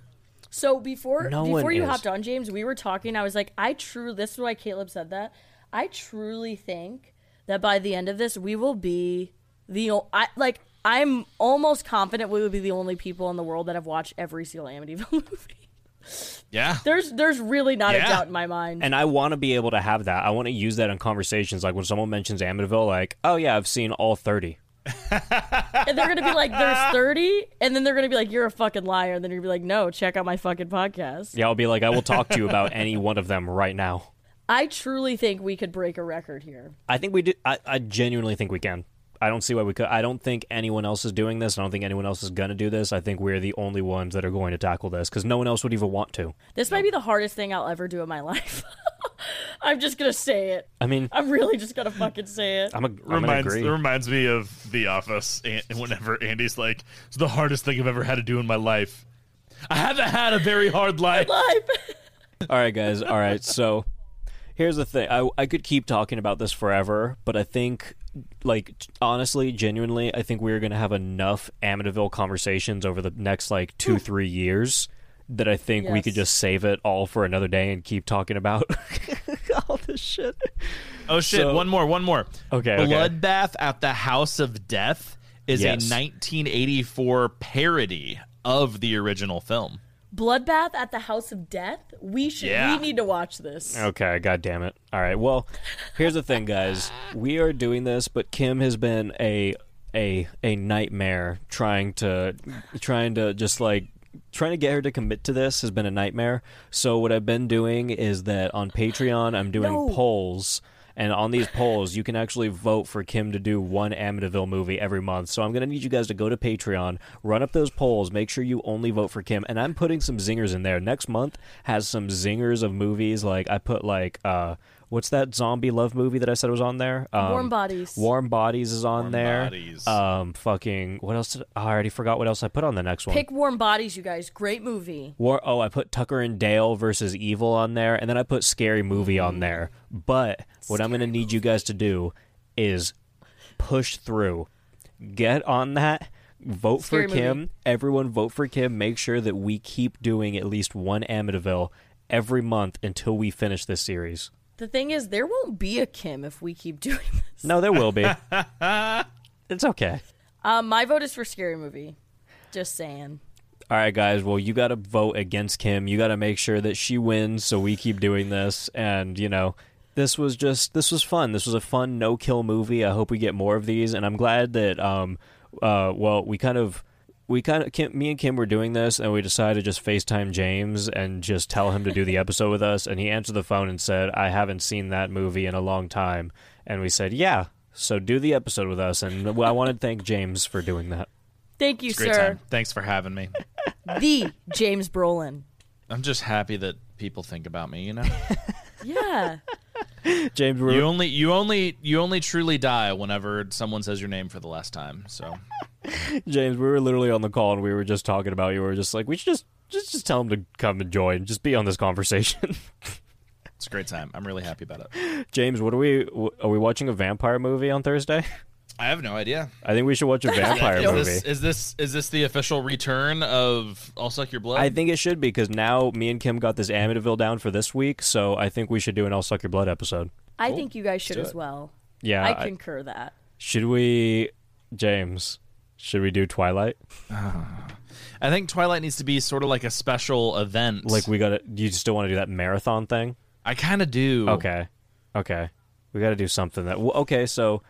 S4: So before
S2: No
S4: before
S2: one
S4: you
S2: is.
S4: hopped on, James, we were talking. I was like, I truly this is why Caleb said that. I truly think that by the end of this, we will be the o- I like I'm almost confident we will be the only people in the world that have watched every single Amityville movie.
S3: Yeah,
S4: There's there's really not
S3: Yeah.
S4: a doubt in my mind.
S2: And I want to be able to have that. I want to use that in conversations. Like when someone mentions Amityville, like, oh yeah, I've seen all 30.
S4: and they're gonna be like, "There's 30," and then they're gonna be like, "You're a fucking liar," and then you're gonna be like, "No, check out my fucking podcast."
S2: Yeah, I'll be like, I will talk to you about any one of them right now.
S4: I truly think we could break a record here.
S2: I think we do. I, I genuinely think we can. I don't see why we could. I don't think anyone else is doing this. I don't think anyone else is going to do this. I think we're the only ones that are going to tackle this because no one else would even want to.
S4: This might be the hardest thing I'll ever do in my life. I'm just gonna say it.
S2: I mean,
S4: I'm really just gonna fucking say it.
S2: I'm a, I'm gonna
S5: reminds
S2: agree.
S5: reminds me of The Office. And whenever Andy's like, "It's the hardest thing I've ever had to do in my life." I haven't had a very hard life.
S2: All right, guys. All right. So here's the thing. I, I could keep talking about this forever, but I think, like, t- honestly, genuinely, I think we're going to have enough Amityville conversations over the next, like, two, three years that I think we could
S4: Yes.
S2: just save it all for another day and keep talking about all this shit.
S3: Oh shit!
S2: So-
S3: one more, one more.
S2: Okay, okay.
S3: Bloodbath at the House of Death is
S2: Yes.
S3: a 1984 parody of the original film.
S4: Bloodbath at the House of Death. We should.
S3: Yeah.
S4: We need to watch this.
S2: Okay, god damn it. All right. Well, here's the thing, guys. We are doing this, but Kim has been a a a nightmare trying to trying to just like trying to get her to commit to this has been a nightmare. So what I've been doing is that on Patreon, I'm doing
S4: No.
S2: polls and on these polls, you can actually vote for Kim to do one Amityville movie every month. So I'm going to need you guys to go to Patreon, run up those polls, make sure you only vote for Kim. And I'm putting some zingers in there. Next month has some zingers of movies. Like I put like uh, what's that zombie love movie that I said was on there? Um,
S4: Warm Bodies.
S2: Warm Bodies is on there.
S5: Bodies.
S2: Um, fucking what else? Did, I already forgot what else I put on the next one.
S4: Pick Warm Bodies, you guys. Great movie.
S2: War- oh, I put Tucker and Dale versus Evil on there, and then I put Scary Movie
S4: Mm.
S2: on there. But what I'm going to need you guys to do is push through, get on that, vote
S4: Scary
S2: for
S4: Movie.
S2: Kim. Everyone vote for Kim. Make sure that we keep doing at least one Amityville every month until we finish this series.
S4: The thing is, there won't be a Kim if we keep doing this.
S2: No, there will be. it's okay.
S4: Um, my vote is for Scary Movie. Just saying.
S2: All right, guys. Well, you got to vote against Kim. You got to make sure that she wins, so we keep doing this. And you know, this was just this was fun. This was a fun no kill movie. I hope we get more of these. And I'm glad that um, uh, well, we kind of we kind of Kim, me and Kim were doing this, and we decided to just Facetime James and just tell him to do the episode with us. And he answered the phone and said, "I haven't seen that movie in a long time." And we said, "Yeah." So do the episode with us, and well, I want to thank James for doing that.
S4: Thank you,
S5: Great
S4: sir.
S5: time. Thanks for having me.
S4: The James Brolin.
S3: I'm just happy that people think about me. You know,
S4: Yeah.
S2: James, we're,
S3: you only, you only, you only truly die whenever someone says your name for the last time. So
S2: James, we were literally on the call and we were just talking about you. We were just like, we should just just just tell him to come and join, just be on this conversation.
S3: it's a great time. I'm really happy about it.
S2: James, what are we? w- Are we watching a vampire movie on Thursday?
S3: I have no idea.
S2: I think we should watch a vampire
S3: Is
S2: movie.
S3: this, is this is this the official return of I'll suck your blood?
S2: I think it should be because now me and Kim got this Amityville down for this week, so I think we should do an "I'll Suck Your Blood" episode.
S4: I think you guys should as well.
S2: Yeah,
S4: I
S2: Uh, I-
S4: concur that.
S2: should we, James? Should we do Twilight?
S3: I think Twilight needs to be sort of like a special event.
S2: Like we got to? You still want to do that marathon thing?
S3: I kind of do.
S2: Okay. Okay. We got to do something that. w- Okay, so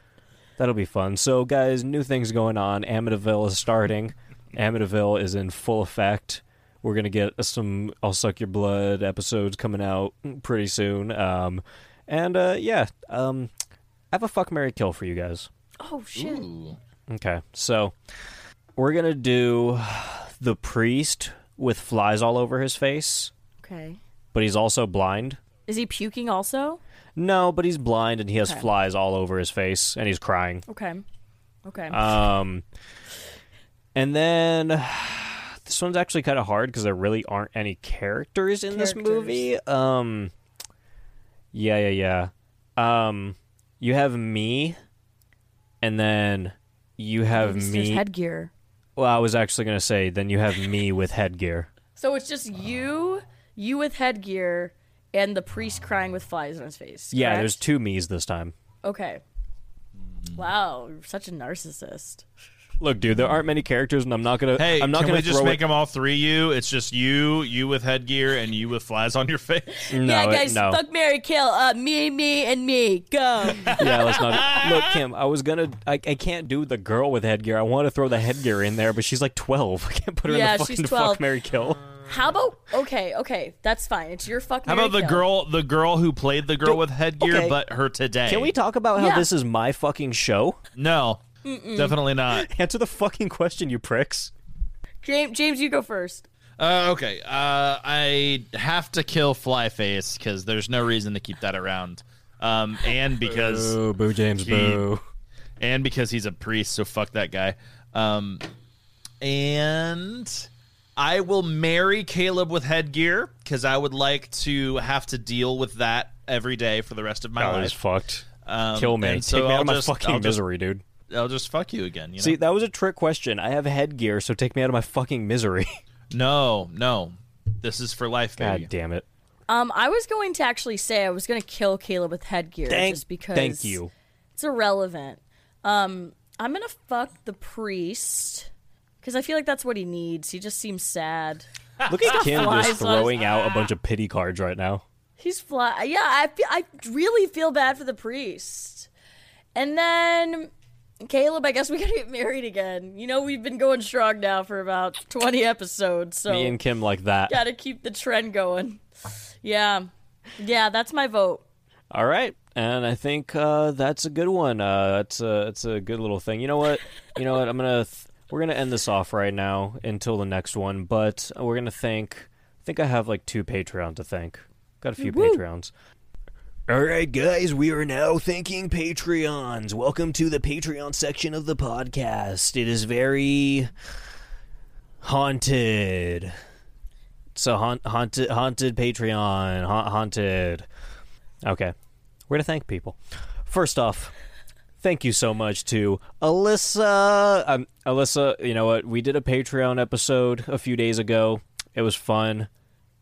S2: that'll be fun. So, guys, new things going on. Amityville is starting. Amityville is in full effect. We're going to get some I'll Suck Your Blood episodes coming out pretty soon. Um, and uh, yeah, um, I have a fuck, Mary kill for you guys.
S4: Oh shit.
S2: Okay, so we're going to do the priest with flies all over his face,
S4: Okay.
S2: but he's also blind.
S4: Is he puking also?
S2: No, but he's blind and he has
S4: Okay.
S2: flies all over his face and he's crying.
S4: Okay. Okay.
S2: Um, and then this one's actually kind of hard because there really aren't any characters in this
S4: Characters.
S2: movie. Um, yeah, yeah, yeah. Um, you have me, and then you have
S4: There's
S2: me.
S4: headgear.
S2: well, I was actually gonna say then you have me with headgear.
S4: So it's just you, you with headgear, and the priest crying with flies on his face.
S2: Yeah,
S4: correct?
S2: there's two me's this time.
S4: Okay. Wow, you're such a narcissist.
S2: Look, dude, there aren't many characters, and I'm not gonna.
S5: Hey,
S2: I'm not
S5: can
S2: gonna
S5: we just
S2: throw
S5: make
S2: it.
S5: them all three you? It's just you, you with headgear, and you with flies on your face.
S2: no,
S4: yeah,
S2: it-
S4: guys,
S2: no.
S4: fuck Mary Kill. Uh, me, me, and me. Go.
S2: yeah, let's not. Look, Kim, I was gonna. I, I can't do the girl with headgear. I want to throw the headgear in there, but she's like 12. I can't put her
S4: Yeah,
S2: in the
S4: she's
S2: fucking fuck
S4: 12.
S2: Mary kill.
S4: How about okay, okay, that's fine. It's your fuck.
S5: How
S4: Mary,
S5: about the
S4: Kill.
S5: girl, the girl who played the girl
S2: Do-
S5: with headgear,
S2: okay.
S5: but her today?
S2: Can we talk about how
S4: Yeah.
S2: this is my fucking show?
S5: No, definitely not.
S2: Answer the fucking question, you pricks.
S4: James, James, you go first.
S3: Uh, okay. Uh, I have to kill Flyface because there's no reason to keep that around. Um, and because
S2: boo, James,
S5: boo. and because he's a priest, so fuck that guy. Um,
S3: and I will marry Caleb with headgear because I would like to have to deal with that every day for the rest of my
S2: That was
S3: life.
S2: fucked.
S3: Um,
S2: Oh, Kill me.
S3: and so
S2: take me out
S3: I'll
S2: of my
S3: just-
S2: fucking
S3: I'll just-
S2: misery, dude.
S3: I'll just fuck you again. You know?
S2: See, that was a trick question. I have headgear, so take me out of my fucking misery.
S3: no, no, this is for life, baby.
S2: God damn it.
S4: Um, I was going to actually say I was going to kill Caleb with headgear
S2: Thank,
S4: just because.
S2: thank you.
S4: It's irrelevant. Um, I'm gonna fuck the priest because I feel like that's what he needs. He just seems sad.
S2: Look at Kim just
S4: flies on his-
S2: throwing out a bunch of pity cards right now.
S4: He's fly. Yeah, I fe- I really feel bad for the priest. And then Caleb, I guess we gotta get married again. You know, we've been going strong now for about 20 episodes, so
S2: Me and Kim like that.
S4: gotta keep the trend going. Yeah, yeah, that's my vote.
S2: All right, and I think uh, that's a good one. Uh, that's a that's a good little thing. You know what? You know what? I'm gonna th- we're gonna end this off right now until the next one, but we're gonna thank. I think I have like two Patreon to thank. Got a few Patreons. All right, guys, we are now thanking Patreons. Welcome to the Patreon section of the podcast. It is very haunted. So haunt, haunted, haunted Patreon, ha- haunted. Okay. We're going to thank people. First off, thank you so much to Alyssa. Um, Alyssa, you know what? We did a Patreon episode a few days ago. It was fun.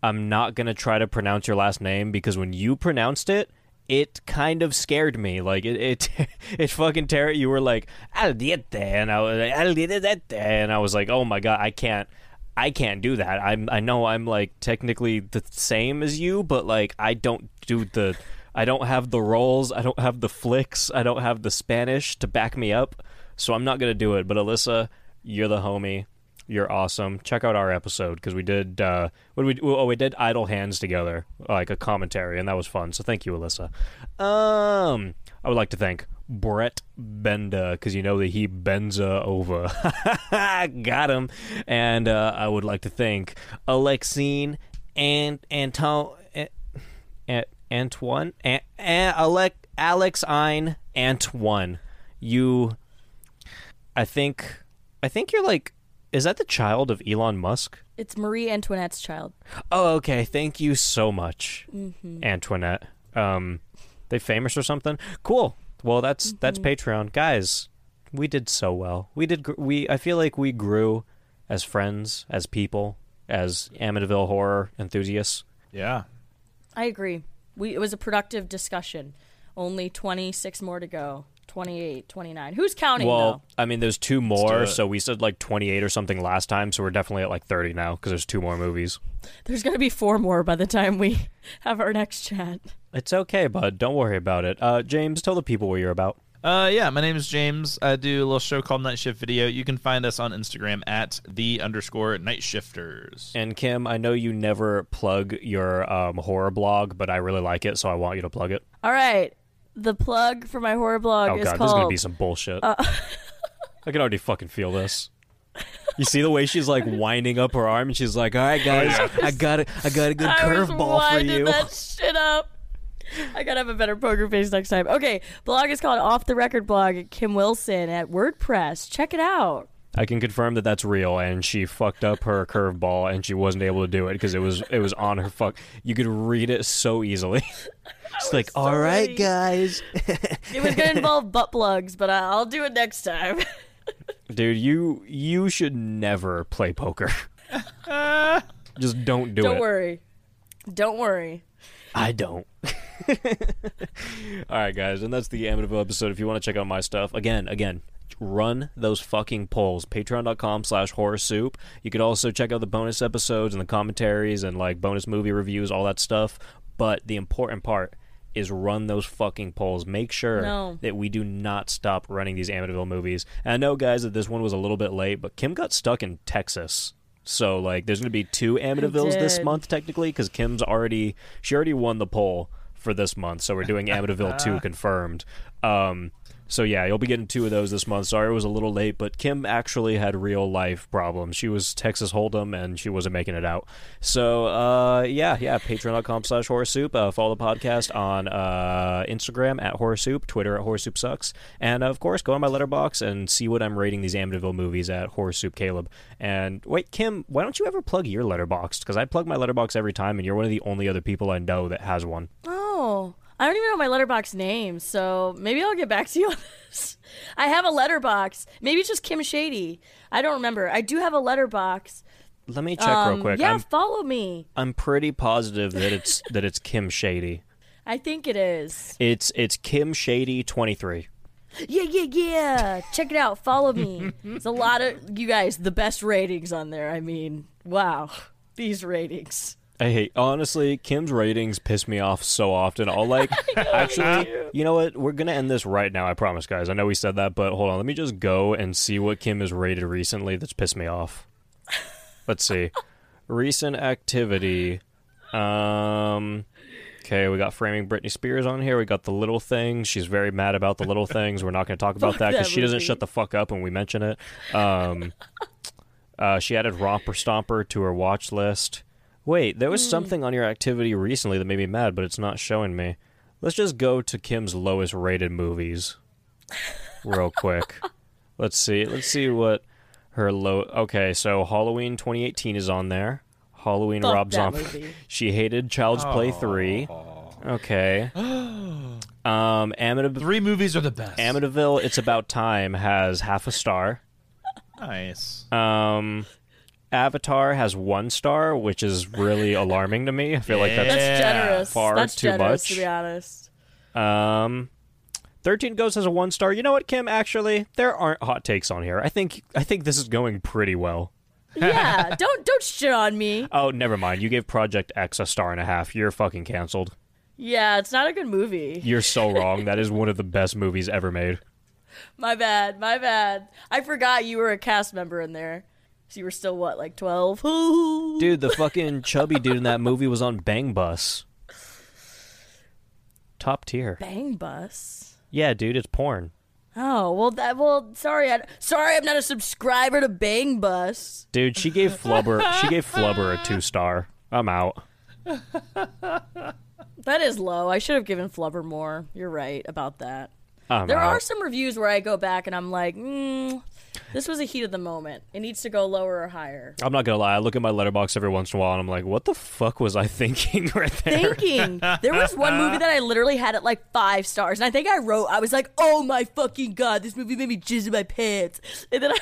S2: I'm not going to try to pronounce your last name because when you pronounced it, it kind of scared me. Like it, it, it fucking terror. You were like, "I'll get there," and I was, like, "I'll get that," there," and I was like, "Oh my god, I can't, I can't do that." I'm, I know I'm like technically the same as you, but like I don't do the, I don't have the rolls, I don't have the flicks, I don't have the Spanish to back me up, so I'm not gonna do it. But Alyssa, you're the homie. You're awesome. Check out our episode because we did. Uh, what did we oh we did idle hands together like a commentary and that was fun. So thank you, Alyssa. Um, I would like to thank Brett Benda because you know that he bends uh, over. Got him. And uh, I would like to thank Alexine and Anton. A- Antoine, A- A- Alec, Alex Ein, Antoine. You, I think, I think you're like, is that the child of Elon Musk?
S4: It's Marie Antoinette's child.
S2: Oh, okay. Thank you so much, Antoinette. Um, they famous or something? Cool. Well, that's that's Patreon, guys. We did so well. We did. gr- We I feel like we grew as friends, as people, as Amityville horror enthusiasts.
S5: yeah,
S4: I agree. We it was a productive discussion. Only 26 more to go. 28, 29. Who's counting
S2: Well,
S4: though?
S2: I mean, there's two
S5: do
S2: more,
S5: it.
S2: so we said like 28 or something last time, so we're definitely at like 30 now because there's two more movies.
S4: There's gonna be four more by the time we have our next chat.
S2: It's okay, bud. Don't worry about it. Uh, James, tell the people what you're about.
S3: Uh, yeah, my name is James. I do a little show called Night Shift Video. You can find us on Instagram at the underscore Night Shifters.
S2: And Kim, I know you never plug your um, horror blog, but I really like it, so I want you to plug it.
S4: All right. The plug for my horror blog
S2: Oh
S4: is
S2: god,
S4: called uh,
S2: this is gonna be some bullshit. I can already fucking feel this. You see the way she's like winding up her arm, and she's like, "All right, guys, I got it. I got a good
S4: I was
S2: curveball for
S4: winding
S2: you."
S4: that shit up. I gotta have a better poker face next time. Okay, blog is called Off the Record Blog at Kim Wilson at WordPress. Check it out.
S2: I can confirm that that's real, and she fucked up her curveball, and she wasn't able to do it because it was it was on her fuck. You could read it so easily. It's like, all right,
S4: ready."
S2: guys,
S4: It was gonna involve butt plugs, but I- I'll do it next time.
S2: dude, you you should never play poker. Just don't do
S4: Don't
S2: it.
S4: worry. Don't worry.
S2: I don't. All right, guys, and that's the Amityville episode. If you want to check out my stuff, again, again, run those fucking polls. Patreon.com slash horror soup. You could also check out the bonus episodes and the commentaries and like bonus movie reviews, all that stuff. But the important part is run those fucking polls. Make sure
S4: No.
S2: that we do not stop running these Amityville movies. And I know, guys, that this one was a little bit late, but Kim got stuck in Texas. So like, there's gonna be two Amityvilles this
S4: did.
S2: month technically because Kim's already she already won the poll for this month, so we're doing Amityville two confirmed. Um, so yeah, you'll be getting two of those this month. Sorry, it was a little late, but Kim actually had real life problems. She was Texas Hold'em and she wasn't making it out. So uh, yeah, yeah. Patreon.com/slash Horror Soup. Uh, follow the podcast on uh, Instagram at Horror Soup, Twitter at Horror Soup Sucks, and of course go on my letterbox and see what I'm rating these Amityville movies at Horror Soup Caleb. And wait, Kim, why don't you ever plug your letterbox? Because I plug my letterbox every time, and you're one of the only other people I know that has one.
S4: Oh, I don't even know my letterbox name, so maybe I'll get back to you on this. I have a letterbox. Maybe it's just Kim Shady. I don't remember. I do have a letterbox. Um,
S2: Let me check real quick.
S4: yeah,
S2: I'm
S4: follow me.
S2: I'm pretty positive that it's that it's Kim Shady.
S4: I think it is.
S2: It's it's Kim Shady twenty three.
S4: Yeah, yeah, yeah. Check it out. Follow me. There's a lot of you guys. The best ratings on there. I mean, wow, these ratings.
S2: I hate honestly, Kim's ratings piss me off so often. I'll like actually you know what? We're gonna end this right now, I promise guys. I know we said that, but hold on, let me just go and see what Kim has rated recently that's pissed me off. Let's see. Recent activity. Um Okay, we got framing Britney Spears on here. We got the little things. She's very mad about the little things. We're not going to talk about
S4: Fuck
S2: that because
S4: that
S2: she doesn't
S4: movie.
S2: shut the fuck up when we mention it. Um, uh, she added Romper Stomper to her watch list. Wait, there was
S4: Hmm.
S2: something on your activity recently that made me mad, but it's not showing me. Let's just go to Kim's lowest rated movies real quick. Let's see. Let's see what her low. Okay, so Halloween 2018 is on there. Halloween
S4: Fuck
S2: Rob
S4: that
S2: Zombie.
S4: movie.
S2: She hated Child's Play 3. Okay. Um, Amityville,
S3: Three movies are the best.
S2: Amityville, It's About Time has half a star.
S3: nice.
S2: Um, Avatar has one star, which is really alarming to me. I feel like that's
S4: That's generous.
S2: far
S4: That's
S2: too
S4: generous,
S2: much.
S4: to be honest.
S2: um. Thirteen Ghosts has a one star. You know what, Kim? Actually, there aren't hot takes on here. I think I think this is going pretty well.
S4: Yeah, don't don't shit on me.
S2: Oh, never mind. You gave Project X a star and a half. You're fucking canceled.
S4: Yeah, it's not a good movie.
S2: You're so wrong. That is one of the best movies ever made.
S4: My bad, my bad. I forgot you were a cast member in there. So you were still what, like twelve? Dude,
S2: Dude, the fucking chubby dude in that movie was on Bang Bus. Top tier.
S4: bang bus.
S2: Yeah, dude, it's porn.
S4: Oh well, that well. Sorry, I, sorry, I'm not a subscriber to Bang Bus.
S2: Dude, she gave Flubber she gave Flubber a two star. I'm out.
S4: That is low. I should have given Flubber more. You're right about that.
S2: I'm
S4: There
S2: out.
S4: are some reviews where I go back and I'm like, mm, this was a heat of the moment. It needs to go lower or higher.
S2: I'm not gonna lie. I look at my letterbox every once in a while, and I'm like, "What the fuck was I thinking right there?"
S4: thinking. There was one movie that I literally had at like five stars, and I think I wrote, I was like, "Oh my fucking god, this movie made me jizz in my pants," and then I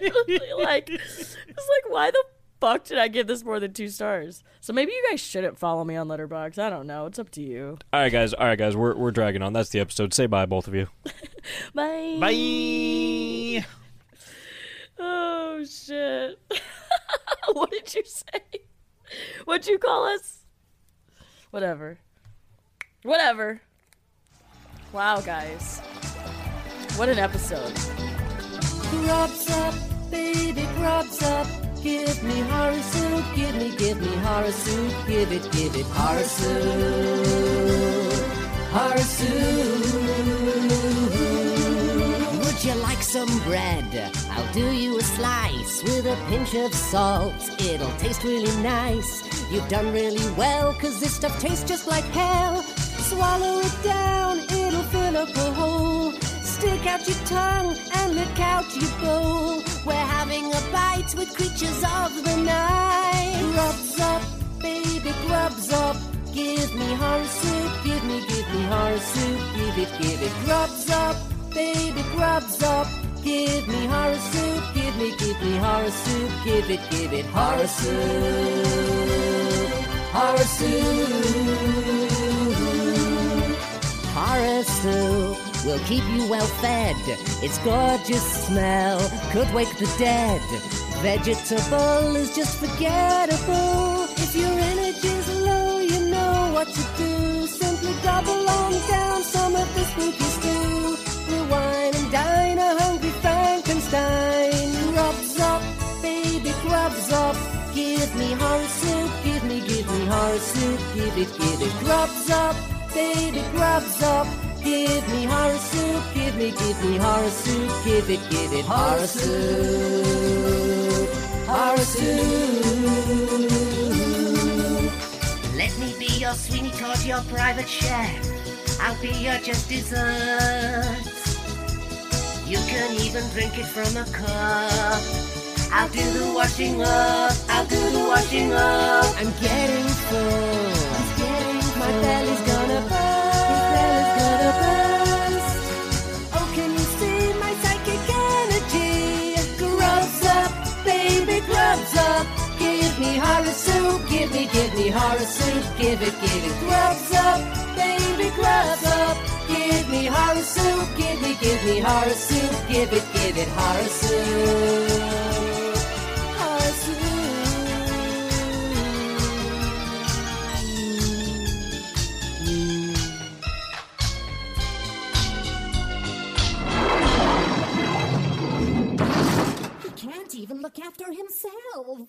S4: literally, like, it's like, why the fuck did I give this more than two stars? So maybe you guys shouldn't follow me on Letterboxd. I don't know. It's up to you.
S2: all right, guys. All right, guys. We're we're dragging on. That's the episode. Say bye, both of you.
S4: Bye.
S3: Bye.
S4: Oh shit. what did you say? What'd you call us? Whatever. Whatever. Wow, guys. What an episode.
S1: Grubs up, baby, grubs up. Give me horror soup, give me, give me horror soup, give it, give it horror soup, horror soup. Would you like some bread? I'll do you a slice with a pinch of salt. It'll taste really nice. You've done really well, cause this stuff tastes just like hell. Swallow it down, it'll fill up a hole. Stick out your tongue and lick out your bowl. Where dance with creatures of the night. Grubs up, baby, grubs up. Give me horror soup, give me, give me horror soup, give it, give it. Grubs up, baby, grubs up. Give me horror soup, give me, give me horror soup, give it, give it. Horror soup, horror soup. Horror soup will keep you well fed. Its gorgeous smell could wake the dead. Vegetable is just forgettable. If your energy's low, you know what to do. Simply double on down some of the spooky stew. Rewind and dine a hungry Frankenstein. Rubs up, baby, grubs up. Give me horror soup, give me, give me horror soup, give it, give it. Grubs up, baby, grubs up. Give me horror soup, give me, give me horror soup, give it, give it horror soup, horror soup. Let me be your Sweeney Todd, your private chef. I'll be your just dessert. You can even drink it from a cup. I'll do the washing up. I'll do the washing up. I'm getting full. It's getting full. My belly's gonna burst. My belly's gonna burst. Oh, can you see my psychic energy? Grubs up, baby, grubs up. Give me horror soup. Give me, give me horror soup. Give it, give it. Grubs up, baby, grubs up. Give me horror soup. Give me, give me horror soup. Give it, give it horror soup. Horror soup. He can't even look after himself.